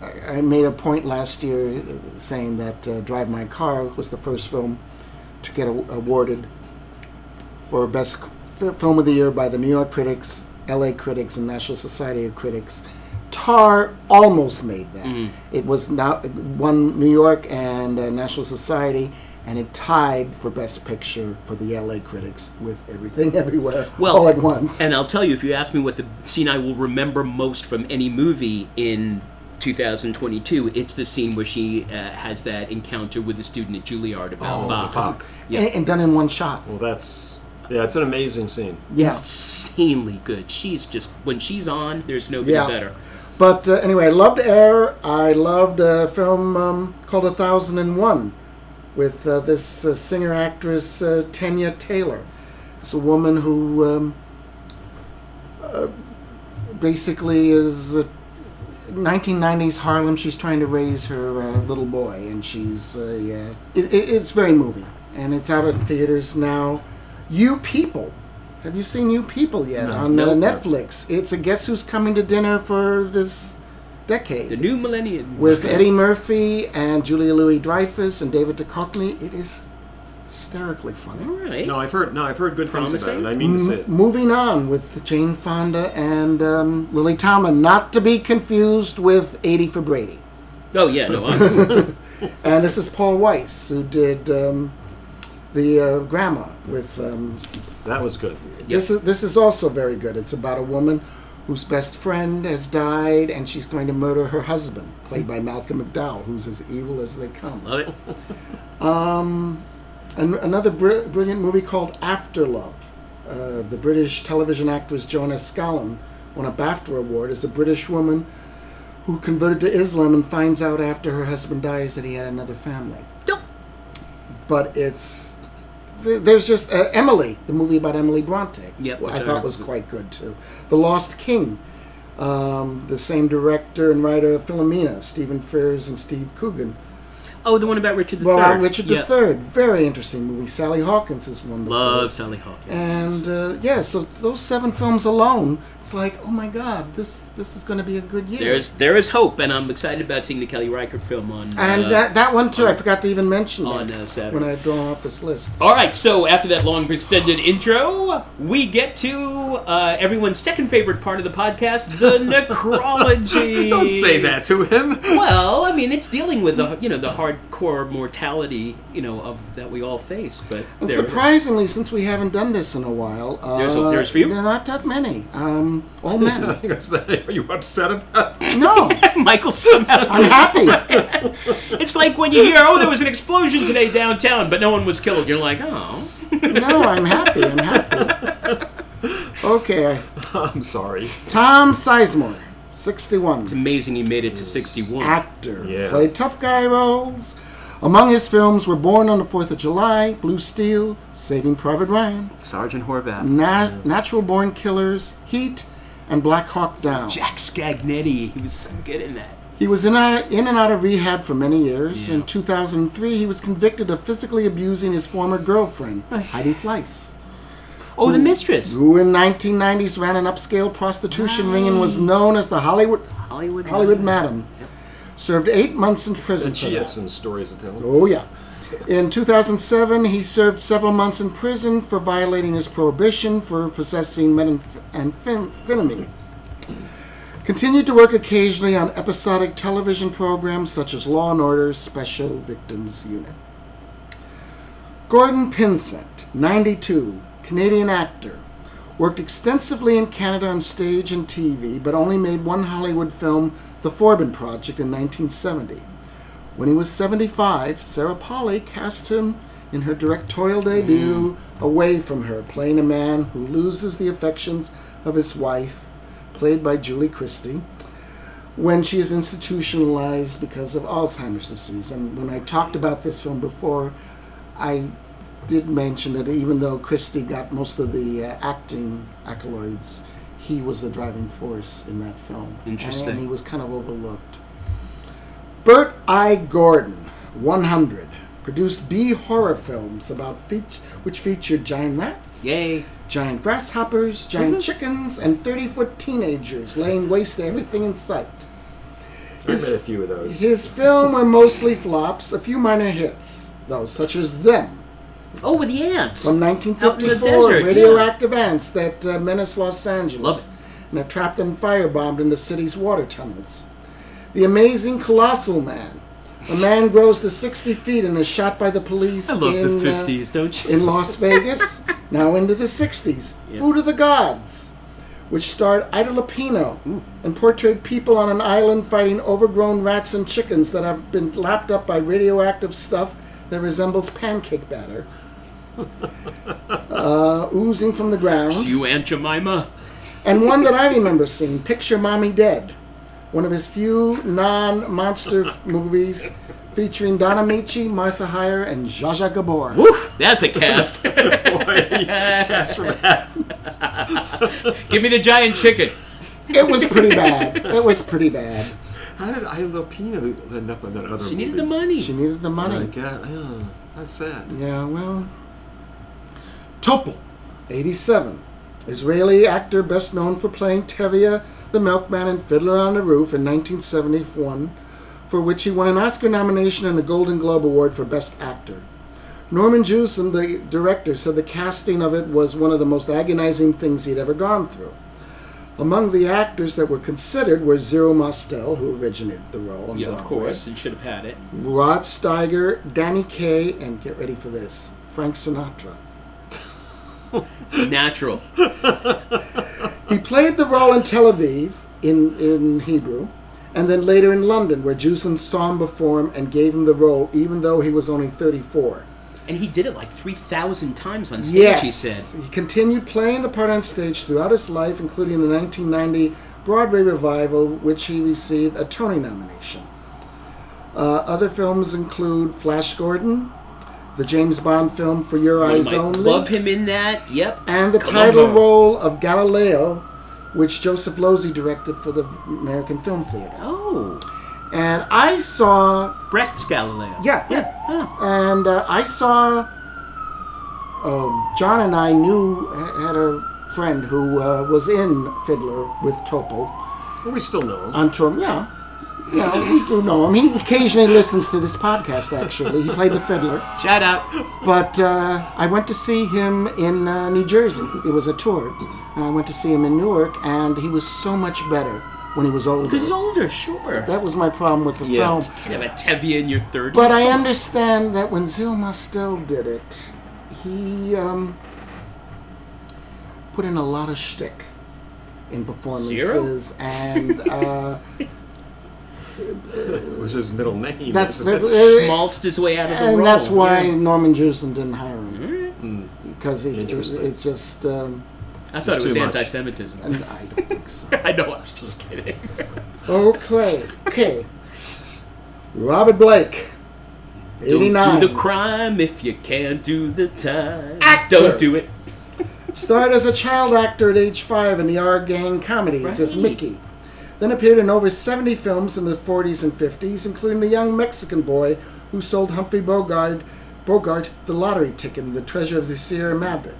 Speaker 4: I- I made a point last year uh, saying that uh, Drive My Car was the first film to get a- awarded for Best C- F- Film of the Year by the New York critics, LA critics, and National Society of Critics. Tar almost made that.
Speaker 2: Mm.
Speaker 4: It was not one New York and uh, National Society, and it tied for Best Picture for the LA critics with Everything Everywhere
Speaker 2: Well,
Speaker 4: all at once.
Speaker 2: And I'll tell you, if you ask me what the scene I will remember most from any movie in 2022, it's the scene where she uh, has
Speaker 4: Oh,
Speaker 2: that encounter with the student at Juilliard about Bach.
Speaker 3: Bach.
Speaker 2: Yeah.
Speaker 4: and, and done in one shot.
Speaker 3: Well, that's Yeah, it's an amazing scene.
Speaker 4: Yeah.
Speaker 2: insanely good. She's just when she's on, there's nobody
Speaker 4: Yeah.
Speaker 2: better.
Speaker 4: But uh, anyway, I loved Air. I loved a film um, called A Thousand and One with uh, this uh, singer actress uh, Tanya Taylor. It's a woman who um, uh, basically is uh, 1990s Harlem. She's trying to raise her uh, little boy, and she's uh, yeah. It, it, it's very moving, and it's out in theaters now. You people, have you seen You People yet on uh,
Speaker 2: Nope.
Speaker 4: Netflix? It's a Guess Who's Coming to Dinner for this
Speaker 2: The
Speaker 4: decade
Speaker 2: new millennium.
Speaker 4: with Eddie Murphy and Julia Louis Dreyfus and David Duchovny. It is hysterically
Speaker 2: All
Speaker 4: funny.
Speaker 2: right.
Speaker 3: No, I've heard no, I've heard good things about
Speaker 2: Promising?
Speaker 3: it. I mean to say it.
Speaker 4: Moving on with Jane Fonda and um, Lily Tomlin, not to be confused with 80 for Brady.
Speaker 2: Oh yeah, no. Honestly.
Speaker 4: And this is Paul Weiss, who did um, the uh, Grandma with. Um,
Speaker 3: That was good.
Speaker 4: This is this is also very good. It's about a woman whose best friend has died, and she's going to murder her husband, played by Malcolm McDowell, who's as evil as they come.
Speaker 2: Love it.
Speaker 4: An- another br- brilliant movie called After Love. Uh, the British television actress Joanna Scallon won a BAFTA award as a British woman who converted to Islam and finds out after her husband dies that he had another family.
Speaker 2: Nope.
Speaker 4: but it's th- there's just uh, Emily, the movie about Emily Bronte,
Speaker 2: Yep,
Speaker 4: which I
Speaker 2: which I
Speaker 4: thought was quite good too. The Lost King, um, the same director and writer of Philomena, Stephen Frears and Steve Coogan.
Speaker 2: Oh, the one about Richard the
Speaker 4: Well,
Speaker 2: Third.
Speaker 4: uh, Richard
Speaker 2: yeah.
Speaker 4: III, very interesting movie. Sally Hawkins is one.
Speaker 2: Love Sally Hawkins.
Speaker 4: And uh, yeah, so those seven films alone, it's like, oh my God, this this is going to be a good year.
Speaker 2: There's there is hope, and I'm excited about seeing the Kelly Reichert film on.
Speaker 4: and
Speaker 2: uh,
Speaker 4: that, that one too, I forgot to even mention
Speaker 2: on,
Speaker 4: that
Speaker 2: uh, Saturday.
Speaker 4: when I had drawn out this list.
Speaker 2: All right, so after that long extended intro, we get to uh, everyone's second favorite part of the podcast, the necrology.
Speaker 3: Don't say that to him.
Speaker 2: Well, I mean, it's dealing with the you know the hardcore mortality you know of that we all face, but
Speaker 4: And
Speaker 2: there-
Speaker 4: surprisingly, since we haven't done this in a while, uh,
Speaker 2: There's a- there's few?
Speaker 4: There are not that many. Um, all men.
Speaker 3: Are you upset about?
Speaker 4: no,
Speaker 2: Michael somehow.
Speaker 4: I'm happy.
Speaker 2: It's like when you hear, "Oh, there was an explosion today downtown, but no one was killed." You're like, "Oh,
Speaker 4: No, I'm happy. I'm happy. Okay,
Speaker 3: I'm sorry.
Speaker 4: Tom Sizemore, 61,
Speaker 2: amazing, he made it to 61."
Speaker 4: actor,
Speaker 3: Yeah.
Speaker 4: played tough guy roles. Among his films were Born on the Fourth of July, Blue Steel, Saving Private Ryan,
Speaker 2: Sergeant Horvath.
Speaker 4: Na- Natural Born Killers, Heat, and Black Hawk Down.
Speaker 2: Jack Scagnetti, he was so good in that.
Speaker 4: He was in, out, in and out of rehab for many years.
Speaker 2: Yeah.
Speaker 4: In 2003, he was convicted of physically abusing his former girlfriend, Heidi Fleiss,
Speaker 2: Oh, the mistress.
Speaker 4: who in 1990s ran an upscale prostitution ring and was known as the Hollywood
Speaker 2: Hollywood.
Speaker 4: Hollywood Madam.
Speaker 2: Yep.
Speaker 4: Served eight months in prison
Speaker 3: And
Speaker 4: for
Speaker 3: she had
Speaker 4: that.
Speaker 3: some stories to tell.
Speaker 4: Oh yeah. In 2007, he served several months in prison for violating his prohibition for possessing methamphetamines. Continued to work occasionally on episodic television programs such as Law and Order Special Victims Unit. Gordon Pinsent, 92, Canadian actor, worked extensively in Canada on stage and TV, but only made one Hollywood film, The Forbin Project, in 1970. When he was 75, Sarah Polly cast him in her directorial debut away from her, playing a man who loses the affections of his wife, played by Julie Christie, when she is institutionalized because of Alzheimer's disease. And when I talked about this film before, I did mention that even though Christie got most of the uh, acting accolades, he was the driving force in that film. And-
Speaker 2: Interesting.
Speaker 4: and he was kind of overlooked. Bert I. Gordon, 100, produced B horror films about feat- which featured giant rats,
Speaker 2: Yay.
Speaker 4: giant grasshoppers, giant chickens, and 30 foot teenagers laying waste to everything in sight.
Speaker 3: I met a few of those.
Speaker 4: His film were mostly flops, a few minor hits, though, such as Them
Speaker 2: Oh, with the ants.
Speaker 4: from
Speaker 2: Out
Speaker 4: 1954,
Speaker 2: in the desert,
Speaker 4: radioactive ants that uh, menace Los Angeles
Speaker 2: Love
Speaker 4: and are trapped and firebombed in the city's water tunnels. The amazing Colossal Man. A man grows to 60 feet and is shot by the police
Speaker 2: I love
Speaker 4: in,
Speaker 2: the
Speaker 4: uh,
Speaker 2: 50s, don't you?
Speaker 4: in Las Vegas, now into the 60s. Food of the Gods, which starred Ida Lupino and portrayed people on an island fighting overgrown rats and chickens that have been lapped up by radioactive stuff that resembles pancake batter. uh, oozing from the ground.
Speaker 2: You Aunt Jemima.
Speaker 4: And one that I remember seeing, Picture Mommy Dead, one of his few non monster movies featuring Donna Michi, Martha Hyer, and Zsa Zsa Gabor.
Speaker 2: Oof, that's a cast.
Speaker 3: Boy, cast from that.
Speaker 2: Give me the giant chicken.
Speaker 4: It was pretty bad. It was pretty bad.
Speaker 3: How did Isla Pina end up in that other
Speaker 2: She
Speaker 3: movie?
Speaker 2: needed the money.
Speaker 4: She needed the
Speaker 3: My
Speaker 4: money.
Speaker 3: God, yeah, that's sad.
Speaker 4: Yeah, well. Topol, 87. Israeli actor best known for playing Tevye, the milkman, and Fiddler on the Roof in 1971, for which he won an Oscar nomination and a Golden Globe Award for Best Actor. Norman Jewison, the director, said the casting of it was one of the most agonizing things he'd ever gone through. Among the actors that were considered were Zero Mostel, who originated the role. on
Speaker 2: Yeah, of
Speaker 4: Broadway,
Speaker 2: course. You should have had it.
Speaker 4: Rod Steiger, Danny Kaye, and get ready for this, Frank Sinatra.
Speaker 2: Natural.
Speaker 4: He played the role in Tel Aviv in, in Hebrew, and then later in London, where Jewson saw him perform and gave him the role, even though he was only 34.
Speaker 2: And he did it like 3,000 times on stage,
Speaker 4: Yes,
Speaker 2: he said.
Speaker 4: he continued playing the part on stage throughout his life, including the 1990 Broadway revival, which he received a Tony nomination. Uh, other films include Flash Gordon, the James Bond film For Your
Speaker 2: I
Speaker 4: Eyes Only.
Speaker 2: love him in that. Yep.
Speaker 4: and the
Speaker 2: Columbo.
Speaker 4: title role of Galileo, which Joseph Losey directed for the American Film Theater.
Speaker 2: Oh,
Speaker 4: And I saw,
Speaker 2: Brecht's Galileo.
Speaker 4: yeah, yeah, and uh, I saw. Um, John and I knew had a friend who uh, was in Fiddler with Topol
Speaker 3: Well, we still know him.
Speaker 4: on tour. Yeah, yeah, we do know him. He occasionally listens to this podcast. Actually, he played the fiddler.
Speaker 2: Shout out.
Speaker 4: But uh, I went to see him in uh, New Jersey. It was a tour, and I went to see him in Newark, and he was so much better when he was older.
Speaker 2: Because he's older, sure.
Speaker 4: That was my problem with the
Speaker 3: Yeah.
Speaker 4: film.
Speaker 2: You have a Tevye in your 30s.
Speaker 4: But I understand that when Zil Mostel did it, he um, put in a lot of shtick in performances, and uh,
Speaker 3: It was his middle name.
Speaker 4: that's
Speaker 3: isn't
Speaker 4: that-
Speaker 3: it?
Speaker 2: Schmaltzed his way out of the
Speaker 4: and
Speaker 2: role.
Speaker 4: that's why
Speaker 2: Yeah.
Speaker 4: Norman Jewison didn't hire him because it, it,
Speaker 3: Interesting.
Speaker 4: it's just um,
Speaker 2: I thought it
Speaker 3: It's
Speaker 2: was
Speaker 3: too much.
Speaker 2: anti Semitism.
Speaker 4: and I don't think so.
Speaker 2: I know, I was just kidding.
Speaker 4: Okay, okay. Robert Blake,
Speaker 2: Don't
Speaker 4: 89.
Speaker 2: do the crime if you can't do the time.
Speaker 4: Actor.
Speaker 2: Don't do it.
Speaker 4: Started as a child actor at age five in the R Gang comedies as
Speaker 2: Right.
Speaker 4: Mickey. Then appeared in over 70 films in the 40s and 50s, including The Young Mexican Boy Who Sold Humphrey Bogart, Bogart the lottery ticket in The Treasure of the Sierra Madre.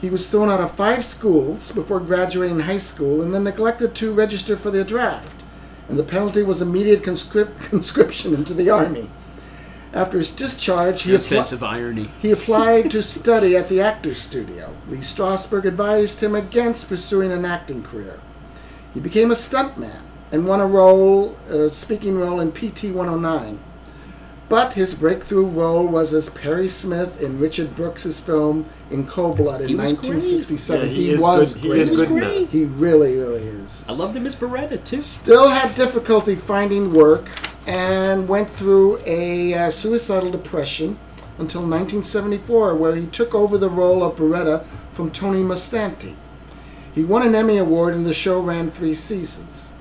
Speaker 4: He was thrown out of five schools before graduating high school and then neglected to register for the draft, and the penalty was immediate conscrip- conscription into the army. After his discharge, he
Speaker 2: Your
Speaker 4: appli-
Speaker 2: sense of irony.
Speaker 4: he applied to study at the Actors Studio. Lee Strasberg advised him against pursuing an acting career. He became a stuntman and won a role, a speaking role in PT 109. But his breakthrough role was as Perry Smith in Richard Brooks's film In Cold Blood in
Speaker 2: He was great.
Speaker 3: Yeah,
Speaker 4: 1967.
Speaker 3: he,
Speaker 4: he,
Speaker 3: is
Speaker 4: was
Speaker 3: good.
Speaker 4: great.
Speaker 3: He is good
Speaker 2: great.
Speaker 3: in that.
Speaker 4: He really, really is.
Speaker 2: I loved him as Beretta, too.
Speaker 4: Still had difficulty finding work and went through a uh, suicidal depression until 1974, where he took over the role of Beretta from Tony Mustanti. He won an Emmy Award and the show ran three seasons.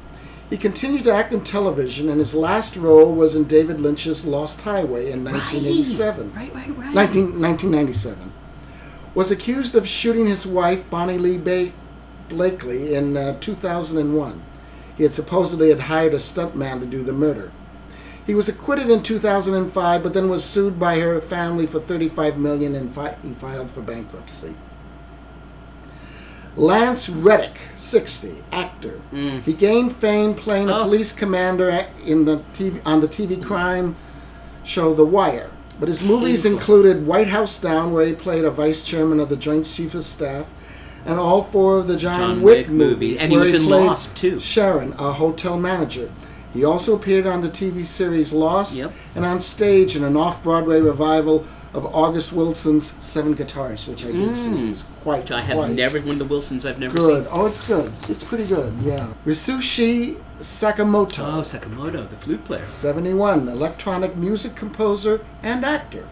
Speaker 4: He continued to act in television, and his last role was in David Lynch's Lost Highway in 1987.
Speaker 2: Right, right, right.
Speaker 4: 19, 1997, was accused of shooting his wife, Bonnie Lee ba- Blakely, in uh, 2001. He had supposedly had hired a stuntman to do the murder. He was acquitted in 2005, but then was sued by her family for 35 million, and fi- he filed for bankruptcy. Lance Reddick, 60, actor. He gained fame playing a
Speaker 2: Oh.
Speaker 4: police commander in the TV, on the TV crime show The Wire. But his movies included White House Down, where he played a vice chairman of the Joint Chief of Staff, and all four of the John,
Speaker 2: John
Speaker 4: Wick,
Speaker 2: Wick
Speaker 4: movies,
Speaker 2: movies, and he
Speaker 4: where
Speaker 2: was in
Speaker 4: played
Speaker 2: Lost, too.
Speaker 4: Sharon, a hotel manager. He also appeared on the TV series Lost
Speaker 2: Yep.
Speaker 4: and on stage in an off-Broadway revival of August Wilson's Seven Guitars, which I did see. It's quite,
Speaker 2: Mm. Which I have
Speaker 4: quite
Speaker 2: never, one of the Wilsons I've never
Speaker 4: good.
Speaker 2: seen.
Speaker 4: Oh, it's good. It's pretty good. Yeah. Risushi Sakamoto.
Speaker 2: Oh, Sakamoto, the flute player.
Speaker 4: 71, electronic music composer and actor.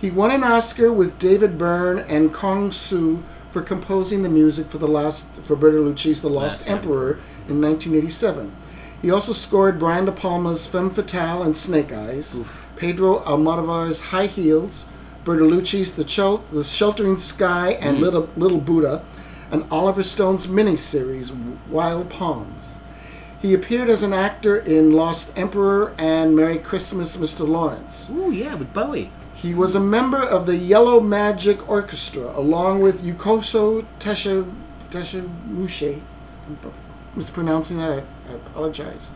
Speaker 4: He He won an Oscar with David Byrne and Kong Su for composing the music for the last for Bertolucci's The Lost
Speaker 3: Last Emperor.
Speaker 4: Emperor in 1987. He also scored Brian De Palma's Femme Fatale and Snake Eyes, Pedro Almodovar's High Heels, Bertolucci's The, Chel- the Sheltering Sky and Little, Little Buddha, and Oliver Stone's miniseries Wild Palms. He appeared as an actor in Lost Emperor and Merry Christmas, Mr. Lawrence.
Speaker 2: Ooh, yeah, with Bowie.
Speaker 4: He was a member of the Yellow Magic Orchestra along with Yukoso Tesha Teshimushe. I'm p- mispronouncing that, I, I apologize.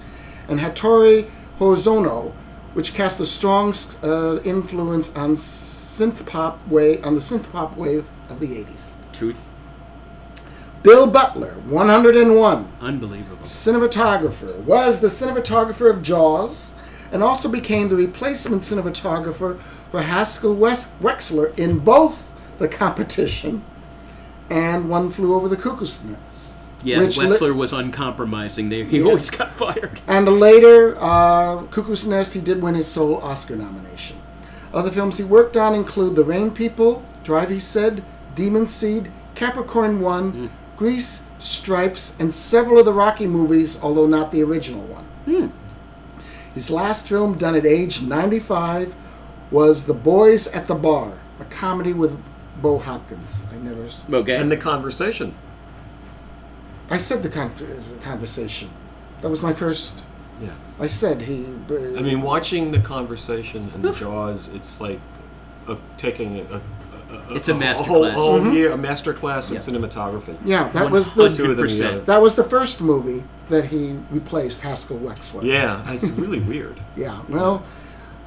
Speaker 4: And Hattori Hozono, which cast a strong uh, influence on synth pop wave on the synth pop wave of the 80s.
Speaker 2: Truth.
Speaker 4: Bill Butler, 101
Speaker 2: Unbelievable.
Speaker 4: cinematographer, was the cinematographer of Jaws, and also became the replacement cinematographer for Haskell Wes- Wexler in both the competition and One Flew Over the Cuckoo's Nest.
Speaker 2: Yeah,
Speaker 4: Which li-
Speaker 2: Wexler was uncompromising. There, he always got fired.
Speaker 4: And later, uh, Cuckoo's Nest, he did win his sole Oscar nomination. Other films he worked on include The Rain People, Drive He Said, Demon Seed, Capricorn One,
Speaker 3: Hmm.
Speaker 4: Grease, Stripes, and several of the Rocky movies, although not the original one.
Speaker 3: Hmm.
Speaker 4: His last film, done at age 95, was The Boys at the Bar, a comedy with Bo Hopkins. I never. s-
Speaker 2: Okay.
Speaker 3: And the conversation.
Speaker 4: I said the con- uh, conversation. That was my first.
Speaker 3: Yeah.
Speaker 4: I said he. uh,
Speaker 3: I mean, watching the conversation and the Jaws, it's like a, taking a, a, a
Speaker 2: It's a masterclass.
Speaker 3: whole, whole year, a master class in cinematography.
Speaker 4: Mm-hmm. yeah, that was the.
Speaker 2: 100%.
Speaker 3: Two of them together.
Speaker 4: That was the first movie that he replaced Haskell Wexler.
Speaker 3: Yeah, it's really weird.
Speaker 4: Yeah, Well,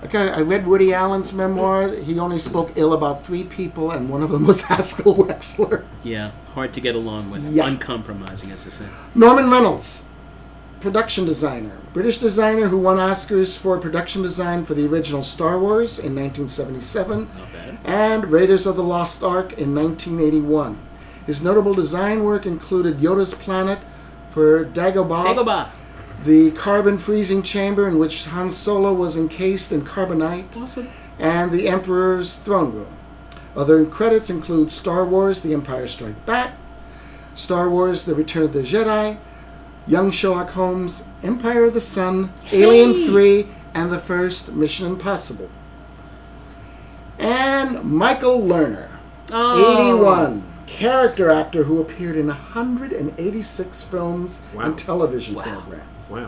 Speaker 4: I, kind of, I read Woody Allen's memoir. He only spoke ill about three people, and one of them was Haskell Wexler.
Speaker 2: Yeah, hard to get along with.
Speaker 4: Yeah.
Speaker 2: Uncompromising, as I said.
Speaker 4: Norman Reynolds, production designer, British designer who won Oscars for production design for the original Star Wars in 1977
Speaker 2: bad.
Speaker 4: and Raiders of the Lost Ark in 1981. His notable design work included Yoda's Planet for Dagobah,
Speaker 2: Dagobah.
Speaker 4: the carbon freezing chamber in which Han Solo was encased in carbonite,
Speaker 2: Awesome.
Speaker 4: and the Emperor's throne room. Other credits include Star Wars The Empire Strikes Back, Star Wars The Return of the Jedi, Young Sherlock Holmes, Empire of the Sun, Alien
Speaker 2: Hey!
Speaker 4: 3, and the first Mission Impossible. And Michael Lerner,
Speaker 2: Oh.
Speaker 4: 81, character actor who appeared in 186 films
Speaker 3: Wow.
Speaker 4: and television
Speaker 2: Wow.
Speaker 4: programs.
Speaker 3: Wow.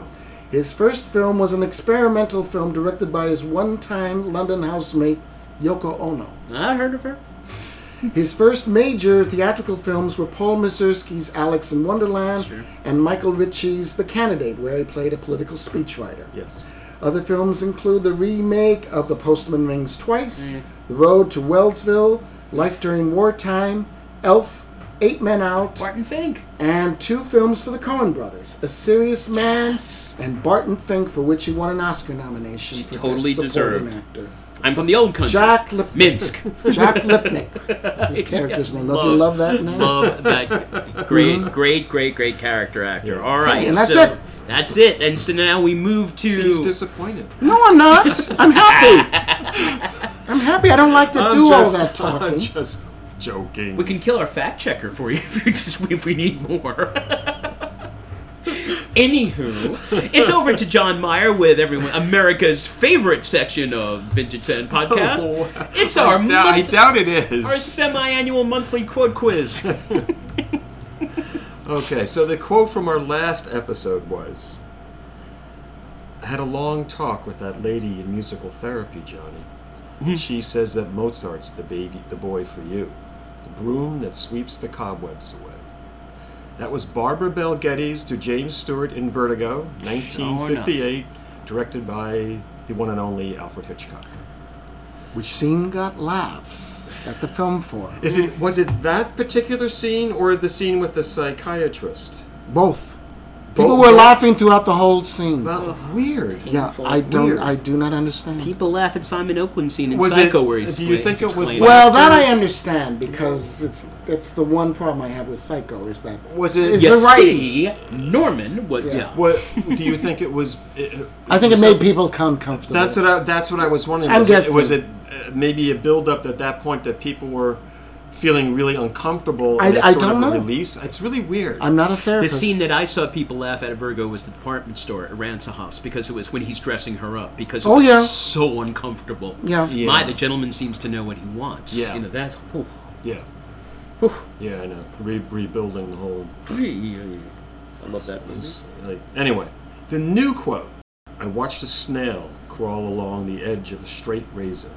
Speaker 4: His first film was an experimental film directed by his one time London housemate, Yoko Ono.
Speaker 2: I heard of her.
Speaker 4: His first major theatrical films were Paul Mazursky's Alex in Wonderland
Speaker 2: Sure.
Speaker 4: and Michael Ritchie's The Candidate, where he played a political speechwriter.
Speaker 3: Yes.
Speaker 4: Other films include the remake of The Postman Rings Twice, The Road to Wellsville, Life During Wartime, Elf, Eight Men Out,
Speaker 2: Barton Fink.
Speaker 4: and two films for the Coen brothers, A Serious Man and Barton Fink, for which he won an Oscar nomination for
Speaker 2: totally
Speaker 4: Best Supporting
Speaker 2: deserved.
Speaker 4: Actor.
Speaker 2: I'm from the old country.
Speaker 4: Jack Lipnick.
Speaker 2: Minsk.
Speaker 4: Jack Lipnick. is his character's name. Don't you
Speaker 2: Love-
Speaker 4: love that name?
Speaker 2: Love that great, great, great, great character actor.
Speaker 3: Yeah.
Speaker 2: All right,
Speaker 4: Hey, and that's
Speaker 2: so
Speaker 4: it.
Speaker 2: That's it. And so now we move to.
Speaker 3: He's disappointed.
Speaker 4: No, I'm not. I'm happy. I'm happy. I don't like to do all that
Speaker 3: I'm
Speaker 4: talking.
Speaker 3: just joking.
Speaker 2: we can kill our fact checker for you if, you just, if we need more. Anywho, it's over to John Meyer with everyone America's favorite section of Vintage Sand podcast.
Speaker 3: Oh,
Speaker 2: It's our
Speaker 3: I, doubt, I
Speaker 2: month-
Speaker 3: doubt it
Speaker 2: our
Speaker 3: is.
Speaker 2: semi-annual monthly quote quiz.
Speaker 3: Okay, so the quote from our last episode was I had a long talk with that lady in musical therapy, Johnny. She says that Mozart's the baby, the boy for you, the broom that sweeps the cobwebs away. That was Barbara Bel Geddes to James Stewart in Vertigo, 1958, directed by the one and only Alfred Hitchcock.
Speaker 4: Which scene got laughs at the film forum.
Speaker 3: Is it was it that particular scene or the scene with the psychiatrist?
Speaker 4: Both. People
Speaker 3: Well,
Speaker 4: were
Speaker 3: well-
Speaker 4: laughing throughout the whole scene.
Speaker 3: That was weird.
Speaker 4: Yeah,
Speaker 2: painful.
Speaker 4: I don't.
Speaker 3: Weird.
Speaker 4: I do not understand.
Speaker 2: People laugh at Simon Oakland scene in
Speaker 3: Was it-
Speaker 2: Psycho where he's
Speaker 3: do you
Speaker 2: he's
Speaker 3: think it was
Speaker 2: explaining.
Speaker 3: like-
Speaker 4: well, that
Speaker 3: After-
Speaker 4: I understand because it's that's the one problem I have with Psycho is that
Speaker 3: Was it?
Speaker 4: Yeah.
Speaker 2: you
Speaker 4: the writing.
Speaker 2: see, Norman was
Speaker 4: Yeah.
Speaker 2: yeah.
Speaker 3: What do you think it was?
Speaker 4: I think it made people come comfortable.
Speaker 3: That's what I, that's what I was wondering.
Speaker 4: I'm
Speaker 3: Was it,
Speaker 4: guessing.
Speaker 3: was it uh, maybe a build up at that point that people were feeling really uncomfortable?
Speaker 4: I-
Speaker 3: and it's
Speaker 4: I
Speaker 3: sort
Speaker 4: don't
Speaker 3: of a
Speaker 4: know.
Speaker 3: Release. It's really weird.
Speaker 4: I'm not a
Speaker 2: The
Speaker 4: therapist.
Speaker 2: scene that I saw people laugh at at Virgo was the department store at Ransahoff's because it was when he's dressing her up because it
Speaker 4: Oh,
Speaker 2: was
Speaker 4: yeah.
Speaker 2: so uncomfortable.
Speaker 4: yeah.
Speaker 3: Yeah.
Speaker 2: My, the gentleman seems to know what he wants.
Speaker 3: Yeah.
Speaker 2: You know, that's. whew.
Speaker 3: yeah. Yeah, I know. Re- rebuilding the whole.
Speaker 2: I love that movie.
Speaker 3: Like, anyway, the new quote. I watched a snail crawl along the edge of a straight razor.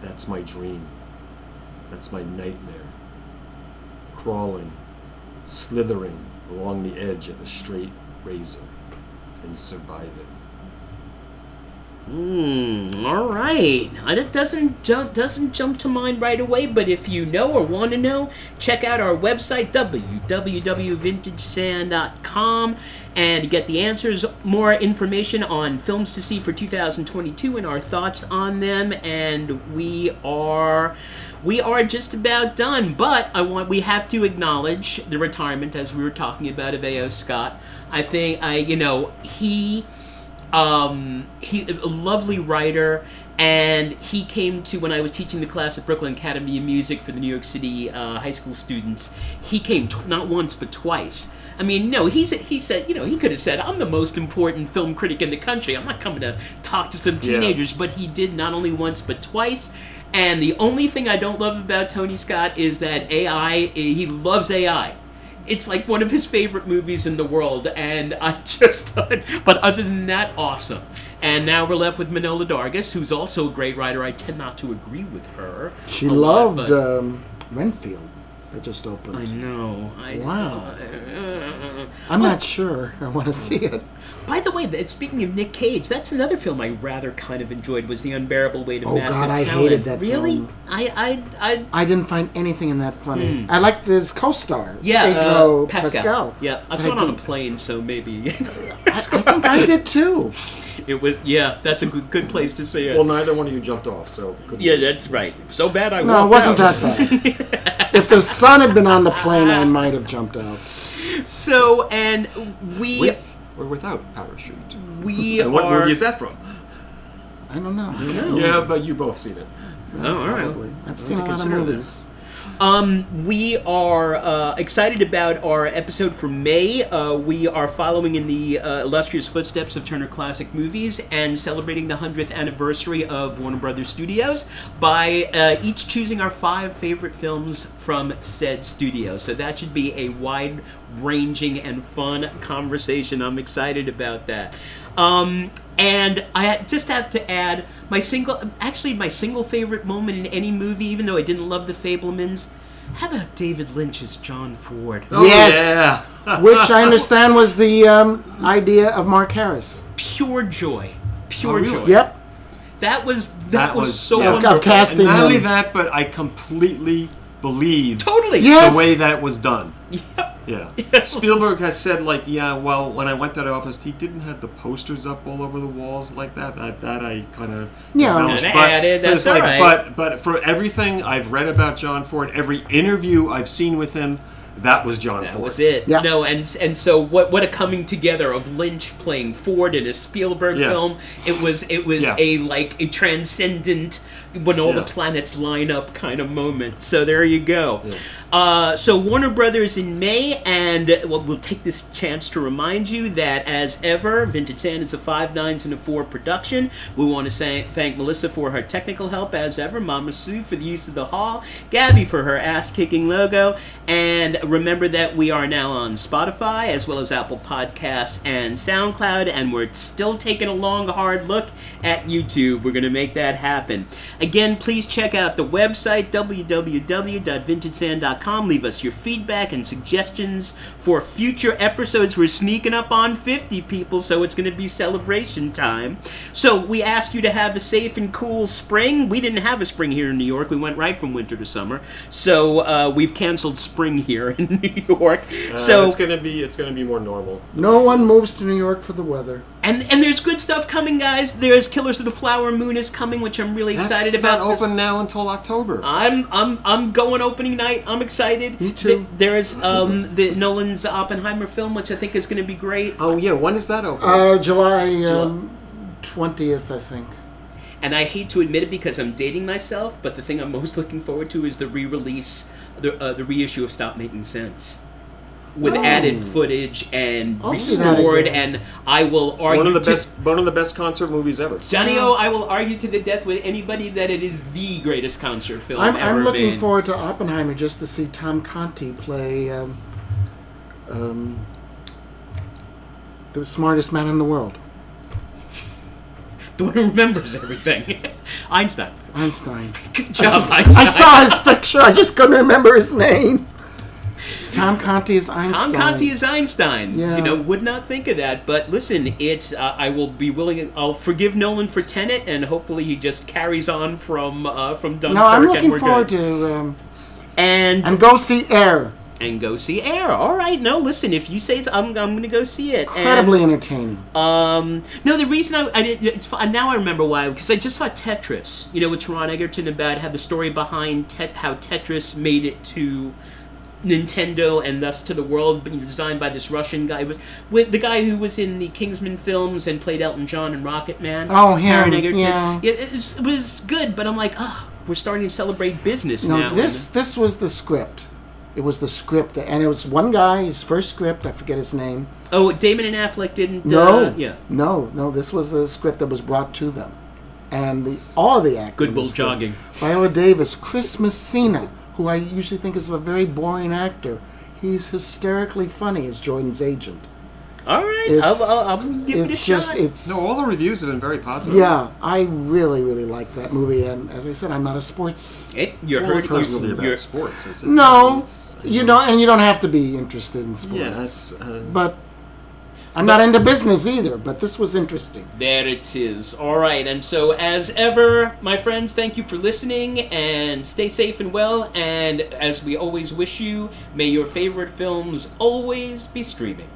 Speaker 3: That's my dream. That's my nightmare. Crawling, slithering along the edge of a straight razor and survive it.
Speaker 2: Mm, all right. And it doesn't jump doesn't jump to mind right away, but if you know or want to know, check out our website www.vintagesand.com and get the answers, more information on films to see for 2022 and our thoughts on them and we are we are just about done, but I want we have to acknowledge the retirement as we were talking about of AO Scott. I think I you know, he um, he a lovely writer and he came to when i was teaching the class at brooklyn academy of music for the new york city uh, high school students he came t- not once but twice i mean no he's, he said you know he could have said i'm the most important film critic in the country i'm not coming to talk to some
Speaker 3: Yeah.
Speaker 2: teenagers but he did not only once but twice and the only thing i don't love about tony scott is that ai he loves ai it's like one of his favorite movies in the world and i just but other than that awesome and now we're left with Manola Dargis, who's also a great writer. I tend not to agree with her.
Speaker 4: she
Speaker 2: a lot,
Speaker 4: loved
Speaker 2: Oh, but-
Speaker 4: um, Renfield that just opened.
Speaker 2: I know. I
Speaker 4: Wow.
Speaker 2: know.
Speaker 4: I'm not sure. I want to see it.
Speaker 2: By the way, that- speaking of Nick Cage, that's another film I rather kind of enjoyed. Was the unbearable weight of
Speaker 4: Oh,
Speaker 2: massive
Speaker 4: God, I
Speaker 2: talent.
Speaker 4: hated that
Speaker 2: really?
Speaker 4: film.
Speaker 2: I, I, I.
Speaker 4: I didn't find anything in that funny. I liked his co-star,
Speaker 2: Hmm. Yeah,
Speaker 4: Pedro
Speaker 2: uh, Pascal.
Speaker 4: Pascal.
Speaker 2: Yeah, I
Speaker 4: but
Speaker 2: saw it on a
Speaker 4: didn't-
Speaker 2: plane, so maybe
Speaker 4: I think I did too.
Speaker 2: it was. Yeah, that's a good, good place to see it.
Speaker 3: Well, neither one of you jumped off, so. good-
Speaker 2: yeah, that's right. So bad I
Speaker 4: No, it
Speaker 2: walked
Speaker 4: wasn't
Speaker 2: out.
Speaker 4: that bad. if the sun had been on the plane, I might have jumped out.
Speaker 2: So and we
Speaker 3: With or without parachute.
Speaker 2: we
Speaker 3: And what
Speaker 2: are.
Speaker 3: movie is that from?
Speaker 4: I don't know.
Speaker 2: No.
Speaker 3: Yeah, but you both seen it.
Speaker 2: Oh, all right.
Speaker 4: Probably. I've seen a
Speaker 3: to
Speaker 4: lot of
Speaker 3: consider
Speaker 4: movies.
Speaker 2: Um, we are uh, excited about our episode for May. Uh, we are following in the uh, illustrious footsteps of Turner Classic Movies and celebrating the 100th anniversary of Warner Brothers Studios by uh, each choosing our five favorite films from said studio. So that should be a wide ranging and fun conversation. I'm excited about that. Um, and I ha- just have to add my single, actually my single favorite moment in any movie, even though I didn't love The Fablemans. How about David Lynch's John Ford?
Speaker 3: Oh.
Speaker 4: yes,
Speaker 3: yeah.
Speaker 4: which I understand was the um, idea of Mark Harris.
Speaker 2: Pure joy, pure
Speaker 3: Oh, really?
Speaker 2: joy.
Speaker 4: Yep,
Speaker 2: That was that,
Speaker 3: That
Speaker 2: was,
Speaker 3: was-
Speaker 2: so
Speaker 3: yeah.
Speaker 2: wonderful.
Speaker 4: of casting
Speaker 3: And not only
Speaker 4: him.
Speaker 3: that, but I completely believe
Speaker 2: Totally.
Speaker 4: Yeah. Yes.
Speaker 3: the way that was done. Yeah. Spielberg has said like, yeah, well, when I went to that office, he didn't have the posters up all over the walls like that. That, that I kind of
Speaker 4: Yeah.
Speaker 2: Kinda added, that's all right.
Speaker 3: But but for everything I've read about John Ford, every interview I've seen with him, that was John
Speaker 2: That
Speaker 3: Ford.
Speaker 2: was it.
Speaker 4: Yeah.
Speaker 2: No, and and so what? What a coming together of Lynch playing Ford in a Spielberg
Speaker 3: Yeah.
Speaker 2: film. It was it was
Speaker 3: Yeah.
Speaker 2: a like a transcendent when all the
Speaker 3: Yeah.
Speaker 2: planets line up kind of moment. So there you go. Uh, so Warner Brothers in May, and uh, well, we'll take this chance to remind you that as ever, Vintage Sand is a five nines and a four production. We want to say, thank Melissa for her technical help as ever, Mama Sue for the use of the hall, Gabby for her ass kicking logo, and remember that we are now on Spotify as well as Apple Podcasts and SoundCloud, and we're still taking a long hard look at YouTube. We're going to make that happen. Again, please check out the website www.vintagesand.com gmail.com. Leave us your feedback and suggestions for future episodes. We're sneaking up on 50 people, so it's going to be celebration time. So we ask you to have a safe and cool spring. We didn't have a spring here in New York. We went right from winter to summer. So uh, we've canceled spring here in New York.
Speaker 3: Uh,
Speaker 2: so
Speaker 3: it's gonna be it's gonna be more normal.
Speaker 4: No one moves to New York for the weather.
Speaker 2: and and there's good stuff coming, guys. There's Killers of the Flower Moon is coming, which I'm really excited
Speaker 3: That's
Speaker 2: about.
Speaker 3: not
Speaker 2: this- Uh,
Speaker 3: open now until October.
Speaker 2: I'm I'm I'm going opening night. I'm excited.
Speaker 4: Me too.
Speaker 2: Th- there is um the Nolan's Oppenheimer film, which I think is going to be great.
Speaker 3: oh yeah, when is that open?
Speaker 4: Uh, July um, twentieth, I think.
Speaker 2: And I hate to admit it because I'm dating myself, but the thing I'm most looking forward to is the re-release, the uh, the reissue of Stop Making Sense, with added footage and
Speaker 4: Oh. I'll see that
Speaker 2: restored.
Speaker 4: again.
Speaker 2: And I will argue
Speaker 3: one of the
Speaker 2: to-
Speaker 3: best one of the best concert movies ever.
Speaker 2: Johnny O, I will argue to the death with anybody that it is the greatest concert film
Speaker 4: I'm,
Speaker 2: ever
Speaker 4: I'm looking
Speaker 2: made.
Speaker 4: forward to Oppenheimer just to see Tom Conti play um, um, the smartest man in the world,
Speaker 2: the one who remembers everything. Einstein.
Speaker 4: Einstein.
Speaker 2: Good job, Einstein.
Speaker 4: I saw his picture. I just couldn't remember his name. Tom Conti is Einstein.
Speaker 2: Tom Conti is Einstein.
Speaker 4: Yeah.
Speaker 2: You know, would not think of that. But listen, it's uh, I will be willing. I'll forgive Nolan for Tenet, and hopefully he just carries on from uh, from Dunkirk.
Speaker 4: No, I'm
Speaker 2: and
Speaker 4: looking
Speaker 2: we're
Speaker 4: forward
Speaker 2: good.
Speaker 4: to um,
Speaker 2: and
Speaker 4: and go see Air.
Speaker 2: and go see Air. All right, no, listen, if you say it's, I'm I'm gonna go see it.
Speaker 4: Incredibly entertaining.
Speaker 2: And, um, no, the reason I, I did, it's fi- now I remember why because I just saw Tetris. You know, with Ron Egerton about had the story behind tet how Tetris made it to. Nintendo and thus to the world, but designed by this Russian guy. It was with the guy who was in the Kingsman films and played Elton John and Rocket Man.
Speaker 4: Oh, him,
Speaker 2: Taron Egerton.
Speaker 4: yeah.
Speaker 2: It, was- it was good, but I'm like, ah, we're starting to celebrate business
Speaker 4: No,
Speaker 2: now.
Speaker 4: this this was the script. It was the script, that, and it was one guy. His first script. I forget his name.
Speaker 2: oh, Damon and Affleck didn't.
Speaker 4: No,
Speaker 2: uh, yeah.
Speaker 4: no, no. This was the script that was brought to them, and the, all the actors.
Speaker 2: Goodwill jogging.
Speaker 4: Viola Davis, Chris Messina, who I usually think is a very boring actor. He's hysterically funny as Jordan's agent.
Speaker 2: All right,
Speaker 4: It's,
Speaker 2: I'll, I'll, I'll give it a
Speaker 4: it's just
Speaker 2: shot.
Speaker 4: it's
Speaker 3: no, all the reviews have been very positive.
Speaker 4: yeah. I really really like that movie, and as I said, I'm not a sports.
Speaker 2: It- you're
Speaker 3: Well, it's
Speaker 2: hurting.
Speaker 3: not really
Speaker 2: you're-
Speaker 3: about sports, is it?
Speaker 4: No,
Speaker 3: It's-
Speaker 4: you know, and you don't have to be interested in sports.
Speaker 3: Yeah, that's, uh,
Speaker 4: but I'm not into business either. But this was interesting.
Speaker 2: There it is. All right, and so as ever, my friends, thank you for listening and stay safe and well. And as we always wish you, may your favorite films always be streaming.